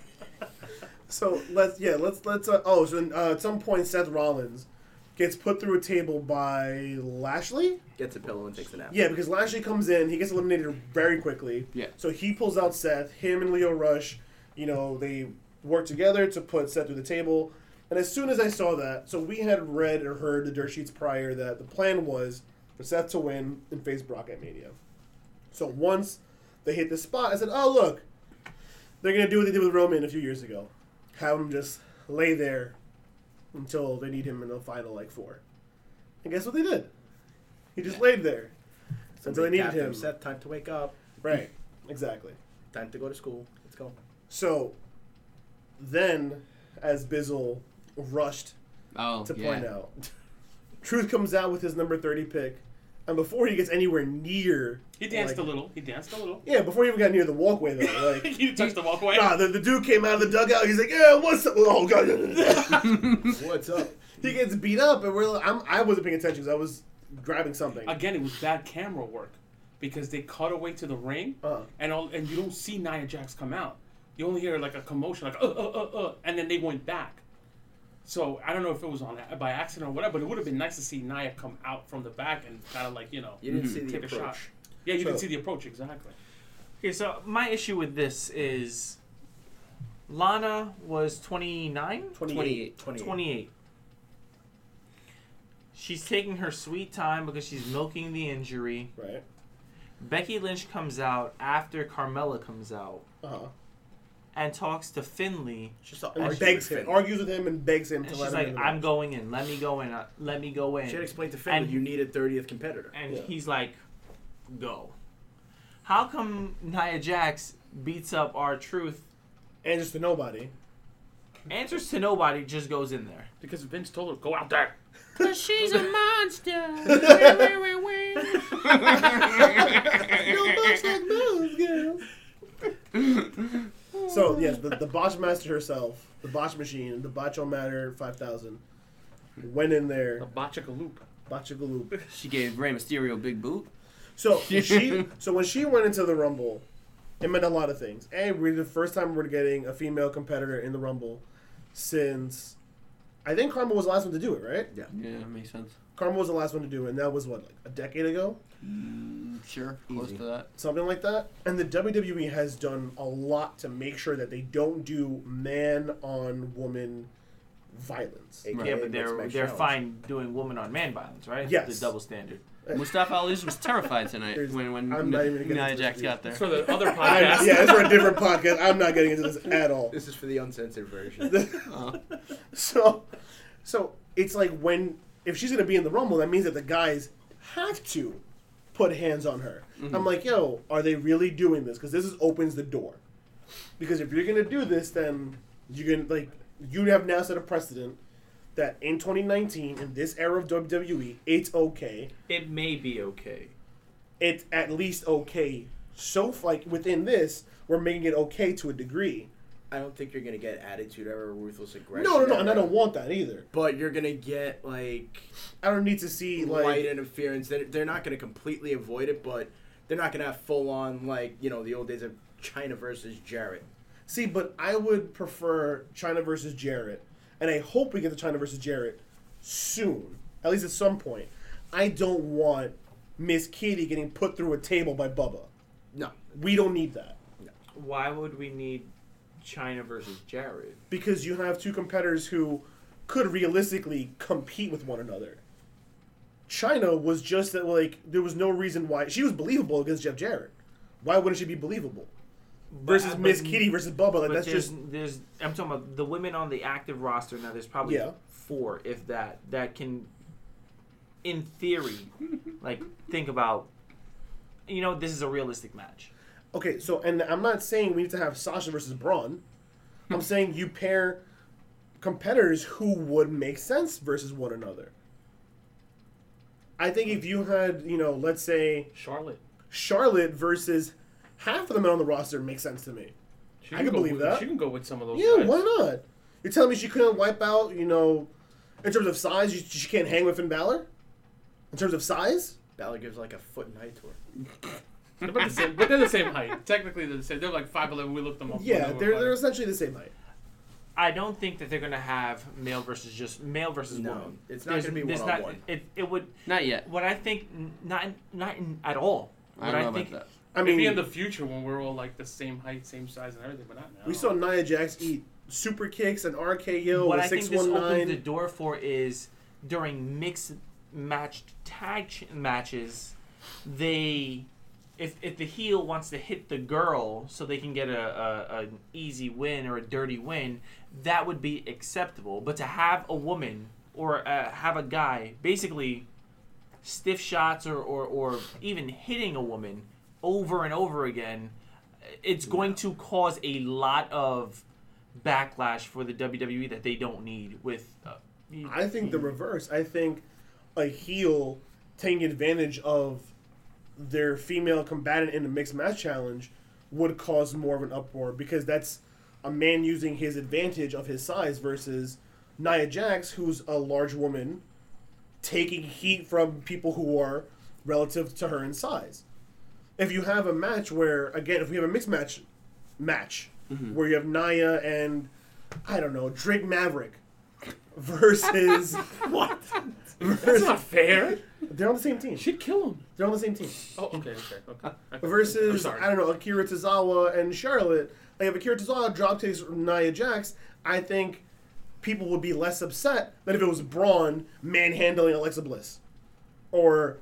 Speaker 1: so let's yeah let's let's uh, oh so then, uh, at some point Seth Rollins gets put through a table by Lashley.
Speaker 5: Gets a pillow and takes a nap.
Speaker 1: Yeah, because Lashley comes in, he gets eliminated very quickly.
Speaker 3: Yeah.
Speaker 1: So he pulls out Seth, him and Leo Rush, you know, they work together to put Seth through the table. And as soon as I saw that, so we had read or heard the dirt sheets prior that the plan was for Seth to win and face Brock at Mania. So once they hit the spot, I said, oh, look, they're going to do what they did with Roman a few years ago. Have him just lay there until they need him in the final like four. And guess what they did? He just laid there until they
Speaker 5: Somebody
Speaker 1: needed
Speaker 5: tapped him,
Speaker 1: him.
Speaker 5: Seth, time to wake up.
Speaker 1: Right. Exactly.
Speaker 5: Time to go to school. Let's go.
Speaker 1: So then, as Bizzle rushed
Speaker 3: Oh,
Speaker 1: to
Speaker 3: yeah.
Speaker 1: point out, Truth comes out with his number 30 pick. And before he gets anywhere near.
Speaker 2: He danced
Speaker 1: like-
Speaker 2: a little. He danced a little.
Speaker 1: Yeah, before he even got near the walkway, though. Like,
Speaker 2: he touched the walkway.
Speaker 1: nah, the, the dude came out of the dugout. He's like, yeah, what's up? Oh, God.
Speaker 5: What's up?
Speaker 1: he gets beat up. And we're like, I'm, I wasn't paying attention because I was grabbing something.
Speaker 2: Again, it was bad camera work because they cut away to the ring,
Speaker 1: Uh.
Speaker 2: and all, and you don't see Nia Jax come out. You only hear like a commotion, like uh uh uh uh, and then they went back. So I don't know if it was on a- by accident or whatever, but it would have been nice to see Nia come out from the back and kind of like you know
Speaker 5: You didn't see the
Speaker 2: take a
Speaker 5: approach.
Speaker 2: shot. Yeah, you
Speaker 1: So-
Speaker 2: didn't see the approach exactly.
Speaker 4: Okay, so my issue with this is Lana was 29,
Speaker 3: 28.
Speaker 5: 28.
Speaker 4: 28. She's taking her sweet time because she's milking the injury.
Speaker 1: Right.
Speaker 4: Becky Lynch comes out after Carmella comes out
Speaker 1: Uh huh.
Speaker 4: and talks to Finley.
Speaker 5: Just an
Speaker 1: And
Speaker 5: argument
Speaker 1: begs
Speaker 5: with
Speaker 1: him,
Speaker 5: Finley.
Speaker 1: argues with him, and begs him
Speaker 4: And
Speaker 1: to
Speaker 4: she's
Speaker 1: let him in
Speaker 4: like,
Speaker 1: the
Speaker 4: I'm
Speaker 1: match."
Speaker 4: going in. Let me go in. uh, Let me go in.
Speaker 5: She had to explain to Finley
Speaker 4: And-
Speaker 5: you need a 30th competitor.
Speaker 4: and
Speaker 1: Yeah.
Speaker 4: he's like, go. How come Nia Jax beats up our Truth,
Speaker 1: And just to nobody.
Speaker 4: answers to nobody, just goes in there?
Speaker 2: Because Vince told her go out there.
Speaker 3: she's a monster.
Speaker 1: So yes, the, the botch master herself, the botch machine, the botcho matter five thousand, went in
Speaker 2: The
Speaker 1: there,
Speaker 2: Bachagaloop.
Speaker 1: botchagaloop.
Speaker 3: she gave Rey Mysterio a big boot.
Speaker 1: So she, so when she went into the rumble, it meant a lot of things. A, we're the first time we're getting a female competitor in the rumble since, I think Karma was the last one to do it, right?
Speaker 3: Yeah, that makes sense.
Speaker 1: Karma was the last one to do it, and that was what like a decade ago.
Speaker 3: Sure, close
Speaker 5: Easy.
Speaker 3: to that.
Speaker 1: something like that. And the WWE has done a lot to make sure that they don't do man on woman violence.
Speaker 5: AKA
Speaker 4: Yeah, but
Speaker 5: let's
Speaker 4: they're
Speaker 5: make
Speaker 4: they're
Speaker 5: shells.
Speaker 4: fine doing woman on man violence, right?
Speaker 1: Yes.
Speaker 4: The double standard.
Speaker 3: Mustafa Ali was terrified tonight
Speaker 1: There's-
Speaker 3: when when
Speaker 1: I'm not even gonna get
Speaker 3: Nia
Speaker 1: into
Speaker 3: Jax
Speaker 1: this
Speaker 3: got
Speaker 2: That's
Speaker 3: there.
Speaker 2: for the other
Speaker 1: I,
Speaker 2: podcast.
Speaker 1: yeah, it's for a different podcast. I'm not getting into this at all.
Speaker 5: This is for the uncensored version.
Speaker 1: So, so it's like when if she's gonna be in the Rumble, that means that the guys have to put hands on her. I'm like, yo, are they really doing this? Because this is opens the door. Because if you're gonna do this, then you're gonna like you have now set a precedent that in 2019 in this era of WWE, it's okay.
Speaker 4: It may be okay.
Speaker 1: It's at least okay. So like within this, we're making it okay to a degree.
Speaker 5: I don't think you're gonna get attitude ever, ruthless aggression.
Speaker 1: No, no, no, and I
Speaker 5: ever.
Speaker 1: don't want that either.
Speaker 5: But you're gonna get like
Speaker 1: I don't need to see like
Speaker 5: light interference. They're, they're not going to completely avoid it, but they're not going to have full on like you know the old days of China versus Jarrett.
Speaker 1: See, but I would prefer China versus Jarrett, and I hope we get the China versus Jarrett soon, at least at some point. I don't want Miss Kitty getting put through a table by Bubba.
Speaker 5: No,
Speaker 1: We don't need that
Speaker 4: Why would we need China versus Jared?
Speaker 1: because you have two competitors who could realistically compete with one another. China was just that like there was no reason why she was believable against Jeff Jarrett. Why wouldn't she be believable versus
Speaker 4: but-
Speaker 1: Miss Kitty versus Bubba? Like
Speaker 4: But
Speaker 1: that's
Speaker 4: there's,
Speaker 1: just
Speaker 4: there's I'm talking about the women on the active roster now. There's probably
Speaker 1: Yeah.
Speaker 4: four, if that, that can, in theory, like think about. You know, this is a realistic match.
Speaker 1: Okay, so and I'm not saying we need to have Sasha versus Braun.
Speaker 2: Hmm.
Speaker 1: I'm saying you pair competitors who would make sense versus one another. I think if you had, you know, let's say
Speaker 2: Charlotte.
Speaker 1: Charlotte versus half of the men on the roster makes sense to me.
Speaker 2: She
Speaker 1: I can
Speaker 2: go
Speaker 1: believe
Speaker 2: with-
Speaker 1: that.
Speaker 2: She can go with some of those.
Speaker 1: Yeah,
Speaker 2: guys.
Speaker 1: why not? You're telling me she couldn't wipe out, you know, in terms of size, you, she can't hang with Finn Balor? In terms of size?
Speaker 5: Balor gives like a foot and height to her.
Speaker 2: They're about the same, but they're the same height. Technically, they're the same. They're like five eleven. We looked them up.
Speaker 1: Yeah,
Speaker 2: when they
Speaker 1: they're,
Speaker 2: were
Speaker 1: they're
Speaker 2: fighting.
Speaker 1: essentially the same height.
Speaker 4: I don't think that they're gonna have male versus just male versus
Speaker 5: No,
Speaker 4: woman.
Speaker 5: it's not
Speaker 4: There's-
Speaker 5: gonna be
Speaker 4: there's
Speaker 5: one-on-one.
Speaker 4: not- It, it would.
Speaker 3: Not yet.
Speaker 4: What I think, n- not in- not in, at all. What
Speaker 3: I don't know
Speaker 4: think,
Speaker 3: about
Speaker 1: I mean,
Speaker 2: Maybe in the future when we're all like the same height, same size, and everything, but not now.
Speaker 1: We saw Nia Jax eat super kicks and RKO
Speaker 4: What
Speaker 1: with
Speaker 4: I think this opens the
Speaker 1: 619.
Speaker 4: door for is during mixed match tag ch- matches, they if if the heel wants to hit the girl so they can get a, a an easy win or a dirty win, that would be acceptable. But to have a woman or uh, have a guy basically stiff shots or, or, or even hitting a woman over and over again, it's going to cause a lot of backlash for the WWE that they don't need with. Uh,
Speaker 1: I think the reverse. I think a heel taking advantage of their female combatant in the mixed match challenge would cause more of an uproar because that's a man using his advantage of his size versus Nia Jax, who's a large woman, taking heat from people who are relative to her in size. If you have a match where, again, if we have a mixed match match where you have Nia and I don't know Drake Maverick versus
Speaker 2: What? That's not fair.
Speaker 1: they're on the same team.
Speaker 2: Should kill him.
Speaker 1: They're on the same team.
Speaker 2: Oh, okay, okay, okay. okay. I'm
Speaker 1: Versus
Speaker 2: sorry.
Speaker 1: I don't know Akira Tozawa and Charlotte. Like if Akira Tozawa drop takes Nia Jax, I think people would be less upset than if it was Braun manhandling Alexa Bliss or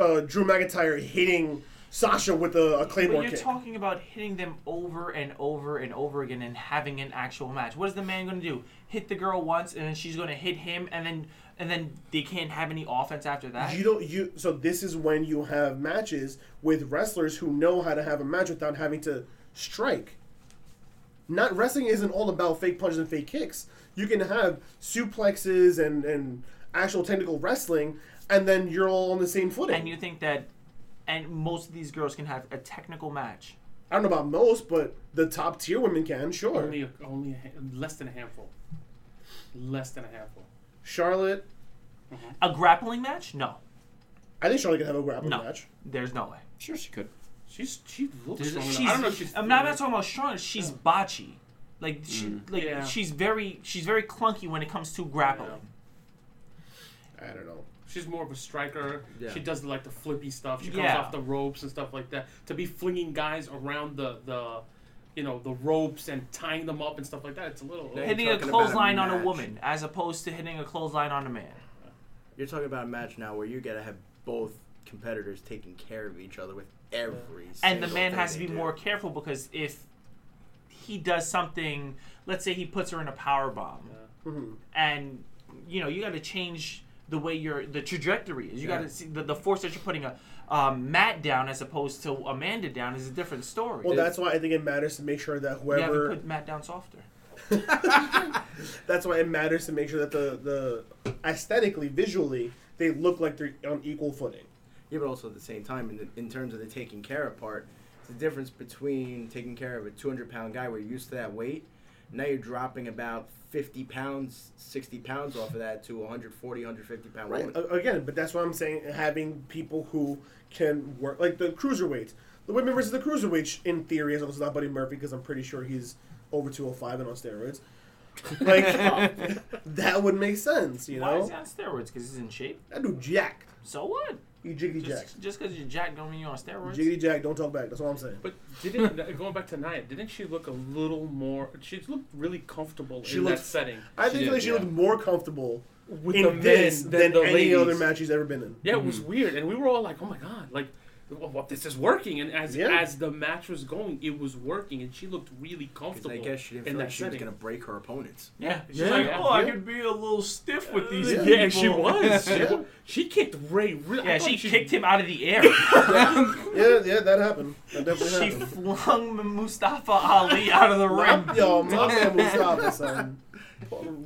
Speaker 1: uh, Drew McIntyre hitting Sasha with a, a claymore
Speaker 4: But you're
Speaker 1: kick.
Speaker 4: talking about hitting them over and over and over again and having an actual match. What is the man going to do? Hit the girl once and then she's going to hit him and then and then they can't have any offense after that.
Speaker 1: You don't you so this is when you have matches with wrestlers who know how to have a match without having to strike. Not wrestling isn't all about fake punches and fake kicks. You can have suplexes and and actual technical wrestling and then you're all on the same footing.
Speaker 4: and you think that and most of these girls can have a technical match.
Speaker 1: I don't know about most, but the top tier women can, sure.
Speaker 2: Only, a, only a, ha- less than a handful. Less than a handful.
Speaker 1: Charlotte,
Speaker 4: A grappling match? No.
Speaker 1: I think Charlotte can have a grappling
Speaker 4: No.
Speaker 1: match.
Speaker 4: There's no way.
Speaker 3: Sure, she could.
Speaker 2: She's she looks strong.
Speaker 3: There's-
Speaker 2: enough.
Speaker 4: She's,
Speaker 2: I don't know. If she's.
Speaker 4: I'm not, I'm not talking about strong. She's botchy. Like she, like
Speaker 2: Yeah.
Speaker 4: she's very, she's very clunky when it comes to grappling.
Speaker 1: I don't know.
Speaker 2: She's more of a striker.
Speaker 5: Yeah.
Speaker 2: She does like the flippy stuff. She comes
Speaker 4: Yeah.
Speaker 2: off the ropes and stuff like that. To be flinging guys around the the, you know, the ropes and tying them up and stuff like that. It's a little.
Speaker 5: Yeah.
Speaker 4: Hitting a
Speaker 5: talking about a
Speaker 4: clothesline on a
Speaker 5: match.
Speaker 4: woman, as opposed to hitting a clothesline on a man.
Speaker 5: You're talking about a match now where you gotta have both competitors taking care of each other with every.
Speaker 4: and the
Speaker 5: single
Speaker 4: man
Speaker 5: thing
Speaker 4: has to
Speaker 5: they
Speaker 4: be
Speaker 5: do.
Speaker 4: more careful because if he does something, let's say he puts her in a power bomb,
Speaker 5: Mm-hmm.
Speaker 4: and you know you got to change the way your the trajectory is. You got
Speaker 5: Yeah.
Speaker 4: to see the, the force that you're putting a um, Matt down as opposed to Amanda down is a different story.
Speaker 1: Well, that's why I think it matters to make sure that
Speaker 4: you have to
Speaker 1: whoever
Speaker 4: put Matt down softer.
Speaker 1: that's why it matters to make sure that the the aesthetically visually they look like they're on equal footing
Speaker 5: Yeah, but also at the same time, in, the, in terms of the taking care of part, it's the difference between taking care of a 200 pound guy where you're used to that weight. Now you're dropping about 50 pounds, 60 pounds off of that to 140, 150 pound
Speaker 1: right
Speaker 5: woman.
Speaker 1: A- again but that's why i'm saying having people who can work like the cruiserweights the women versus the cruiserweights in theory is also not buddy murphy because i'm pretty sure he's over 205 and on steroids like that would make sense you
Speaker 4: Why is
Speaker 1: know
Speaker 4: he on steroids? Because he's in shape.
Speaker 1: that dude jacked
Speaker 4: So what?
Speaker 1: you jiggly jack
Speaker 4: Just just because you're jacked don't mean you're on steroids.
Speaker 1: jiggly jack don't talk back that's what i'm saying
Speaker 2: But didn't going back to Nia? Didn't she look a little more? She looked really comfortable
Speaker 1: She
Speaker 2: in
Speaker 1: looked-
Speaker 2: that setting.
Speaker 1: i
Speaker 3: She
Speaker 1: think
Speaker 3: did,
Speaker 1: like she
Speaker 3: yeah.
Speaker 1: looked more comfortable
Speaker 2: With the
Speaker 1: in
Speaker 2: men
Speaker 1: this
Speaker 2: than
Speaker 1: than
Speaker 2: the
Speaker 1: any
Speaker 2: ladies.
Speaker 1: other match she's ever been in
Speaker 2: Yeah, it was weird, and we were all like, "Oh my god!" Like, "Oh, well, well, this is working. And as
Speaker 1: Yeah.
Speaker 2: as the match was going, it was working, and she looked really comfortable.
Speaker 5: Because I guess she didn't
Speaker 2: in
Speaker 5: feel
Speaker 2: that
Speaker 5: like she was
Speaker 2: setting.
Speaker 5: going to break her opponents.
Speaker 4: Yeah. She's
Speaker 2: Yeah.
Speaker 4: like,
Speaker 2: Yeah.
Speaker 4: oh, I
Speaker 1: Yeah. Uh,
Speaker 4: could be a little stiff with these
Speaker 1: Yeah.
Speaker 4: people.
Speaker 2: Yeah, she was. She,
Speaker 1: Yeah.
Speaker 2: wa- she kicked Ray. Really,
Speaker 4: Yeah, she kicked him out of the air.
Speaker 1: yeah yeah that happened that definitely
Speaker 4: She
Speaker 1: happened
Speaker 4: flung Mustafa Ali out of the
Speaker 1: I'm,
Speaker 4: ring.
Speaker 1: yo, my man was stopping, son.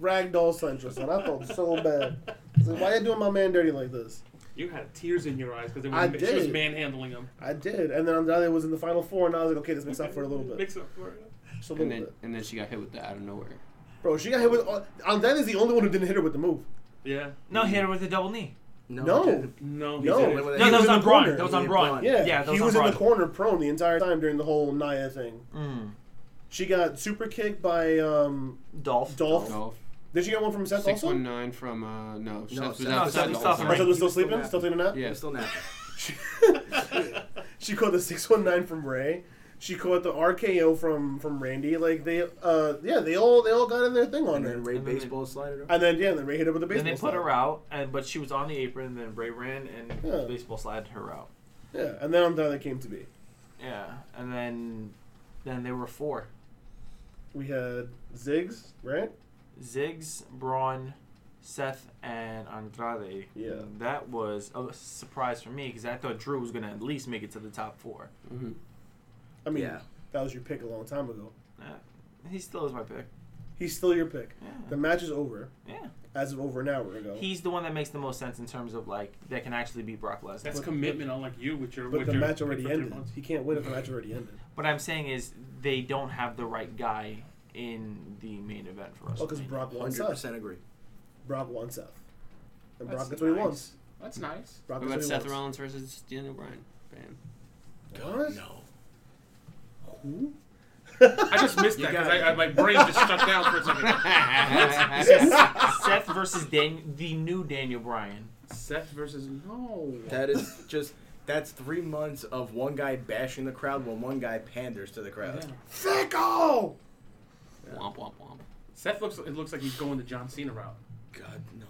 Speaker 1: Ragdoll Central, son. I felt so bad. I said, Why you doing my man dirty like this?
Speaker 2: You had tears in your eyes because
Speaker 1: I
Speaker 2: she was
Speaker 1: did.
Speaker 2: manhandling him.
Speaker 1: I did, and then Andrade was in the final four, and I was like, okay, this makes up for it a little bit,
Speaker 2: Mix it up for it.
Speaker 1: just a little
Speaker 3: And then
Speaker 1: bit.
Speaker 3: and then she got hit with that out of nowhere.
Speaker 1: Bro, she got hit with. Andrade is the only one who didn't hit her with the move.
Speaker 2: Yeah.
Speaker 4: No, hit her with a double knee.
Speaker 1: No.
Speaker 5: it didn't.
Speaker 2: No. he didn't.
Speaker 1: No.
Speaker 5: No,
Speaker 1: he
Speaker 4: No, that was
Speaker 1: in the
Speaker 4: on Braun.
Speaker 1: corner.
Speaker 4: That was
Speaker 5: Yeah,
Speaker 4: on Braun.
Speaker 5: Braun.
Speaker 1: Yeah,
Speaker 4: yeah that
Speaker 1: he
Speaker 4: on
Speaker 1: was in
Speaker 4: Braun.
Speaker 1: the corner prone the entire time during the whole Naya thing. She got super kicked by um,
Speaker 4: Dolph.
Speaker 1: Dolph.
Speaker 3: Golf.
Speaker 1: Did she get one from Seth
Speaker 3: Six
Speaker 1: also?
Speaker 3: one nine from uh no. Seth was
Speaker 5: Seth-
Speaker 3: outside
Speaker 4: Seth
Speaker 3: the
Speaker 4: was
Speaker 3: whole
Speaker 4: stopping
Speaker 1: Oh, Seth
Speaker 3: time.
Speaker 4: right.
Speaker 1: was still sleeping,
Speaker 5: napping.
Speaker 1: still taking a nap.
Speaker 5: He
Speaker 3: Yeah.
Speaker 5: was still napping.
Speaker 1: She caught the six one nine from Ray. She caught the RKO from from Randy. Like they, uh, yeah, they all they all got in their thing on
Speaker 5: And
Speaker 1: her.
Speaker 5: then Ray
Speaker 4: And then they-
Speaker 5: Baseball slided her.
Speaker 1: And then yeah, then Ray hit her with a baseball.
Speaker 4: Then they put
Speaker 1: slap.
Speaker 4: her out, and but she was on the apron. And then Bray ran and
Speaker 1: Yeah.
Speaker 4: baseball slid her out.
Speaker 1: Yeah, and then I'm glad that came to be.
Speaker 4: Yeah, and then then there were four:
Speaker 1: We had Ziggs, right?
Speaker 4: Ziggs, Braun, Seth, and Andrade.
Speaker 1: Yeah.
Speaker 4: that was a surprise for me because I thought Drew was gonna at least make it to the top four.
Speaker 3: Mm-hmm.
Speaker 1: I mean,
Speaker 5: Yeah.
Speaker 1: that was your pick a long time ago.
Speaker 4: Uh, he still is my pick.
Speaker 1: He's still your pick. The
Speaker 4: Yeah,
Speaker 1: match is over
Speaker 4: yeah.
Speaker 1: as of over an hour ago.
Speaker 4: He's the one that makes the most sense in terms of like that can actually be Brock Lesnar.
Speaker 2: That's
Speaker 1: But-
Speaker 2: commitment, unlike you with your.
Speaker 1: but
Speaker 2: with
Speaker 1: the
Speaker 2: your
Speaker 1: match already
Speaker 2: for three
Speaker 1: ended.
Speaker 2: months.
Speaker 1: He can't win if the match already ended.
Speaker 4: What I'm saying is they don't have the right guy in the main event for us.
Speaker 1: Oh, because Brock wants Seth.
Speaker 5: Hundred percent agree.
Speaker 1: Brock wants Seth. And
Speaker 2: That's
Speaker 1: Brock gets what he
Speaker 2: nice.
Speaker 1: wants.
Speaker 2: That's nice.
Speaker 1: Brock
Speaker 3: What
Speaker 1: gets
Speaker 3: about
Speaker 1: what he
Speaker 3: Seth
Speaker 1: wants.
Speaker 3: Rollins versus Daniel Bryan? Bam.
Speaker 1: What?
Speaker 5: No.
Speaker 1: Who?
Speaker 2: I just missed
Speaker 5: You
Speaker 2: that
Speaker 5: got
Speaker 2: because
Speaker 5: it.
Speaker 2: I, I, my brain just shut down for a second.
Speaker 4: Seth versus Dan- the new Daniel Bryan.
Speaker 2: Seth versus no.
Speaker 5: That is just that's three months of one guy bashing the crowd while one guy panders to the crowd.
Speaker 2: Yeah.
Speaker 1: Fickle!
Speaker 3: Womp womp womp.
Speaker 2: Seth looks. It looks like he's going the John Cena route.
Speaker 5: God no.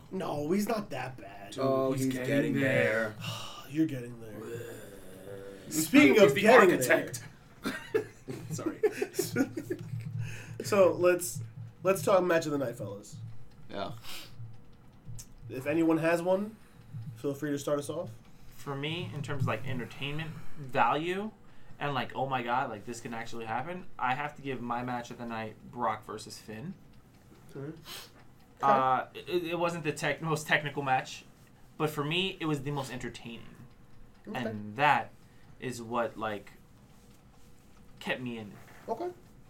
Speaker 1: No, he's not that bad.
Speaker 5: Oh,
Speaker 2: he's
Speaker 5: he's,
Speaker 2: getting
Speaker 5: getting,
Speaker 2: there.
Speaker 5: there.
Speaker 1: You're getting there. Speaking of
Speaker 2: He's the
Speaker 1: getting
Speaker 2: architect. Sorry.
Speaker 1: there. so let's let's talk match of the night, fellas.
Speaker 3: Yeah.
Speaker 1: If anyone has one, feel free to start us off.
Speaker 4: For me, in terms of like entertainment value and like, oh my god, like this can actually happen, I have to give my match of the night Brock versus Finn.
Speaker 1: Mm-hmm.
Speaker 4: Uh, it, it wasn't the tech, most technical match, but for me, it was the most entertaining.
Speaker 1: Okay.
Speaker 4: And that is what like kept me in.
Speaker 1: Okay.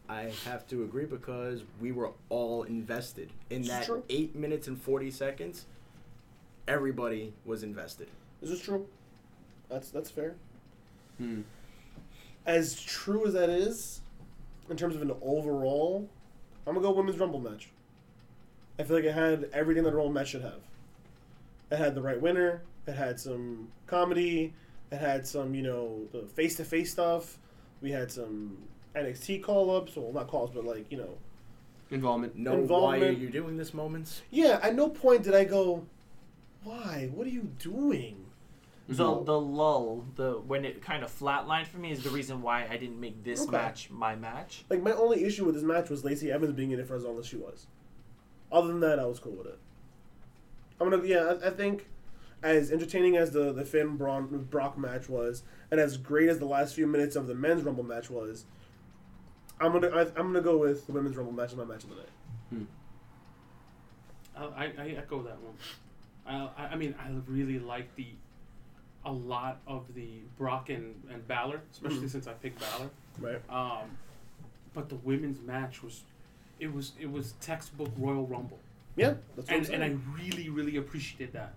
Speaker 5: I have to agree because we were all invested in
Speaker 1: This is
Speaker 5: that
Speaker 1: true.
Speaker 5: eight minutes and forty seconds. Everybody was invested.
Speaker 1: This is true. That's that's fair.
Speaker 3: Hmm.
Speaker 1: As true as that is, in terms of an overall, I'm gonna go women's rumble match. I feel like it had everything that a rumble match should have. It had the right winner. It had some comedy. It had some you know face to face stuff. We had some NXT call ups. Well, not calls, but like you know.
Speaker 3: Involvement.
Speaker 5: No, why are
Speaker 1: Involvement.
Speaker 5: you doing this? Moments.
Speaker 1: Yeah. At no point did I go, "Why? What are you doing?"
Speaker 4: The the lull, the when it kind of flatlined for me is the reason why I didn't make this
Speaker 1: Okay.
Speaker 4: match my match.
Speaker 1: Like my only issue with this match was Lacey Evans being in it for as long as she was. Other than that, I was cool with it. I'm gonna yeah, I, I think as entertaining as the the Finn Braun Brock match was, and as great as the last few minutes of the men's Rumble match was, I'm gonna I, I'm gonna go with the women's Rumble match as my match of the night.
Speaker 2: I, I I echo that one. I, I- I mean, I really like the a lot of the Brock and, and Balor, especially since I picked Balor.
Speaker 1: Right.
Speaker 2: Um, but the women's match was, it was it was textbook Royal Rumble,
Speaker 1: Yeah. That's what I'm
Speaker 2: and
Speaker 1: saying.
Speaker 2: and I really really appreciated that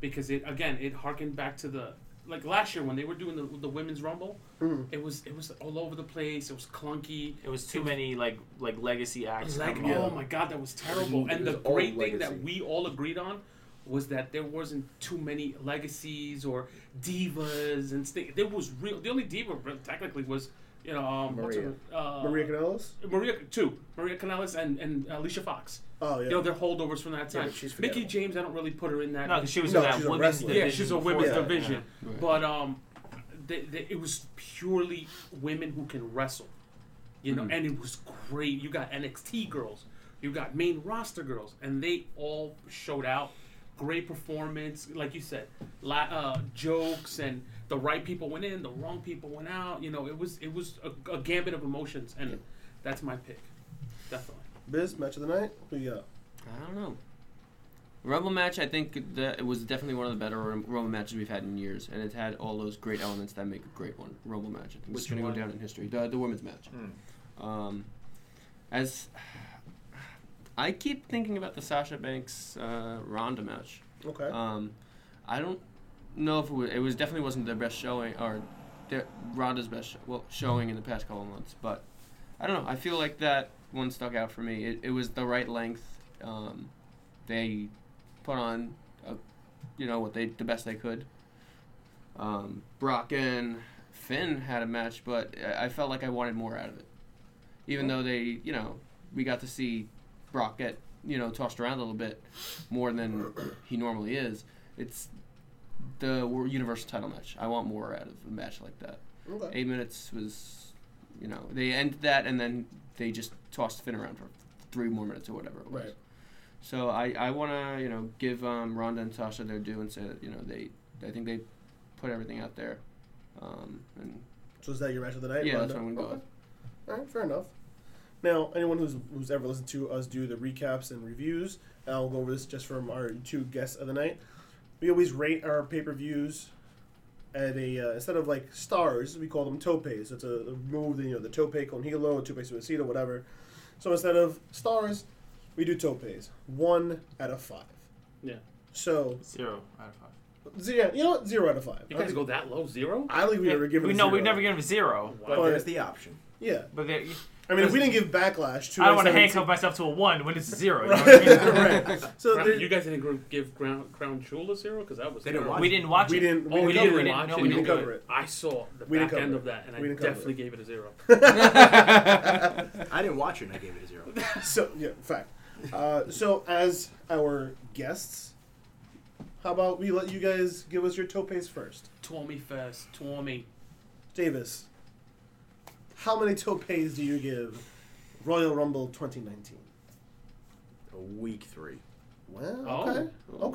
Speaker 2: because it again it harkened back to the like last year when they were doing the, the women's Rumble.
Speaker 1: Mhm.
Speaker 2: It was it was all over the place. It was clunky.
Speaker 4: It was too many like like legacy acts.
Speaker 2: Like,
Speaker 4: coming
Speaker 2: oh
Speaker 4: up.
Speaker 2: my god, that was terrible.
Speaker 5: Mhm.
Speaker 2: And
Speaker 5: It
Speaker 2: the
Speaker 5: was all
Speaker 2: great thing that we
Speaker 5: legacy.
Speaker 2: all agreed on was that there wasn't too many legacies or divas and things. There was real. The only diva re- technically was you know um, what's
Speaker 5: Maria.
Speaker 2: her- uh,
Speaker 1: Maria Canales.
Speaker 2: Maria two Maria Canales and and Alicia Fox.
Speaker 1: Oh yeah.
Speaker 2: You know they're holdovers from that
Speaker 5: Yeah,
Speaker 2: time.
Speaker 5: but she's
Speaker 2: Mickey
Speaker 5: forgettable.
Speaker 2: James, I don't really put her in that.
Speaker 4: No, 'cause she was
Speaker 1: No,
Speaker 4: in that
Speaker 1: she's a
Speaker 4: women's
Speaker 1: wrestler.
Speaker 4: division.
Speaker 2: yeah, she's a
Speaker 4: before
Speaker 2: women's
Speaker 1: yeah,
Speaker 4: that.
Speaker 2: division,
Speaker 3: yeah. Right.
Speaker 2: but um, they, they, it was purely women who can wrestle, you know,
Speaker 3: Mhm.
Speaker 2: and it was great. You got NXT girls, you got main roster girls, and they all showed out. Great performance, like you said, la- uh, jokes and the right people went in, the wrong people went out. You know, it was it was a, a gambit of emotions, and that's my pick, definitely.
Speaker 1: Biz match of the night. Who you got?
Speaker 3: I don't know. Rumble match, I think that it was definitely one of the better Rum- Rumble matches we've had in years, and it had all those great elements that make a great one Rumble match. I think it's
Speaker 4: Which
Speaker 3: going to go
Speaker 4: one? Hmm.
Speaker 3: down in history. The, the women's match. Um, as I keep thinking about the Sasha Banks uh, Ronda match.
Speaker 1: Okay.
Speaker 3: Um, I don't know if it was, it was definitely wasn't their best showing or their, Ronda's best sh- well showing in the past couple of months, but I don't know. I feel like that one stuck out for me. It, it was the right length. Um, they put on, a, you know, what they the best they could. Um, Brock and Finn had a match, but I, I felt like I wanted more out of it. Even though they, you know, we got to see Brock get, you know, tossed around a little bit more than he normally is. It's the wor- Universal title match. I want more out of a match like that.
Speaker 1: Okay.
Speaker 3: Eight minutes was, you know, they ended that and then they just tossed Finn around for three more minutes or whatever it was.
Speaker 1: Right.
Speaker 3: So I, I want to, you know, give um, Ronda and Sasha their due and say that, you know, they, I think they put everything out there. Um, and
Speaker 1: So is that your match of the night?
Speaker 3: yeah, that's
Speaker 1: Ronda?
Speaker 3: what I'm going to go
Speaker 1: Okay.
Speaker 3: with.
Speaker 1: All right, fair enough. Now, anyone who's who's ever listened to us do the recaps and reviews, and I'll go over this just from our two guests of the night. We always rate our pay per views at a uh, instead of like stars, we call them topes. It's a, a move, you know, the tope con hilo, tope suicida, whatever. So instead of stars, we do topes. One out of five.
Speaker 2: Yeah.
Speaker 1: So
Speaker 4: Zero out of five.
Speaker 1: ze- yeah, you know what? Zero out of five.
Speaker 2: You
Speaker 1: I don't
Speaker 2: guys
Speaker 1: think-
Speaker 2: go that low? Zero?
Speaker 1: I don't think we ever give it.
Speaker 4: we
Speaker 1: a
Speaker 4: no,
Speaker 1: zero.
Speaker 4: we've never given a zero.
Speaker 5: But
Speaker 1: But-
Speaker 5: there's the option.
Speaker 1: Yeah,
Speaker 4: But there,
Speaker 1: I mean, if we didn't give backlash to.
Speaker 4: I don't want to handcuff myself to a one when it's a zero. You know what I mean?
Speaker 1: right. So
Speaker 2: Crown-
Speaker 1: there-
Speaker 2: you guys didn't gr- give Crown, Crown Jewel a zero? Because that was
Speaker 5: They didn't
Speaker 2: terrible.
Speaker 5: watch
Speaker 4: We didn't watch
Speaker 1: We
Speaker 4: it.
Speaker 1: didn't- we didn't
Speaker 4: oh, we
Speaker 2: cover it.
Speaker 4: didn't. We didn't. No,
Speaker 2: We
Speaker 4: we
Speaker 1: didn't
Speaker 4: didn't do
Speaker 1: cover
Speaker 4: it.
Speaker 1: it.
Speaker 2: I saw the
Speaker 1: We didn't
Speaker 2: back end
Speaker 1: cover
Speaker 2: of
Speaker 1: it.
Speaker 2: that, and
Speaker 1: We
Speaker 2: I
Speaker 1: didn't cover
Speaker 2: definitely
Speaker 1: it.
Speaker 2: gave it a zero.
Speaker 5: I didn't watch it and I gave it a zero.
Speaker 1: So yeah, fact. Uh, so as our guests, how about we let you guys give us your topes first?
Speaker 2: Tommy first. Tommy.
Speaker 1: Davis, how many topes do you give Royal Rumble 2019?
Speaker 5: a week three.
Speaker 1: Well,
Speaker 2: Oh.
Speaker 1: okay,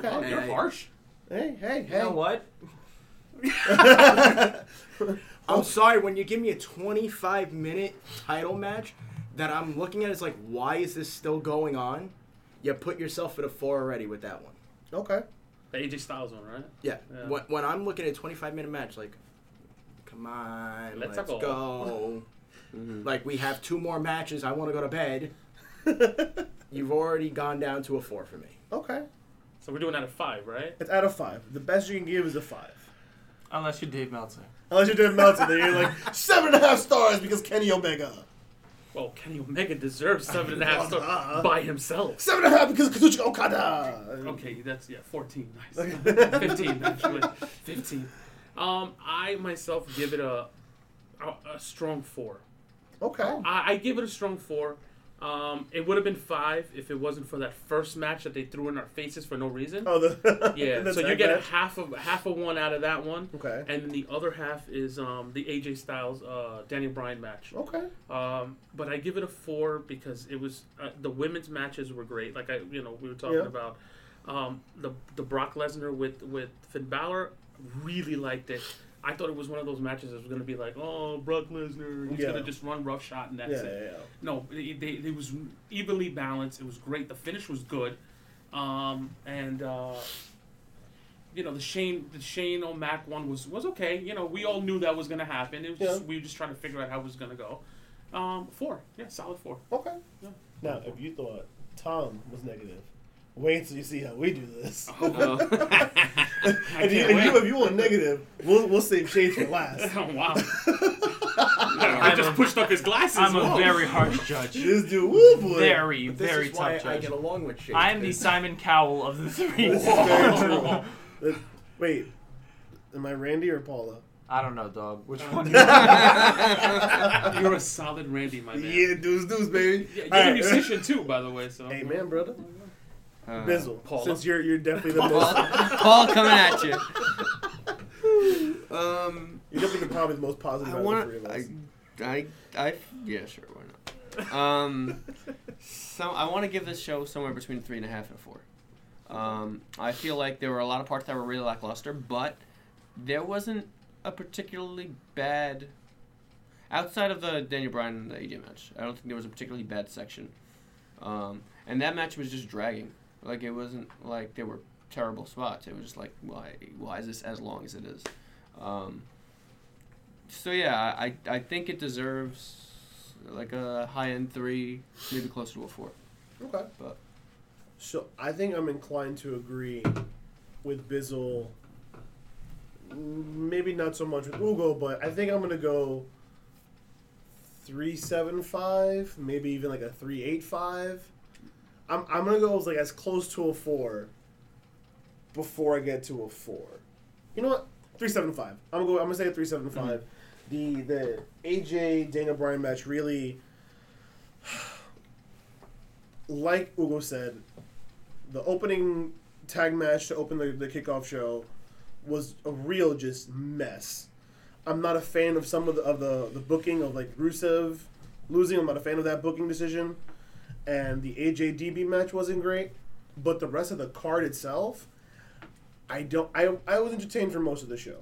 Speaker 1: okay.
Speaker 2: Oh, you're
Speaker 5: Hey.
Speaker 2: harsh.
Speaker 1: Hey, hey, hey.
Speaker 4: You know what? Oh.
Speaker 5: I'm sorry, when you give me a 25 minute title match that I'm looking at is like, why is this still going on? You put yourself at a four already with that one.
Speaker 1: okay.
Speaker 2: The AJ Styles one, right?
Speaker 5: Yeah.
Speaker 2: Yeah.
Speaker 5: When, when I'm looking at a 25 minute match, like, come on,
Speaker 2: Let's
Speaker 5: let's,
Speaker 2: go.
Speaker 5: go.
Speaker 4: Mm-hmm.
Speaker 5: Like, we have two more matches. I want to go to bed. You've already gone down to a four for me.
Speaker 1: okay.
Speaker 2: So we're doing out of five, right?
Speaker 1: It's out of five. The best you can give is a five.
Speaker 4: Unless you're Dave Meltzer.
Speaker 1: Unless you're doing Meltzer, then you're like seven and a half stars because Kenny Omega.
Speaker 2: Well, Kenny Omega deserves seven and a half
Speaker 1: Uh-uh.
Speaker 2: stars by himself.
Speaker 1: Seven and a half because Kazuchika Okada.
Speaker 2: Okay, that's yeah, fourteen. Nice, fifteen actually, fifteen. Um, I myself give it a a, a strong four.
Speaker 1: Okay.
Speaker 2: I, I give it a strong four. Um, it would have been five if it wasn't for that first match that they threw in our faces for no reason.
Speaker 1: Oh, the
Speaker 2: Yeah,
Speaker 1: the
Speaker 2: so you
Speaker 1: tag
Speaker 2: get a
Speaker 1: match?
Speaker 2: half of half of one out of that one,
Speaker 1: Okay.
Speaker 2: and then the other half is um, the AJ Styles uh, Daniel Bryan match.
Speaker 1: Okay.
Speaker 2: Um, but I give it a four because it was uh, the women's matches were great. Like I, you know, we were talking
Speaker 1: Yeah.
Speaker 2: about um, the the Brock Lesnar with with Finn Balor. Really liked it. I thought it was one of those matches that was going to be like, oh, Brock Lesnar, he's
Speaker 1: Yeah.
Speaker 2: going to just run rough shot and that's
Speaker 1: Yeah,
Speaker 2: it.
Speaker 1: yeah, yeah.
Speaker 2: No, it, they, it was evenly balanced. It was great. The finish was good, um, and uh, you know the Shane the Shane O'Mac one was was okay. You know we all knew that was gonna happen. It was just,
Speaker 1: Yeah.
Speaker 2: we were just trying to figure out how it was gonna go. Um, four, yeah, solid four.
Speaker 1: Okay.
Speaker 2: Yeah.
Speaker 1: Now, if you thought Tom was negative, wait until you see how we do this.
Speaker 3: Oh.
Speaker 1: if, you,
Speaker 2: can't
Speaker 1: if, you,
Speaker 2: wait.
Speaker 1: if you want negative, we'll, we'll save shades for last.
Speaker 2: Oh, wow! I
Speaker 4: I'm
Speaker 2: just
Speaker 4: a-
Speaker 2: pushed up his glasses.
Speaker 4: I'm
Speaker 2: Whoa.
Speaker 4: a very harsh judge.
Speaker 1: this dude, woo boy.
Speaker 4: Very,
Speaker 5: But this
Speaker 4: very
Speaker 5: is why
Speaker 4: tough
Speaker 5: I
Speaker 4: judge.
Speaker 5: get along with Shane.
Speaker 4: I am the Simon Cowell of the three.
Speaker 1: This is very true. Uh, Wait, am I Randy or Paula?
Speaker 4: I don't know, dog. Which one?
Speaker 2: You're a solid Randy, my man.
Speaker 1: Yeah, dudes, dudes, baby.
Speaker 2: Yeah, you're
Speaker 1: All
Speaker 2: a
Speaker 1: right.
Speaker 2: musician too, by the way. So
Speaker 1: Amen, brother.
Speaker 3: Uh,
Speaker 1: Bizzle,
Speaker 2: Paula.
Speaker 1: since you're you're definitely the
Speaker 3: Paul,
Speaker 1: most,
Speaker 3: Paul coming at you. Um,
Speaker 1: you're definitely probably the most positive
Speaker 3: I
Speaker 1: out of the three
Speaker 3: want
Speaker 1: of
Speaker 3: to.
Speaker 1: us.
Speaker 3: I, I, I, yeah, sure, why not? Um, so I want to give this show somewhere between three and a half and four. Um, I feel like there were a lot of parts that were really lackluster, but there wasn't a particularly bad. Outside of the Daniel Bryan and the AJ match, I don't think there was a particularly bad section. Um, and that match was just dragging. Like it wasn't like there were terrible spots. It was just like why why is this as long as it is? Um, so yeah, I I think it deserves like a high end three, maybe closer to a four.
Speaker 1: Okay.
Speaker 3: But-
Speaker 1: So I think I'm inclined to agree with Bizzle. Maybe not so much with Ugo, but I think I'm gonna go three seven five, maybe even like a three eight five. I'm I'm gonna go as like as close to a four before I get to a four. You know what? Three seven five. I'm gonna go. I'm gonna say a three seven five. The the AJ Dana Bryan match really like Ugo said, the opening tag match to open the, the kickoff show was a real just mess. I'm not a fan of some of the, of the, the booking of like Rusev losing. I'm not a fan of that booking decision. And the AJDB match wasn't great, but the rest of the card itself, I don't. I, I was entertained for most of the show.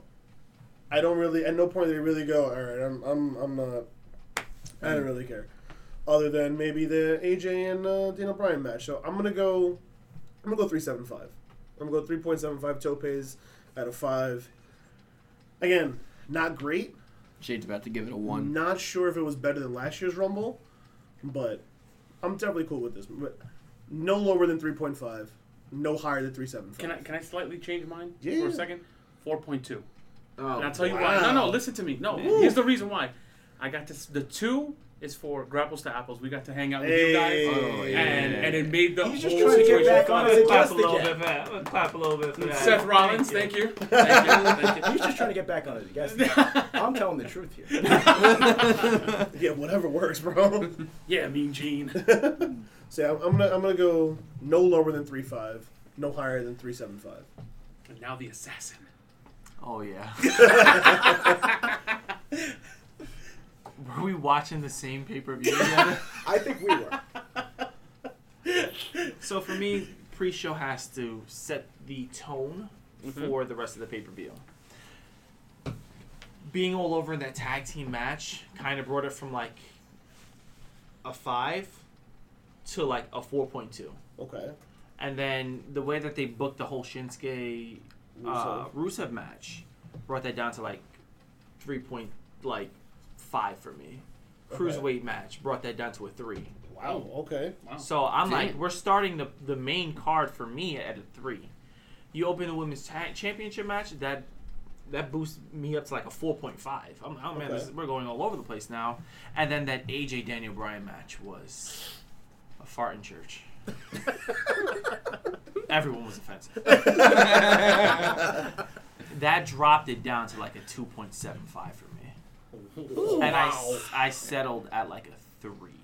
Speaker 1: I don't really. At no point did they really go. All right, I'm I'm I'm not. I don't really care. Other than maybe the AJ and uh, Daniel Bryan match. So I'm gonna go. I'm gonna go three seven five. I'm gonna go three point seven five topes out of five. Again, not great.
Speaker 3: Jade's about to give it a one.
Speaker 1: Not sure if it was better than last year's Rumble, but I'm definitely cool with this. But no lower than 3.5, no higher than 3.75.
Speaker 2: Can I can I slightly change mine
Speaker 1: Yeah.
Speaker 2: for a second? Four point two.
Speaker 5: Oh,
Speaker 2: And I'll tell you
Speaker 1: wow.
Speaker 2: why. No, no, listen to me. No, here's the reason why. I got this. The two is for grapples to apples. We got to hang out with you guys,
Speaker 1: Hey.
Speaker 3: Oh, yeah.
Speaker 2: and and it made the
Speaker 5: He's just
Speaker 2: whole
Speaker 5: trying to get
Speaker 2: situation
Speaker 5: back
Speaker 2: fun.
Speaker 5: on his-
Speaker 4: clap
Speaker 5: Just
Speaker 4: a little
Speaker 5: again.
Speaker 4: bit for that. Let's clap a little bit for that.
Speaker 2: Seth Rollins, thank you. Thank you. Thank you.
Speaker 5: He's just trying to get back on his guest. I'm telling the truth here.
Speaker 1: Yeah, whatever works, bro.
Speaker 2: Yeah, Mean Gene.
Speaker 1: so yeah, I'm, I'm gonna I'm gonna go no lower than 3.5, no higher than 3.75.
Speaker 2: And now the assassin.
Speaker 3: Oh yeah.
Speaker 4: Were we watching the same pay per view together?
Speaker 5: I think we were.
Speaker 4: so for me, pre show has to set the tone for the rest of the pay per view. Being all over in that tag team match kind of brought it from like a five to like a four point two.
Speaker 1: Okay.
Speaker 4: And then the way that they booked the whole Shinsuke uh, Rusev match brought that down to like three point like five for me. Cruiserweight match brought that down to a three.
Speaker 1: Wow. Okay.
Speaker 4: So I'm like,
Speaker 3: Damn.
Speaker 4: we're starting the the main card for me at a three. You open the women's ta- championship match that that boosts me up to like a four point five. I'm, oh man,
Speaker 1: Okay.
Speaker 4: this is- we're going all over the place now. And then that AJ Daniel Bryan match was a fart in church. Everyone was offensive. that dropped it down to like a two point seven five for me and I, s- I settled at like a three,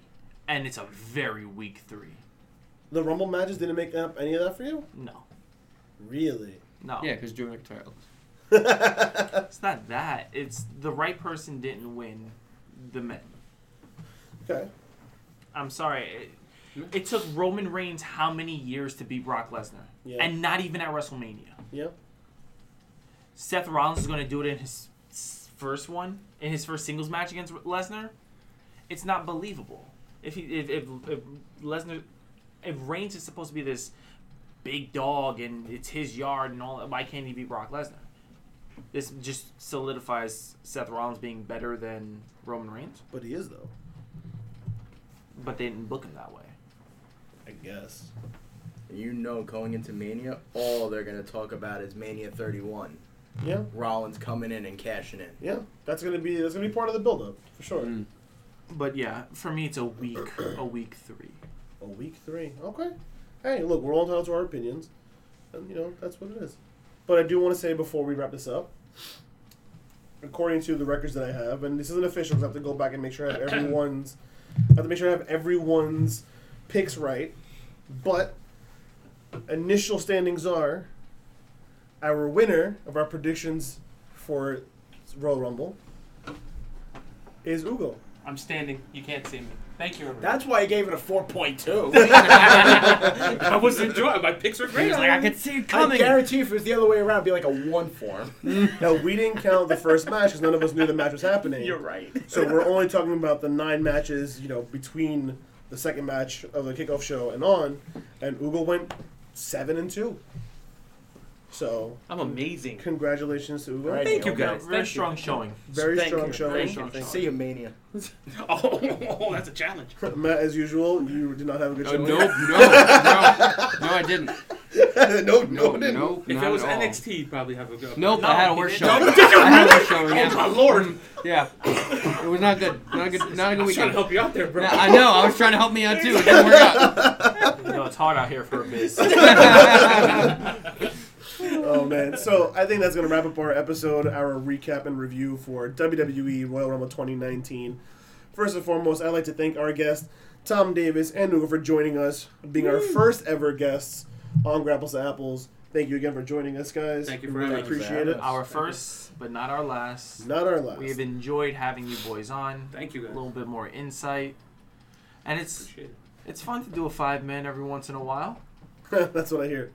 Speaker 4: and it's a very weak three.
Speaker 1: The Rumble matches didn't make up any of that for you.
Speaker 4: No,
Speaker 1: Really?
Speaker 4: no,
Speaker 3: Yeah, because Drew McIntyre. lost.
Speaker 4: it's not that. It's the right person didn't win the men.
Speaker 1: Okay.
Speaker 4: I'm sorry. It, it took Roman Reigns how many years to beat Brock Lesnar,
Speaker 1: Yeah.
Speaker 4: and not even at WrestleMania.
Speaker 1: Yeah.
Speaker 4: Seth Rollins is going to do it in his s- first one, in his first singles match against Lesnar. It's not believable. If he, if, if, if Lesnar, if Reigns is supposed to be this big dog and it's his yard and all, that, why can't he beat Brock Lesnar? This just solidifies Seth Rollins being better than Roman Reigns,
Speaker 1: But he is though.
Speaker 4: but they didn't book him that way.
Speaker 1: I guess.
Speaker 5: You know, going into Mania, all they're going to talk about is Mania 31.
Speaker 1: Yeah.
Speaker 5: Rollins coming in and cashing in.
Speaker 1: Yeah. That's gonna be that's gonna be part of the buildup for sure.
Speaker 3: Mm.
Speaker 4: But yeah, for me, it's a week, a week three.
Speaker 1: A week three. Okay. Hey, look, we're all entitled to our opinions, and you know that's what it is. But I do want to say before we wrap this up, according to the records that I have, and this isn't official, 'cause I have to go back and make sure I have everyone's. I have to make sure I have everyone's picks right. But initial standings are our winner of our predictions for Royal Rumble is Ugo.
Speaker 2: I'm standing. You can't see me. Thank you, everyone.
Speaker 5: That's why he gave it a 4.2.
Speaker 2: I was enjoying. My pics are
Speaker 3: He
Speaker 2: great.
Speaker 3: was like, I could see it
Speaker 5: I
Speaker 3: coming.
Speaker 5: guarantee if it was the other way around, it'd be like a 1 form.
Speaker 1: Now we didn't count the first match because none of us knew the match was happening.
Speaker 2: You're right.
Speaker 1: So we're only talking about the nine matches, you know, between the second match of the kickoff show and on, and Ugo went seven and two. So
Speaker 2: I'm amazing.
Speaker 1: congratulations to Ugo.
Speaker 5: Right.
Speaker 2: Thank you
Speaker 5: Very
Speaker 2: guys.
Speaker 4: Very
Speaker 2: Thank
Speaker 4: strong
Speaker 2: you.
Speaker 4: showing.
Speaker 1: Very
Speaker 2: Thank
Speaker 1: strong
Speaker 2: you.
Speaker 1: showing.
Speaker 2: Very strong
Speaker 5: See you, Mania.
Speaker 2: Oh, that's a challenge.
Speaker 1: Matt, as usual, you did not have a
Speaker 2: Oh,
Speaker 1: good
Speaker 3: Uh,
Speaker 1: show.
Speaker 3: no, no, no, no! I didn't. No,
Speaker 1: no, no,
Speaker 3: no,
Speaker 1: no.
Speaker 3: nope,
Speaker 2: If
Speaker 3: not
Speaker 2: it was
Speaker 3: at all.
Speaker 2: NXT, you'd probably have a go.
Speaker 3: Nope, I had a work
Speaker 2: he
Speaker 3: show.
Speaker 2: didn't.
Speaker 3: I had a work show. Yeah.
Speaker 2: Oh, my lord.
Speaker 3: Yeah, it was not good. Not a good. Not a good
Speaker 2: I'm trying to
Speaker 3: weekend.
Speaker 2: help you out there, bro.
Speaker 3: Yeah, I know. I was trying to help me out too. It didn't work out.
Speaker 4: You know, it's hard out here for a biz.
Speaker 1: Oh man. So I think that's gonna wrap up our episode, our recap and review for WWE Royal Rumble 2019. First and foremost, I'd like to thank our guest Tom Davis and Nuga for joining us, being our first ever guests on Grapples to Apples. Thank you again for joining us, guys.
Speaker 3: Thank you
Speaker 1: We
Speaker 3: for
Speaker 1: really
Speaker 3: having us.
Speaker 1: appreciate it.
Speaker 4: Our first, but not our last.
Speaker 1: Not our last.
Speaker 4: We have enjoyed having you boys on.
Speaker 2: Thank you
Speaker 4: A
Speaker 2: guys.
Speaker 4: little bit more insight, and it's
Speaker 2: Appreciate it.
Speaker 4: it's fun to do a five man every once in a while.
Speaker 1: That's what I hear.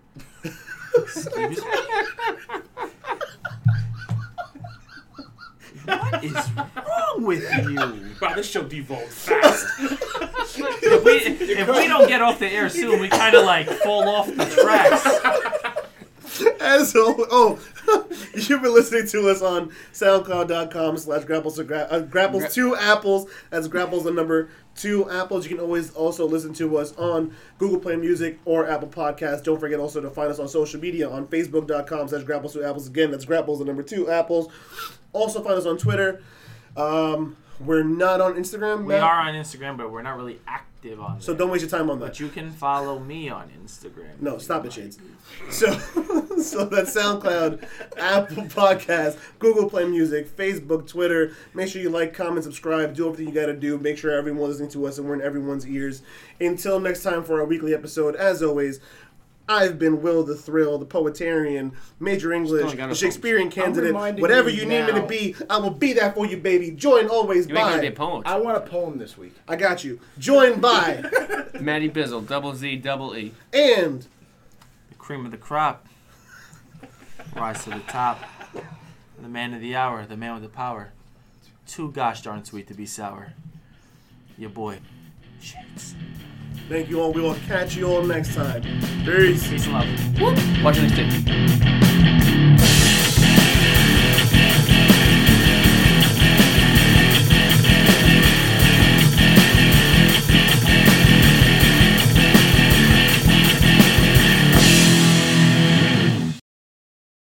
Speaker 4: Excuse me? what is wrong with you?
Speaker 2: Wow, this show devolved fast.
Speaker 4: If we, if we don't get off the air soon, we kind of like fall off the tracks.
Speaker 1: As al- oh, you've been listening to us on soundcloud.com slash grapples to gra- uh, grapples to apples. That's grapples the number two apples. You can always also listen to us on Google Play Music or Apple Podcasts. Don't forget also to find us on social media on facebook.com slash grapples to apples. Again, that's grapples the number two apples. Also find us on Twitter. Um, we're not on Instagram.
Speaker 4: We
Speaker 1: Matt,
Speaker 4: are on Instagram, but we're not really active on
Speaker 1: So
Speaker 4: there.
Speaker 1: don't waste your time on that.
Speaker 4: But you can follow me on Instagram.
Speaker 1: No, stop it, Shades. So, so that's SoundCloud, Apple Podcast, Google Play Music, Facebook, Twitter. Make sure you like, comment, subscribe, do everything you got to do. Make sure everyone's listening to us and we're in everyone's ears. Until next time for our weekly episode, as always, I've been Will the Thrill, the Poetarian, Major English,
Speaker 3: Still got
Speaker 1: the
Speaker 3: a
Speaker 1: Shakespearean candidate,
Speaker 5: reminding
Speaker 1: whatever
Speaker 5: you
Speaker 1: you need me
Speaker 5: now.
Speaker 1: to be, I will be that for you, baby. Join always
Speaker 3: You ain't gonna
Speaker 1: by.
Speaker 3: get poems.
Speaker 5: I want a poem this week.
Speaker 1: I got you. Join by
Speaker 3: Maddie Bizzle, double Z, double E.
Speaker 1: and.
Speaker 4: The cream of the crop. Rise to the top. The man of the hour, the man with the power. Too gosh darn sweet to be sour. Your boy. Shakes.
Speaker 1: Thank you all. We will catch you all next time. Peace.
Speaker 4: Peace and love.
Speaker 3: Watch your next tape.